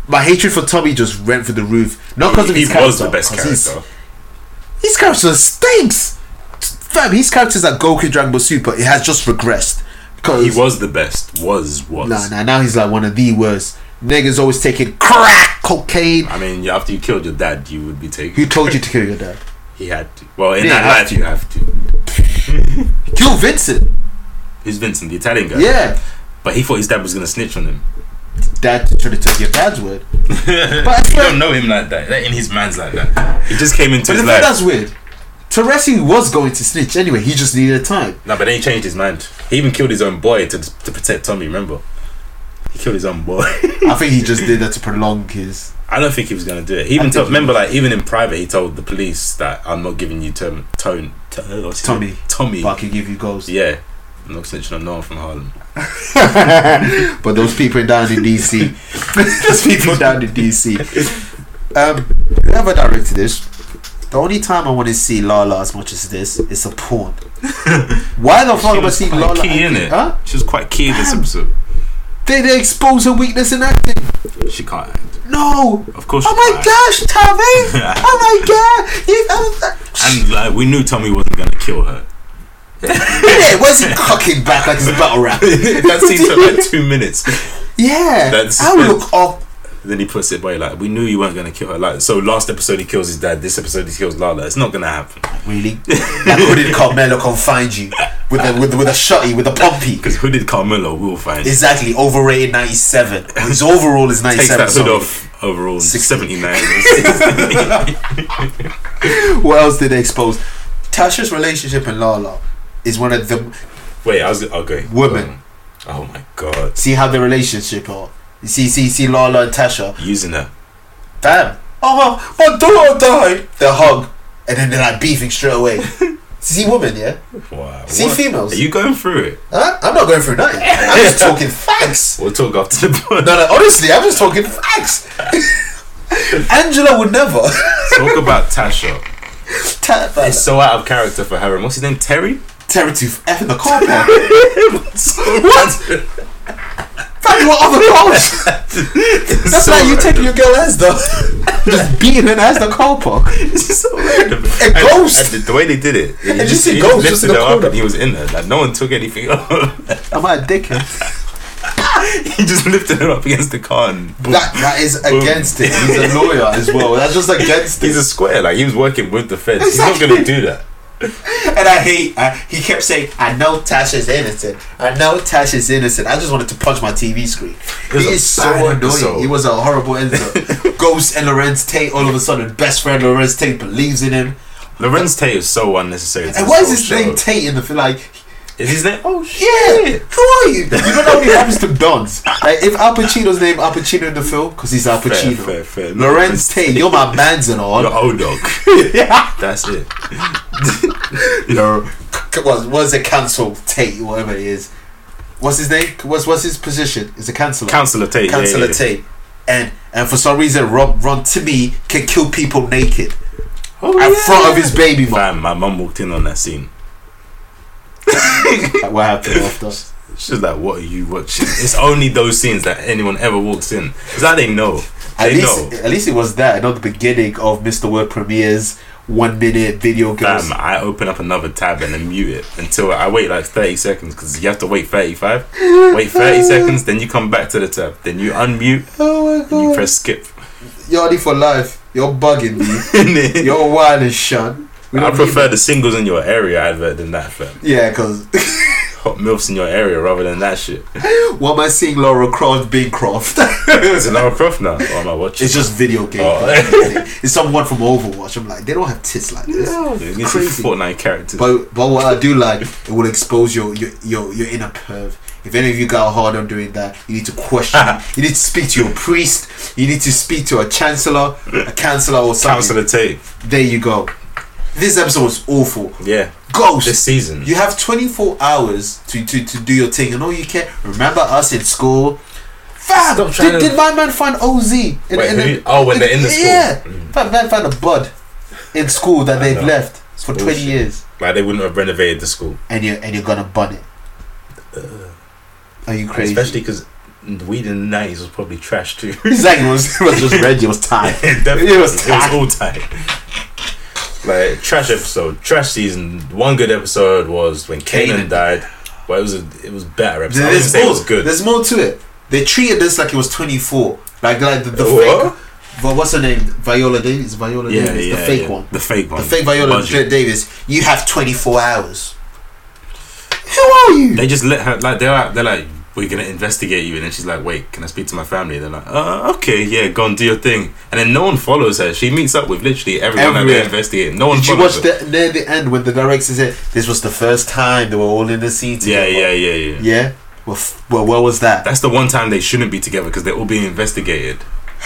C: my hatred for Tommy just ran through the roof. Not because of
B: he
C: his character.
B: was the best
C: 'cause he's-
B: character.
C: His character stinks. Fam, his character's like Goku Dragon Ball Super. It has just regressed. Because
B: He was the best. Was was.
C: Nah, nah, now he's like one of the worst. Niggas always taking crack cocaine.
B: I mean, after you killed your dad, you would be taken.
C: Who told you to kill your dad?
B: He had to. Well, in
C: Yeah,
B: that
C: have
B: life,
C: to.
B: you have to.
C: Kill Vincent.
B: Who's Vincent, the Italian guy?
C: Yeah.
B: But he thought his dad was gonna snitch on him.
C: Dad should have took your dad's word.
B: But you don't know him like that. That- In his man's like that. He just came into his
C: But the thing
B: life.
C: that's weird. Teresi was going to snitch anyway. He just needed time.
B: No, but then he changed his mind. He even killed his own boy to to protect Tommy. Remember, he killed his own boy.
C: I think he just did that to prolong his.
B: I don't think he was gonna do it. He
C: I
B: even
C: think
B: told,
C: he
B: remember, like even in private, he told the police that I'm not giving you term, tone, t- uh, what's his
C: Tommy.
B: name? Tommy.
C: But I can give you goals.
B: Yeah, I'm not snitching on no one from Harlem.
C: but those people down in DC, those people down in DC. Um, whoever directed this, the only time I want to see Lala as much as this is a porn. Why the fuck am I seeing Lala?
B: key in it.
C: Huh?
B: She was quite key in this
C: Damn.
B: episode.
C: Did they expose her weakness in acting?
B: She can't. act.
C: No.
B: Of course.
C: Oh
B: she
C: my
B: can't act.
C: gosh, Tommy! Oh my god! You, oh,
B: And like we knew Tommy wasn't gonna kill her.
C: minute, where's he cocking back like his battle rap?
B: that seems for like two minutes.
C: Yeah,
B: That's-
C: I would look up.
B: Then he puts it away like we knew you weren't gonna kill her. Like so, last episode he kills his dad. This episode he kills Lala. It's not gonna happen
C: Really? That hooded Carmelo can find you with a with, with a shotty with a pumpy.
B: because who did Carmelo? We'll find.
C: Exactly, overrated 97. His overall is
B: Takes
C: 97.
B: that hood
C: sorry.
B: off overall. Seventy nine.
C: What else did they expose? Tasha's relationship and Lala is one of the.
B: Wait, I was okay.
C: Woman.
B: Oh my god,
C: See how the relationship are. You see, see, see Lala and Tasha.
B: using her.
C: Damn. Oh, my, my daughter died. They hug, and then they're like beefing straight away. see women, yeah?
B: Wow.
C: See
B: What?
C: females.
B: Are you going through it?
C: Huh? I'm not going through nothing. I'm just talking facts.
B: We'll talk after the pod.
C: No, no, honestly, I'm just talking facts. Angela would never.
B: Talk about Tasha.
C: Ta-
B: It's so out of character for her. And what's his name? Terry?
C: Terry Tooth F in the car park.
B: what?
C: Fam, exactly what other cops. That's
B: so
C: like you taking
B: random.
C: your girl as the just beating her as the car park.
B: It's so random.
C: A ghost.
B: And, the way they did it, he
C: just
B: just,
C: see
B: he
C: ghosts
B: just
C: just in
B: lifted
C: the
B: her up
C: corner.
B: and he was in there. Like no one took anything off.
C: Am I a dickhead?
B: he just lifted her up against the car and boom.
C: That that is against it. He's a lawyer as well. That's just against it.
B: He's a square, like he was working with the feds. He's not gonna do that.
C: And I hate. I, he kept saying, "I know Tasha's innocent. I know Tasha's innocent." I just wanted to punch my TV screen.
B: was
C: He
B: a
C: is so
B: bad
C: annoying.
B: episode.
C: He was a horrible episode. Ghost and Lorenz Tate all of a sudden, best friend Lorenz Tate believes in him.
B: Lorenz Tate is so unnecessary. to
C: And
B: this
C: why is
B: whole
C: his name
B: show.
C: Tate in the film? Like,
B: Is his name? Oh shit!
C: yeah, who are you? You don't know what happens to Dons. Like, if Al Pacino's name Al Pacino in the film, because he's Al
B: Fair,
C: Pacino.
B: fair, fair.
C: Lorenz Tate, you're my man's and all.
B: Your old dog. That's it.
C: No, was was a cancel Tate, whatever it is. What's his name? What's what's his position? Is a councillor.
B: Councillor Tate. yeah,
C: Councillor
B: yeah, yeah.
C: Tate. And and for some reason, Rob Ron Timmy can kill people naked
B: Oh,
C: in
B: yeah.
C: front of his baby mom.
B: Fam, my mum walked in on that scene.
C: what happened after?
B: She's like, "What are you watching?" It's only those scenes that anyone ever walks in. It's like they know.
C: At
B: They
C: least
B: know.
C: at least it was that, not the beginning of Mr. Word Premier's one minute video girls.
B: Fam, I open up another tab and then mute it until I wait like 30 seconds because you have to wait 35. Wait 30 seconds, then you come back to the tab. Then you unmute
C: Oh my
B: and you
C: god.
B: press skip.
C: You're only for life. You're bugging me. You're wild and shun. We
B: I
C: don't
B: prefer the singles in your area advert than that, fam.
C: need- Yeah, because
B: Hot MILFs in your area rather than that shit.
C: what am I seeing Laura Croft being Croft?
B: Is it Lara Croft now? Or am I watching?
C: It's just video game.
B: Oh.
C: it's someone from Overwatch. I'm like, they don't have tits like this.
B: It's
C: it's
B: crazy.
C: crazy.
B: Fortnite characters.
C: But but what I do like, it will expose your your your, your inner perv. If any of you got hard on doing that, you need to question. it. you need to speak to your priest. You need to speak to a chancellor, a counselor, or something.
B: Council of Tate.
C: There you go. This episode was awful.
B: Yeah.
C: Ghost.
B: This season.
C: You have 24 hours to, to, to do your thing and all you care. Remember us in school? Fab!
B: Stop
C: Did,
B: trying to-
C: did my man find OZ? In,
B: Wait, who- oh, when they're in the school.
C: Yeah. Fab man found a bud in school that they've
B: know.
C: left for 20
B: bullshit.
C: years.
B: Like they wouldn't have renovated the school.
C: And you're, and you're gonna bun it. Are you crazy?
B: Uh, Especially because weed in the 90s was probably trash too.
C: exactly. It was, it was just Reggie. It was time.
B: It definitely
C: It was
B: was,
C: tight.
B: all time. Like trash episode, trash season. One good episode was when Kanan
C: Kanan.
B: died. Well, it was a, it was better episode. I wouldn't
C: There's
B: say it
C: more.
B: was good.
C: There's more to it. They treated this like it was 24. Like like the, the
B: What?
C: fake. But what's her name? Viola Davis. Viola
B: Yeah,
C: Davis.
B: yeah,
C: the fake
B: yeah.
C: one.
B: The fake one.
C: The fake Viola
B: Budget.
C: J- Davis. You have 24 hours. Who are you?
B: They just let her like they're like, they're like we're gonna investigate you, and then she's like, wait, can I speak to my family? they're like, uh, okay, yeah, go and do your thing. And then no one follows her. She meets up with literally everyone that they
C: Everywhere.
B: investigate. No one.
C: Did you
B: follows
C: watch
B: her.
C: the, near the end when the director said this was the first time they were all in the scene
B: Yeah,
C: together?
B: yeah, yeah, yeah.
C: Yeah? Well, f- well what was that?
B: That's the one time they shouldn't be together because they're all being investigated.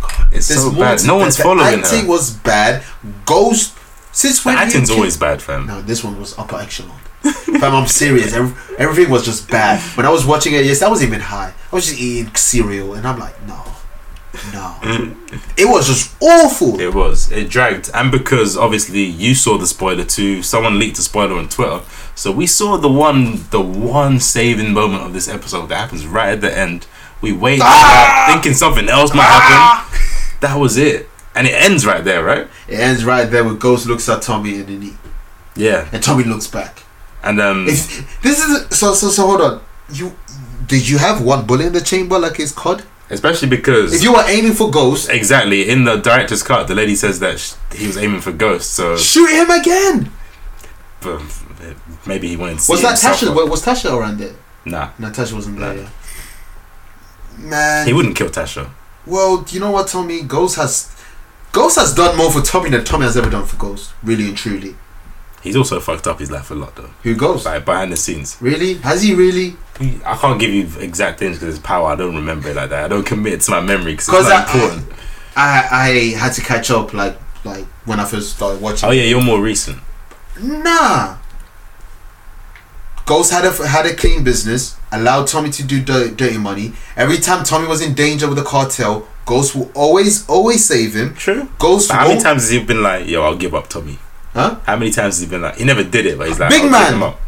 B: Oh It's so
C: more
B: bad.
C: to-
B: No
C: the-
B: one's
C: the
B: following
C: acting
B: her.
C: was bad. Ghost. Since
B: The
C: when? you
B: acting's
C: came-
B: always bad, fam.
C: No, this one was upper echelon. Fam, I'm serious. Every, everything was just bad. When I was watching it, yes, I was even high. I was just eating cereal, and I'm like, no, no. it was just awful.
B: It was. It dragged. And because obviously you saw the spoiler too, someone leaked a spoiler on Twitter. So we saw the one the one saving moment of this episode that happens right at the end. We wait
C: Ah!
B: thinking something else might happen. That was it. And it ends right there, right?
C: It ends right there with Ghost looks at Tommy and then he,
B: Yeah.
C: and Tommy looks back.
B: And um
C: If this is so so so hold on. You did you have one bullet in the chamber like his cod?
B: especially because
C: If you were aiming for Ghost,
B: Exactly. In the director's cut, the lady says that sh- he was aiming for ghosts, so
C: shoot him again.
B: but maybe he wanted to see
C: Was that
B: himself
C: Tasha?
B: up.
C: Was, was Tasha around there?
B: Nah.
C: No, Tasha wasn't there.
B: No.
C: yeah. Man,
B: He wouldn't kill Tasha.
C: well, you know what, Tommy? Ghost has Ghost has done more for Tommy than Tommy has ever done for Ghost. Really and truly,
B: He's also fucked up his life a lot, though.
C: who Ghost?
B: Like, behind the scenes.
C: Really? Has he really?
B: I can't give you exact things because it's power. I don't remember it like that. I don't commit it to my memory because
C: Because
B: it's
C: I,
B: not important.
C: I I had to catch up like like when I first started watching.
B: oh yeah, you're more recent.
C: Nah. Ghost had a had a clean business, allowed Tommy to do dirty, dirty money. Every time Tommy was in danger with the cartel, Ghost will always always save him.
B: True.
C: Ghost
B: But how many
C: won't,
B: times has he been like, "Yo, I'll give up, Tommy"?
C: huh?
B: How many times has he been like, he never did it, but he's like,
C: Big
B: I'll give
C: man.
B: him up.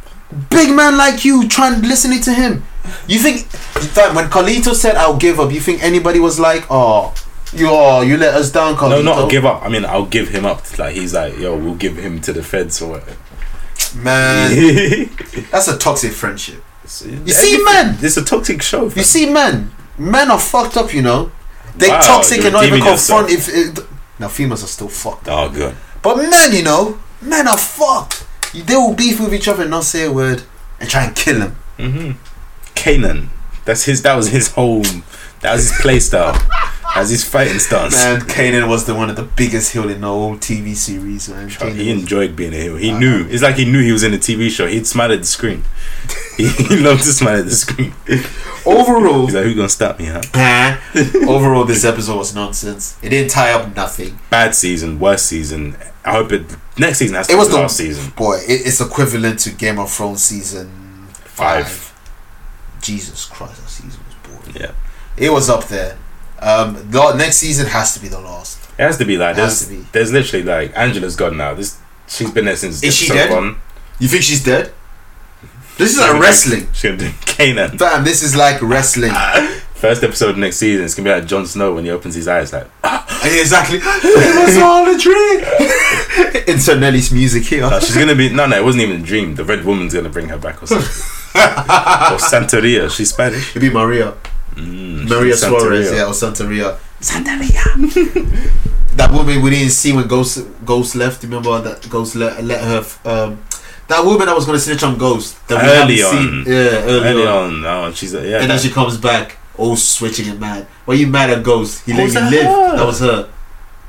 C: Big man like you, trying listening to him. You think in fact, when Carlito said I'll give up, you think anybody was like, "Oh, you oh, you let us down,
B: No,
C: Carlito"?
B: not I'll give up. I mean, I'll give him up. Like he's like, yo, we'll give him to the feds or whatever.
A: Man,
B: you
A: that's a toxic friendship.
C: see, man.
B: it's a toxic show.
C: You
B: fam.
C: see, men, men are fucked up. You know, they
B: Wow,
C: toxic
B: you're
C: and not even
B: redeeming
C: confront. If, if now females are still fucked up,
B: Oh god.
C: but men, you know, men are fucked. They will beef with each other and not say a word and try and kill him.
B: Mm-hmm. Kanan. That's his. That was his home. That was his play style. That was his fighting stance.
C: Man, Kanan was the one of the biggest heel in the whole TV series. Man, Kanan
B: He
C: was-
B: enjoyed being a heel. He knew. It's like he knew he was in a TV show. He'd smile at the screen. he, he loved to smile at the screen.
C: overall,
B: He's like, who gonna stop me, huh?
C: overall, this episode was nonsense. It didn't tie up nothing.
B: Bad season, worst season. I hope it next season has to
C: It was
B: be the
C: the
B: last season.
C: Boy, it, it's equivalent to Game of Thrones season five.
B: Five.
C: Jesus Christ, that season was boring.
B: Yeah.
C: It was up there. Um, the next season has to be the last.
B: It has to be like
C: It has
B: there's
C: to be.
B: there's literally like Angela's gone now. This she's been there since
C: Is she
B: episode
C: dead?
B: one.
C: You think she's dead? This is
B: She's gonna
C: like
B: do-
C: wrestling.
B: She's gonna do Kanan.
C: Fam, this is like wrestling.
B: Ah. First episode next season, it's gonna be like Jon Snow when he opens his eyes like
C: exactly. it was all a dream. Insert Nelly's music here.
B: "Oh, she's gonna be no no, it wasn't even a dream. The red woman's gonna bring her back or something. or Santeria, she's Spanish.
C: It'd be Maria.
B: Mm,
C: Maria
B: she's
C: Suarez,
B: Santeria.
C: yeah, or Santeria. Santeria. that woman we didn't see when Ghost Ghost left. Remember that Ghost let, let her. f- Um, that woman that was gonna snitch on Ghost. That
B: Early
C: haven't
B: on.
C: yeah, early,
B: Early
C: on.
B: on, oh, she's like, yeah.
C: And then she comes back, all switching and mad. Why you mad at Ghost? He
B: Oh,
C: let
B: was
C: you
B: that
C: live.
B: her?
C: That was her.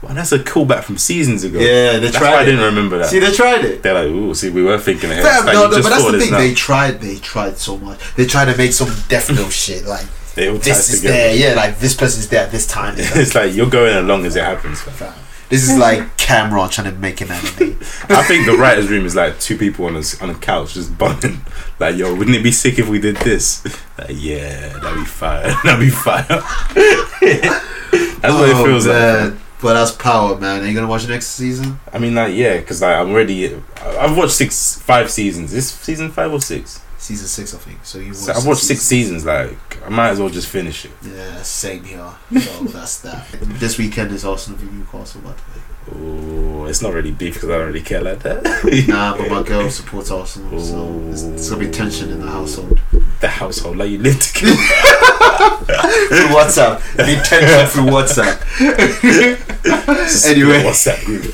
B: Wow, that's a callback from seasons ago.
C: Yeah, they
B: that's
C: tried.
B: why I
C: it.
B: didn't remember that.
C: See, they tried it.
B: They're like, ooh, see, we were thinking ahead.
C: Fam,
B: It's like,
C: no,
B: you
C: no,
B: just
C: but that's
B: thought
C: the
B: this
C: thing.
B: now.
C: They tried. They tried so much. They tried to make some death note shit. Like
B: It all
C: this
B: ties
C: is
B: together.
C: there. Yeah, like this person's there at this time.
B: it's like you're going along as it happens. man.
C: This is like Cameron trying to make an anime.
B: I think the writers' room is like two people on a s- on a couch just bumming. Like, yo, wouldn't it be sick if we did this? Like, yeah, that'd be fire. that'd be fire. that's what it feels like.
C: Oh, man. But that's power, man. Are you gonna watch next season?
B: I mean, like, yeah, because like I'm already. I- I've watched six, five seasons. Is This season five or six?
C: Season six, I think. So you. Watched
B: So I've watched six seasons. Like, I might as well just finish it.
C: Yeah, same here. So that's that. This weekend is Arsenal v Newcastle, by the
B: Oh, it's not really beef because I don't really care like that.
C: way. Nah, but my girl supports Arsenal, so it's, it's gonna be tension in the household.
B: the household, like you live together.
C: Through WhatsApp, be tension through WhatsApp. Anyway.
B: WhatsApp group.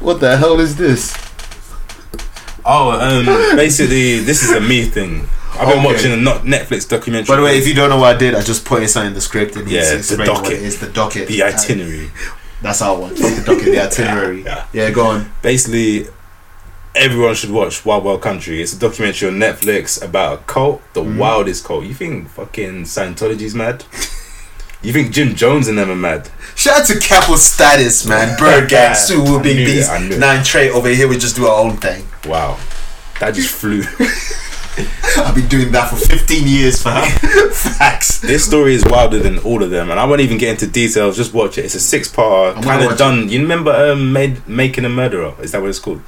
C: What the hell is this?
B: Oh, um, basically, this is a me thing. I've been
C: Okay.
B: watching a not Netflix documentary.
C: By the way, if you don't know what I did, I just put inside in the script and
B: Yeah,
C: it's
B: it's the
C: explained what
B: docket.
C: it is. The docket.
B: the itinerary,
C: That's our one. The docket, the itinerary.
B: Yeah.
C: Yeah, go on.
B: basically, everyone should watch Wild Wild Country. It's a documentary on Netflix about a cult, the
C: Hmm.
B: wildest cult. You think fucking Scientology's mad? You think Jim Jones and them are mad?
C: Shout out to Capo Status, man. Bird Gang, Sue, Woo, Big
B: I knew it,
C: Beast,
B: I knew it.
C: Nine Trey over here. We just do our own thing.
B: Wow, that just flew.
C: I've been doing that for 15 years, fam. Facts.
B: this story is wilder than all of them, and I won't even get into details. Just watch it. It's a six-part,
C: I'm gonna
B: kind
C: watch
B: of
C: it.
B: done. You remember um, made, making a murderer? Is that what it's called?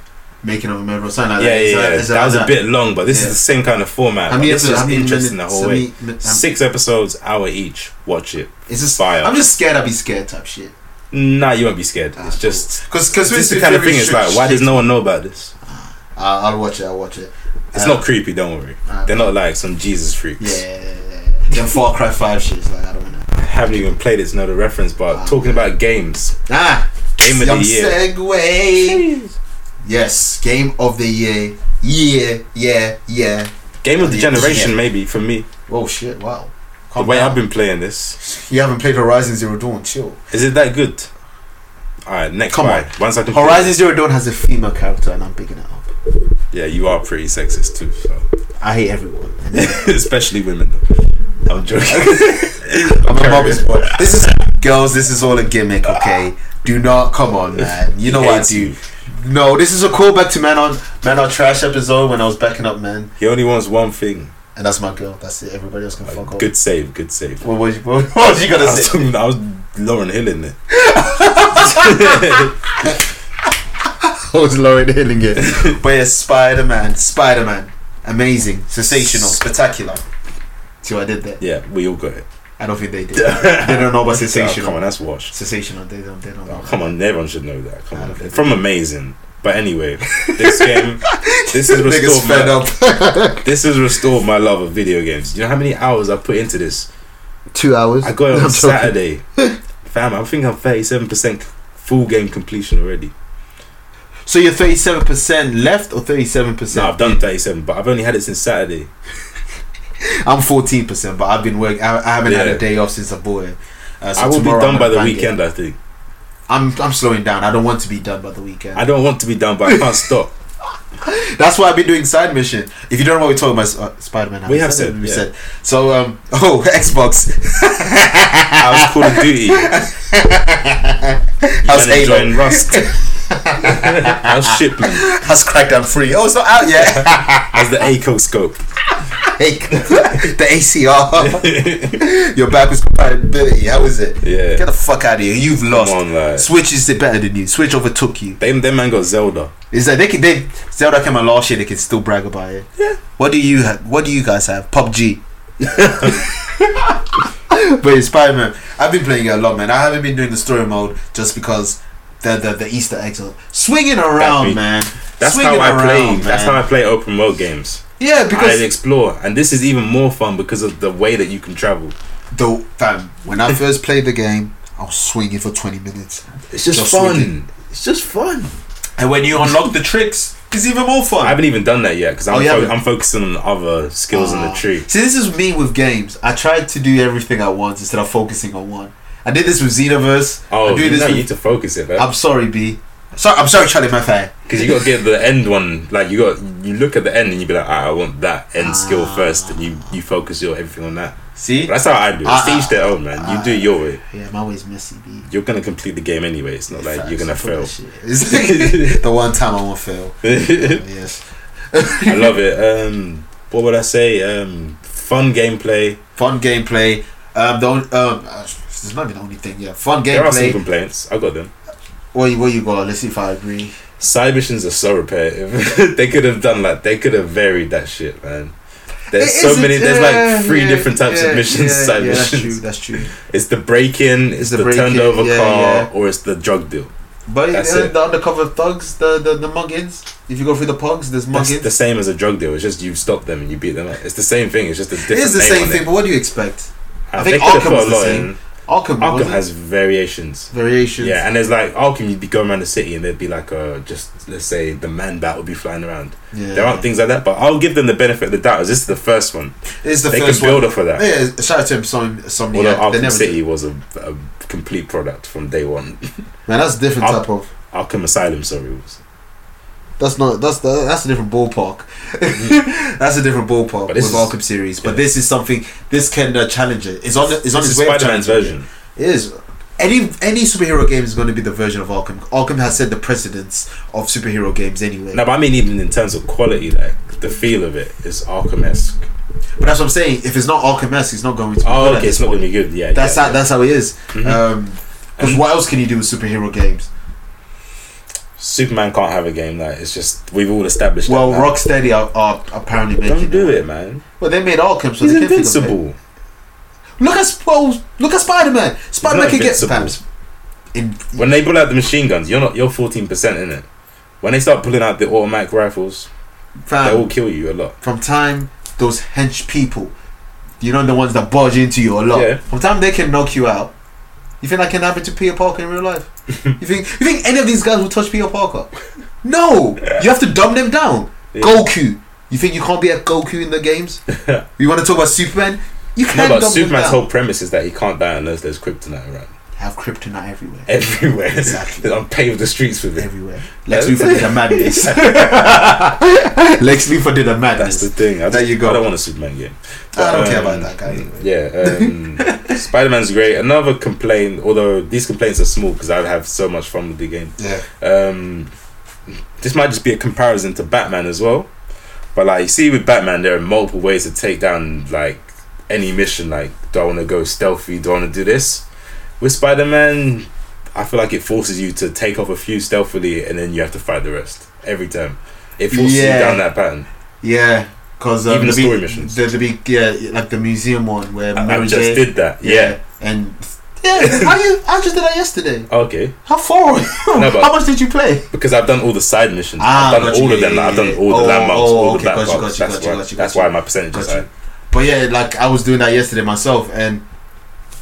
C: Making of a member, something like
B: yeah,
C: that. Is
B: yeah, yeah.
C: is
B: That was a
C: like
B: bit long, but this
C: Yeah.
B: is the same kind of format.
C: How many
B: but it's
C: episodes? How
B: just
C: many
B: interesting the
C: minutes?
B: whole
C: how
B: way.
C: many mi- how-
B: Six episodes, hour each. Watch it.
C: It's just.
B: fire.
C: I'm just scared. I'll be scared type shit.
B: Nah, you won't be scared.
C: Ah,
B: it's just
C: Because because
B: this the kind of thing. It's like, why does no one know about this?
C: I'll, I'll watch it. I'll watch it.
B: It's
C: Uh,
B: not creepy. Don't worry.
C: uh,
B: They're not like some Jesus freaks.
C: Yeah. Then Far Cry Five shit. It's like I don't know.
B: Haven't even played it, so know the reference. But
C: Ah.
B: talking about games,
C: Ah.
B: Game of the
C: young
B: year.
C: Segue. Yes, game of the year. Yeah, yeah, yeah.
B: game of the
C: Yeah, yeah.
B: generation, maybe for me.
C: Oh shit! Wow.
B: The
C: Calm
B: way
C: down.
B: I've been playing this,
C: You haven't played Horizon Zero Dawn, chill.
B: is it that good? All right, next
C: Come
B: one. Once I can.
C: Horizon Zero Dawn has a female character, and I'm picking it up.
B: Yeah, you are pretty sexist too. So.
C: I hate everyone.
B: Especially women. Though. I'm joking.
C: I'm a
B: Carry
C: mama's boy. This is girls. This is all a gimmick, okay? Do not come on, man. You know
B: He
C: what I
B: hates
C: do.
B: you.
C: No, this is a callback to man on man on trash episode when I was backing up man,
B: He only wants one thing.
C: and that's my girl. That's it. Everybody else can fuck off.
B: Good save, good save.
C: What was you, what, what was you gonna
B: I was,
C: say?
B: talking, I was Lauren Hill in it.
C: I was Lauren hitting it. but yeah, Spider Man. Spider Man. amazing, sensational, spectacular. See what I did there?
B: Yeah, we all got it.
C: I don't think they did. they don't know about
B: Oh, come
C: sensational.
B: on, that's washed.
C: sensational. They don't. They don't.
B: Oh,
C: know.
B: come on, everyone should know that. Come
C: I
B: on,
C: don't think-
B: from amazing. But anyway, this game, this is
C: Niggas
B: restored.
C: fed
B: My,
C: up.
B: this has restored my love of video games. You know how many hours I put into this?
D: Two hours.
B: I got
D: I'm
B: it on
D: joking.
B: Saturday, fam. I think I'm thirty-seven percent full game completion already.
C: So you're thirty-seven percent left or thirty-seven
B: No,
C: percent?
B: I've done thirty-seven, but I've only had it since Saturday.
C: I'm fourteen percent, but I've been working. I, I haven't had
B: Yeah.
C: a day off since I bought it. Uh, so
B: I will be
C: tomorrow I'm
B: done by
C: gonna
B: the
C: bang it.
B: weekend. I think.
C: I'm I'm slowing down. I don't want to be done by the weekend.
B: I don't want to be done, but I can't stop.
C: That's why I've been doing side mission. If you don't know what we're talking about, uh, Spider Man.
B: We have said,
C: we
B: yeah.
C: said. So um, oh Xbox,
B: I was Call of Duty.
C: How's
B: and
C: Halo?
B: enjoying Rust. How's Shipman?
C: has Crackdown free. Oh, it's not out yet.
B: How's the ACO scope?
C: Hey, the ACR, your backwards compatibility. How is it?
B: Yeah.
C: Get the fuck out of here. You've lost.
B: on, like-
C: Switch is better than you. Switch overtook you.
B: Them, them man got Zelda.
C: Is that they can they Zelda came out last year? They can still brag about it. Yeah. What do you ha- What do you guys have? PUBG. but it's Spider Man. I've been playing it a lot, man. I haven't been doing the story mode just because the the, the Easter eggs are swinging around,
B: be-
C: man.
B: That's
C: swinging
B: how I play.
C: around,
B: That's how
C: man.
B: I play open world games.
C: Yeah, because
B: I explore, and this is even more fun because of the way that you can travel.
C: the fam, when I first played the game, I was swinging for twenty minutes,
B: It's
C: just Just fun. wicked.
B: It's just fun.
C: and when you unlock the tricks, it's even more fun.
B: I haven't even done that yet because I'm,
C: Oh, you
B: fo-
C: haven't?
B: I'm focusing on other skills in
C: Ah.
B: the tree.
C: See, this is me with games. I tried to do everything at once instead of focusing on one. I did this with Xenoverse.
B: Oh,
C: I do
B: you,
C: this
B: know, you need
C: with,
B: to focus it, man.
C: I'm sorry, B. Sorry, I'm sorry, Charlie Maffei.
B: Because you got to get the end one. Like you got, you look at the end and you be like, "Ah, I want that end skill
C: Ah.
B: first, and you you focus your everything on that.
C: See?
B: But that's how I do. it. It's
C: Ah,
B: each their own, man. You do your way.
C: Yeah, my way's messy, B.
B: You're gonna complete the game anyway. It's not like you're gonna
C: Fuck that
B: fail.
C: shit. It's the one time I won't fail. Oh, yes.
B: I love it. Um, what would I say? Um, fun gameplay.
C: Fun gameplay. Um, the only, um, uh, it's not even the only thing. Yeah, fun
B: There are some
C: gameplay.
B: complaints. I got them.
C: What you, what you got? Let's see if I agree.
B: Side missions are so repetitive. they could have done like they could have varied that shit, man. There's
C: It
B: so
C: isn't-
B: many. There's
C: yeah,
B: like three
C: yeah,
B: different types
C: yeah,
B: of missions.
C: yeah,
B: side
C: yeah,
B: missions.
C: That's true. That's true.
B: It's the break in. It's
C: the
B: the,
C: break-in,
B: turned over
C: yeah,
B: car,
C: yeah.
B: or it's the drug deal.
C: But
B: That's
C: uh,
B: it.
C: the undercover thugs, the, the the muggins. If you go through the pugs, there's
B: That's
C: muggins.
B: the same as a drug deal. It's just you stop them and you beat them up. It's the same thing. It's just a different.
C: It is the
B: name
C: same
B: on
C: thing,
B: It.
C: but what do you expect? I
B: I
C: think
B: think they could have
C: Arkham
B: put
C: was
B: a
C: the
B: lot
C: same.
B: in.
C: Arkham,
B: Arkham
C: wasn't it?
B: has variations.
C: variations.
B: Yeah, and there's like Arkham, you'd be going around the city and there'd be like uh just let's say the man bat would be flying around.
C: Yeah.
B: There aren't things like that, but I'll give them the benefit of the doubt. as This is the first one.
C: It's the
B: they
C: first
B: can
C: one.
B: build off of that.
C: Yeah, shout out to him, some some
B: Although
C: yeah, they
B: Arkham
C: never
B: City
C: did.
B: was a, a complete product from day one.
C: Man, that's a different
B: Ark-
C: type of.
B: Arkham Asylum, sorry, was.
C: That's not that's the, that's a different ballpark. that's a different ballpark
B: But
C: with
B: this is-
C: Arkham series, but
B: yeah.
C: this is something this can uh, challenge it. It's on the- it's on
B: This
C: its
B: is
C: way. of
B: Spider Man's
C: challenging it.
B: version.
C: It is. Any any superhero game is going to be the version of Arkham. Arkham has set the precedence of superhero games anyway.
B: No, but I mean even in terms of quality, like the feel of it is Arkham esque.
C: But that's what I'm saying. If it's not Arkham esque, it's not going to be. good
B: Oh,
C: at
B: okay,
C: this
B: it's not
C: point.
B: gonna be good. Yeah,
C: That's
B: yeah,
C: how. That's how it is.
B: Mhm.
C: Um, 'cause
B: And-
C: what else can you do with superhero games?
B: Superman can't have a game like it's just we've all established. that
C: Well,
B: now.
C: Rocksteady are, are apparently making.
B: don't do
C: one.
B: it, man.
C: Well, they made Arkham, so
B: He's
C: they can't think of it.
B: invincible.
C: Look at Sp- well, look at Spider Man. Spider Man
B: not
C: can get
B: invincible.
C: spams. In
B: When they pull out the machine guns, you're not you're fourteen percent in it. When they start pulling out the automatic rifles, they will
C: fam,
B: kill you a lot.
C: from time those hench people, you know the ones that barge into you a lot.
B: Yeah.
C: From time they can knock you out. You think that can happen to Peter Parker in real life? you think you think any of these guys will touch Peter Parker? No, you have to dumb them down.
B: Yeah.
C: Goku. You think you can't be a Goku in the games? you want to talk about Superman? You
B: No,
C: can't
B: but
C: dumb
B: Superman's
C: them down.
B: whole premise is that he can't die unless there's kryptonite around
C: Have kryptonite everywhere.
B: everywhere.
C: Exactly.
B: Exactly. I'm paved the streets with it.
C: everywhere. Lex Luthor did a madness. Lex Luthor did a
B: That's
C: madness.
B: the thing. I
C: There you go.
B: I don't want a Superman game.
C: I don't care
B: Um,
C: about that guy. Anyway.
B: Yeah, um, Spider Man's great. Another complaint, although these complaints are small because I have so much fun with the game.
C: Yeah.
B: um, this might just be a comparison to Batman as well. But like you see with Batman, there are multiple ways to take down like any mission. Like, do I want to go stealthy? Do I want to do this? With Spider Man, I feel like it forces you to take off a few stealthily, and then you have to fight the rest every time. It forces
C: Yeah.
B: you down that pattern.
C: Yeah. um, Because
B: Even the story missions.
C: the, the big yeah, like the museum one where
B: I,
C: Mary
B: I
C: J-
B: just did that. Yeah.
C: and yeah, how you? I just did that yesterday.
B: Okay.
C: How far? were you?
B: No, but-
C: how much did you play?
B: Because I've done all the side missions.
C: Ah,
B: I've done
C: got you,
B: all of
C: yeah,
B: them.
C: yeah,
B: I've done
C: yeah.
B: all the
C: Oh,
B: landmarks,
C: oh,
B: all
C: okay,
B: the back
C: got you,
B: parts.
C: got
B: That's
C: you, got you,
B: why.
C: got you,
B: That's
C: got
B: why
C: you.
B: my percentage is
C: Got you.
B: high.
C: But yeah, like I was doing that yesterday myself, and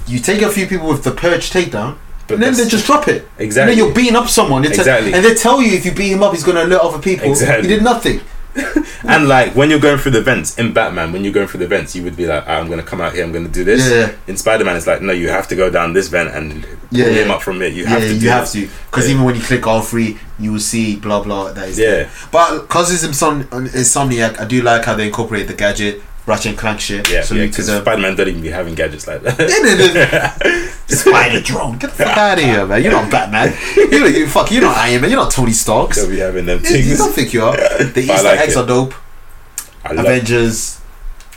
C: you take a few people with the purge takedown,
B: But
C: and then
B: that's-
C: they just drop it.
B: Exactly.
C: And then you're beating up someone. They te-
B: Exactly.
C: And they tell you if you beat him up, he's going to alert other people.
B: Exactly.
C: He did nothing.
B: And like when you're going through the events in Batman, when you're going through the events, you would be like, "Ah, "I'm gonna come out here, I'm gonna do this."
C: Yeah.
B: In Spider Man, it's like, "No, you have to go down this vent and pull
C: Yeah, yeah.
B: him up from it. You
C: yeah,
B: have to.
C: you
B: do
C: have
B: this."
C: to. Because
B: Yeah.
C: even when you click all three, you will see blah blah that is there.
B: Yeah,
C: But because it's Insomni- Insomniac, I do like how they incorporate the gadget, Ratchet and Clank shit.
B: yeah,
C: Salute
B: yeah.
C: to
B: Because
C: them.
B: Spider Man don't even be having gadgets like that.
C: Yeah, they- they- Spider drone, get the fuck out of here, man! You're not Batman. You, you fuck. You're not Iron Man. You're not Tony Stark.
B: don't be having them
C: You, you
B: things.
C: don't think you are. The
B: I
C: Easter
B: like
C: eggs
B: it.
C: are dope.
B: I love
C: Avengers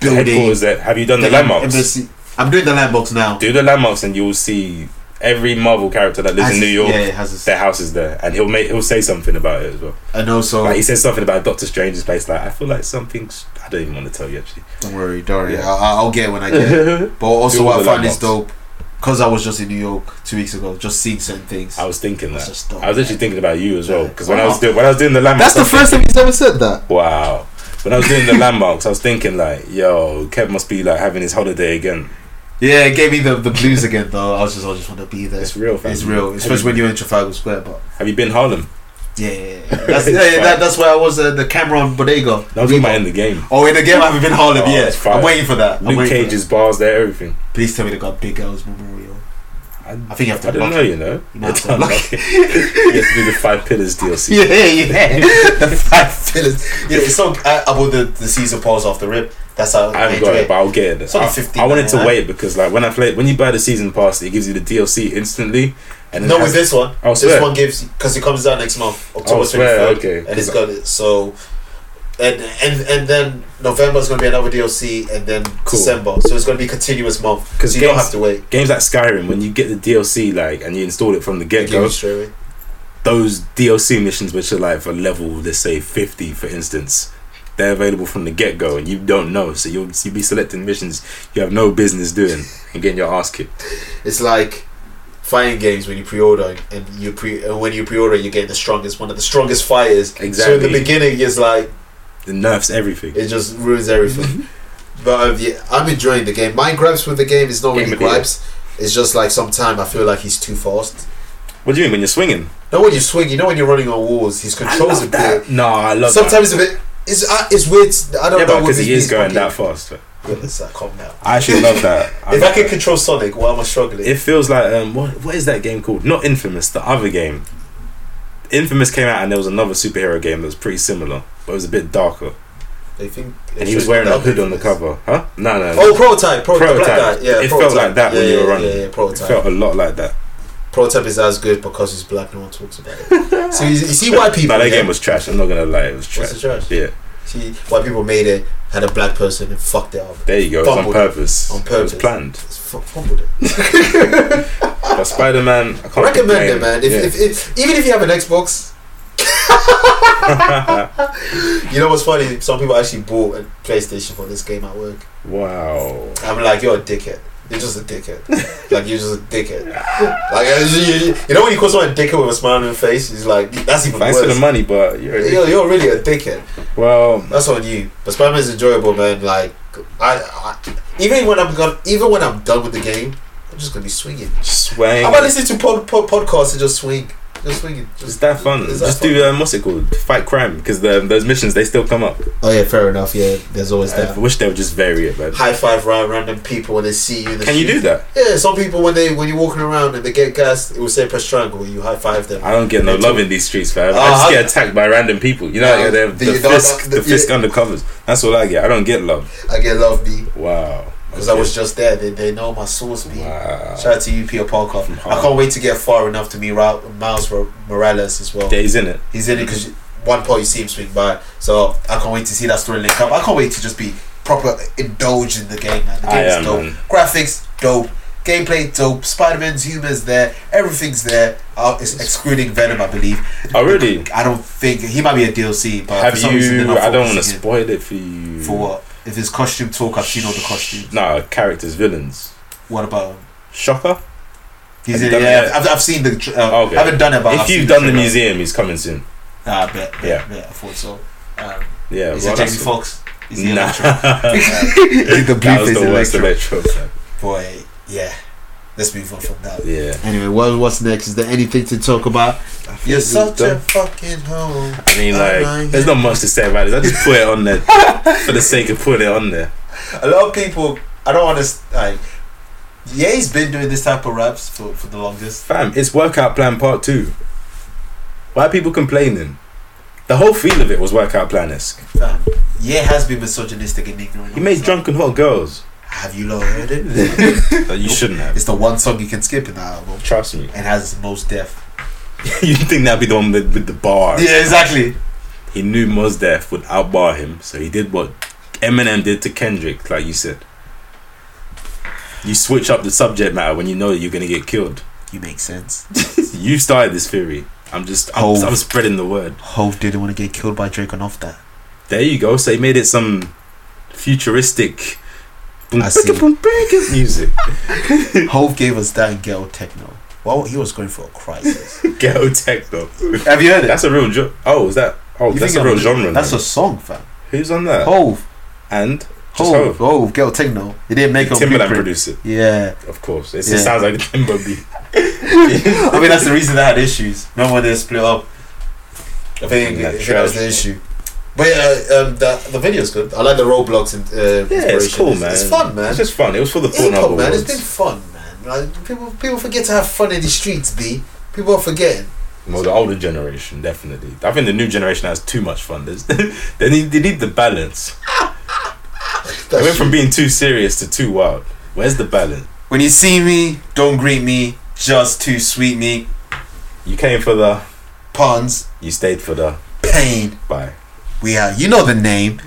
C: building.
B: headquarters. There. Have you done the,
C: the
B: landmarks?
C: embassy. I'm doing the landmarks now.
B: do the landmarks, and you'll see every Marvel character that lives
C: Has
B: in New
C: his-
B: York.
C: Yeah, it has his,
B: Their house is there, and he'll make he'll say something about it as well.
C: and also
B: Like he says something about Doctor Strange's place. Like I feel like something's. I don't even want to tell you actually.
C: Don't worry, don't worry.
B: Yeah.
C: I- I, I'll get it when I get. it. But also,
B: Do all
C: what I
B: the
C: find is dope
B: landmarks.
C: because I was just in New York two weeks ago, just seeing certain things.
B: I was thinking
C: That's
B: that.
C: just dope,
B: I was actually
C: man.
B: thinking about you as well
C: Yeah.
B: because when I
C: Wow.
B: was doing when I was doing the landmarks,
C: That's the
B: I was
C: first time he's ever said that.
B: thinking, Wow. When I was doing the landmarks, I was thinking like, yo, Kev must be like having his holiday again.
C: Yeah, it gave me the, the blues again though. I was just I just want to be there.
B: It's real, fam.
C: It's real, especially when you're in Trafalgar Square. But
B: Have you been Harlem?
C: yeah, yeah, yeah. that's yeah, yeah, that, that's where I was. Uh, the Cameron Bodega.
B: That was
C: Reebok.
B: in my end the game.
C: Oh, in the game I haven't been Harlem
B: Oh,
C: yet.
B: it's fire.
C: I'm waiting for that. I'm
B: Luke
C: waiting for
B: Cage's bars there, everything.
C: that. Please tell me they got Big Girls Memorial.
B: I,
C: I think you have to
B: I don't
C: block
B: know,
C: it.
B: you know.
C: You might have to
B: I don't
C: block
B: know. you have to do the Five Pillars DLC.
C: Yeah, yeah, yeah. the five fillers. You know, it's so I, I bought the, the Caesar paws off the rip. That's how
B: I haven't got it, but I'll get it.
C: It's only
B: I,
C: 15,
B: I wanted to
C: man.
B: wait because, like, when I play, when you buy the season pass, it gives you the DLC instantly. And it
C: no,
B: has-
C: with this one,
B: I'll
C: this
B: swear.
C: one gives because it comes out next month,
B: I'll
C: October twenty
B: swear,
C: third,
B: okay,
C: and it's
B: 'cause
C: got it. So, and and and then November is going to be another DLC, and then
B: Cool.
C: December. So it's going to be continuous month
B: 'Cause
C: because you don't
B: games-
C: have to wait.
B: games like Skyrim, when you get the DLC, like, and you install it from the get
C: Give
B: go,
C: it straight away.
B: those DLC missions, which are like for level, let's say 50, for instance, they're available from the get go and you don't know. So you'll, you'll be selecting missions you have no business doing and getting your ass kicked.
C: It's like fighting games when you pre-order and you pre and when you pre-order you get the strongest one of the strongest fighters so in
B: Exactly.
C: the beginning it's like
B: It nerfs everything.
C: It just ruins everything. but um, yeah, I'm enjoying the game. My gripes with the game is not
B: Mm-hmm. Game
C: really
B: of the year.
C: gripes. It's just like sometimes I feel like he's too fast.
B: What do you mean when you're swinging?
C: Not when you swing. You know when you're running on walls. His controls a bit.
B: No, I love
C: Uh, Sometimes a bit. It's uh, it's weird.
B: that.
C: I don't
B: Yeah,
C: know
B: but because he is going that
C: that.
B: fast.
C: Goodness, I calm down.
B: I actually love that. I
C: if
B: love
C: I could
B: that.
C: control Sonic, why am I struggling?
B: It feels like um, what what is that game called? Not Infamous, the other game. Infamous came out and there was another superhero game that was pretty similar, but it was a bit darker.
C: they think
B: And he was wearing a hood on the cover, huh? No, no, no.
C: Oh, prototype, prototype,
B: Prototype.
C: Black Knight, yeah.
B: It felt
C: prototype.
B: like that when
C: Yeah,
B: you were
C: yeah,
B: running.
C: Yeah, yeah,
B: It
C: prototype.
B: felt a lot like that.
C: prototype is as good because he's black. No one talks about it. so you, you see why people.
B: No, that
C: yeah?
B: game was trash. I'm not gonna lie, it was trash.
C: What's the trash?
B: Yeah,
C: See why people made it had a black person and fucked it up.
B: there you go. It was on
C: Fumbled.
B: purpose.
C: On
B: It was
C: purpose.
B: planned.
C: It's fu- fumbled it.
B: But Spider Man, I can't
C: I
B: complain.
C: recommend it, man. If,
B: Yeah.
C: if, if even if you have an Xbox, you know what's funny? Some people actually bought a PlayStation for this game at work.
B: wow.
C: I'm like, you're a dickhead. You're just a dickhead. like you're just a dickhead. Like you, you- you know when you call someone a dickhead with a smile on their face, he's like, that's even
B: Thanks for the
C: worse.
B: money, but you're a-
C: You're, you're really a dickhead.
B: well.
C: That's on you. But Spider Man's enjoyable, man. Like I, I even when I'm gone, even when I'm done with the game, I'm just gonna be swinging.
B: Swang.
C: I might listen to pod, pod, podcasts and just swing, just swinging. Just,
B: It's that fun.
C: It's that
B: Just
C: fun.
B: do um, what's it called? Fight crime because those missions they still come up.
C: Oh yeah, fair enough. Yeah, there's always
B: I
C: that.
B: wish they would just vary it, man.
C: High five round random people when they see you. In the
B: Can you do that?
C: that? Yeah, some people when they when you're walking around and they get gassed, it will say press triangle. You high five them.
B: I don't get no love in these streets, fam. I
C: Uh,
B: just
C: I-
B: get attacked by random people. You know,
C: Yeah,
B: like, they're- the,
C: the- the-
B: fisk,
C: the-
B: the, fisk
C: yeah.
B: undercovers. That's all I get. I don't get love.
C: I get love B
B: Wow.
C: because I was just there. They, they know my source B.
B: Wow.
C: Shout out to you, Peter Parker. I
B: Harlem.
C: can't wait to get far enough to meet Ra- Miles Ro- Morales as well.
B: Days in it.
C: He's in it because one part you see him swing by. So I can't wait to see that story link up. I can't wait to just be proper indulged in the game. Man. The game
B: I
C: is
B: am,
C: dope.
B: man.
C: Graphics dope. Gameplay dope. Spider Man's humor's there. Everything's there. Uh, it's excluding Venom, I believe.
B: Oh, really?
C: I don't think he might be a DLC, but
B: Have
C: for some reason,
B: you?
C: they're not
B: I don't want to
C: focusing it.
B: spoil it for you.
C: For what? If it's costume talk, I've seen all the costumes.
B: No, characters, villains.
C: What about him?
B: Shocker. Have
C: He's
B: you
C: in,
B: done
C: yeah,
B: it?
C: I've, I've seen the. tr- Uh,
B: Okay.
C: I haven't done it, but I've
B: if
C: seen
B: you've done the
C: trailer.
B: museum, he's coming soon.
C: ah, I bet, bet,
B: Yeah.
C: bet, I thought so. Um,
B: Yeah.
C: is
B: well,
C: it Jamie
B: that's-
C: Fox? Is he
B: Nah.
C: Electro? Is the
B: that was the worst electro.
C: Boy, yeah. Let's move on from that.
B: Yeah.
C: Anyway, what, what's next? Is there anything to talk about? You're such a fucking hoe.
B: I mean, like, there's not much to say about this. I just put it on there for the sake of putting it on there.
C: A lot of people, I don't understand. Like, Ye's been doing this type of raps for, for the longest.
B: Fam, it's workout plan part two. Why are people complaining? The whole feel of it was workout plan esque.
C: Fam, Ye has been misogynistic and ignorant.
B: He made drunken hot girls.
C: Have you lot heard it?
B: That you shouldn't have.
C: It's the one song you can skip in that album
B: Trust me.
C: and has most death.
B: you think that'd be the one with, with the bar?
C: Yeah, exactly.
B: He knew Mos Def would outbar him, so he did what Eminem did to Kendrick, like you said. You switch up the subject matter when you know you're gonna get killed.
C: You make sense.
B: You started this theory. I'm just, I'm,
C: Hove.
B: I'm spreading the word.
C: Hove didn't want to get killed by Drake on off that.
B: There you go. So he made it some futuristic boom,
C: I see.
B: boom, boom, boom, music.
C: Hove gave us that in ghetto techno. Well, he was going for a crisis.
B: Ghetto techno.
C: Have you heard
B: That's a real jo- Oh, is that? Oh,
C: You
B: that's a
C: think
B: real
C: I'm-
B: genre.
C: That's
B: That's
C: a song, fam.
B: Who's on that?
C: Hove,
B: And just Hove.
C: Hove, Hove, ghetto techno. It didn't make it on
B: Timberland
C: Blueprint.
B: produced it,
C: Yeah,
B: of course. It's,
C: Yeah.
B: It sounds like a Timber beat.
C: I mean that's the reason they had issues. Remember when they split up? I think
B: Yeah,
C: I think that was the issue. But yeah, um, the the video's good. I like the Roblox and uh,
B: Yeah, it's
C: inspiration.
B: cool, man.
C: It's fun, man.
B: It's just fun. It was for the
C: Hip
B: Pornhub
C: hop, man. It's
B: Awards.
C: been fun, man. Like people, people forget to have fun in the streets. B. People are forgetting.
B: Well, the older generation, definitely. I think the new generation has too much fun. There's- they need they need the balance. They
C: That's
B: went from being too serious to too wild. Where's the balance?
C: When you see me, don't greet me. Just too sweet me.
B: You came for the,
C: Puns,
B: you stayed for the.
C: pain.
B: Bye.
C: We are. You know the name.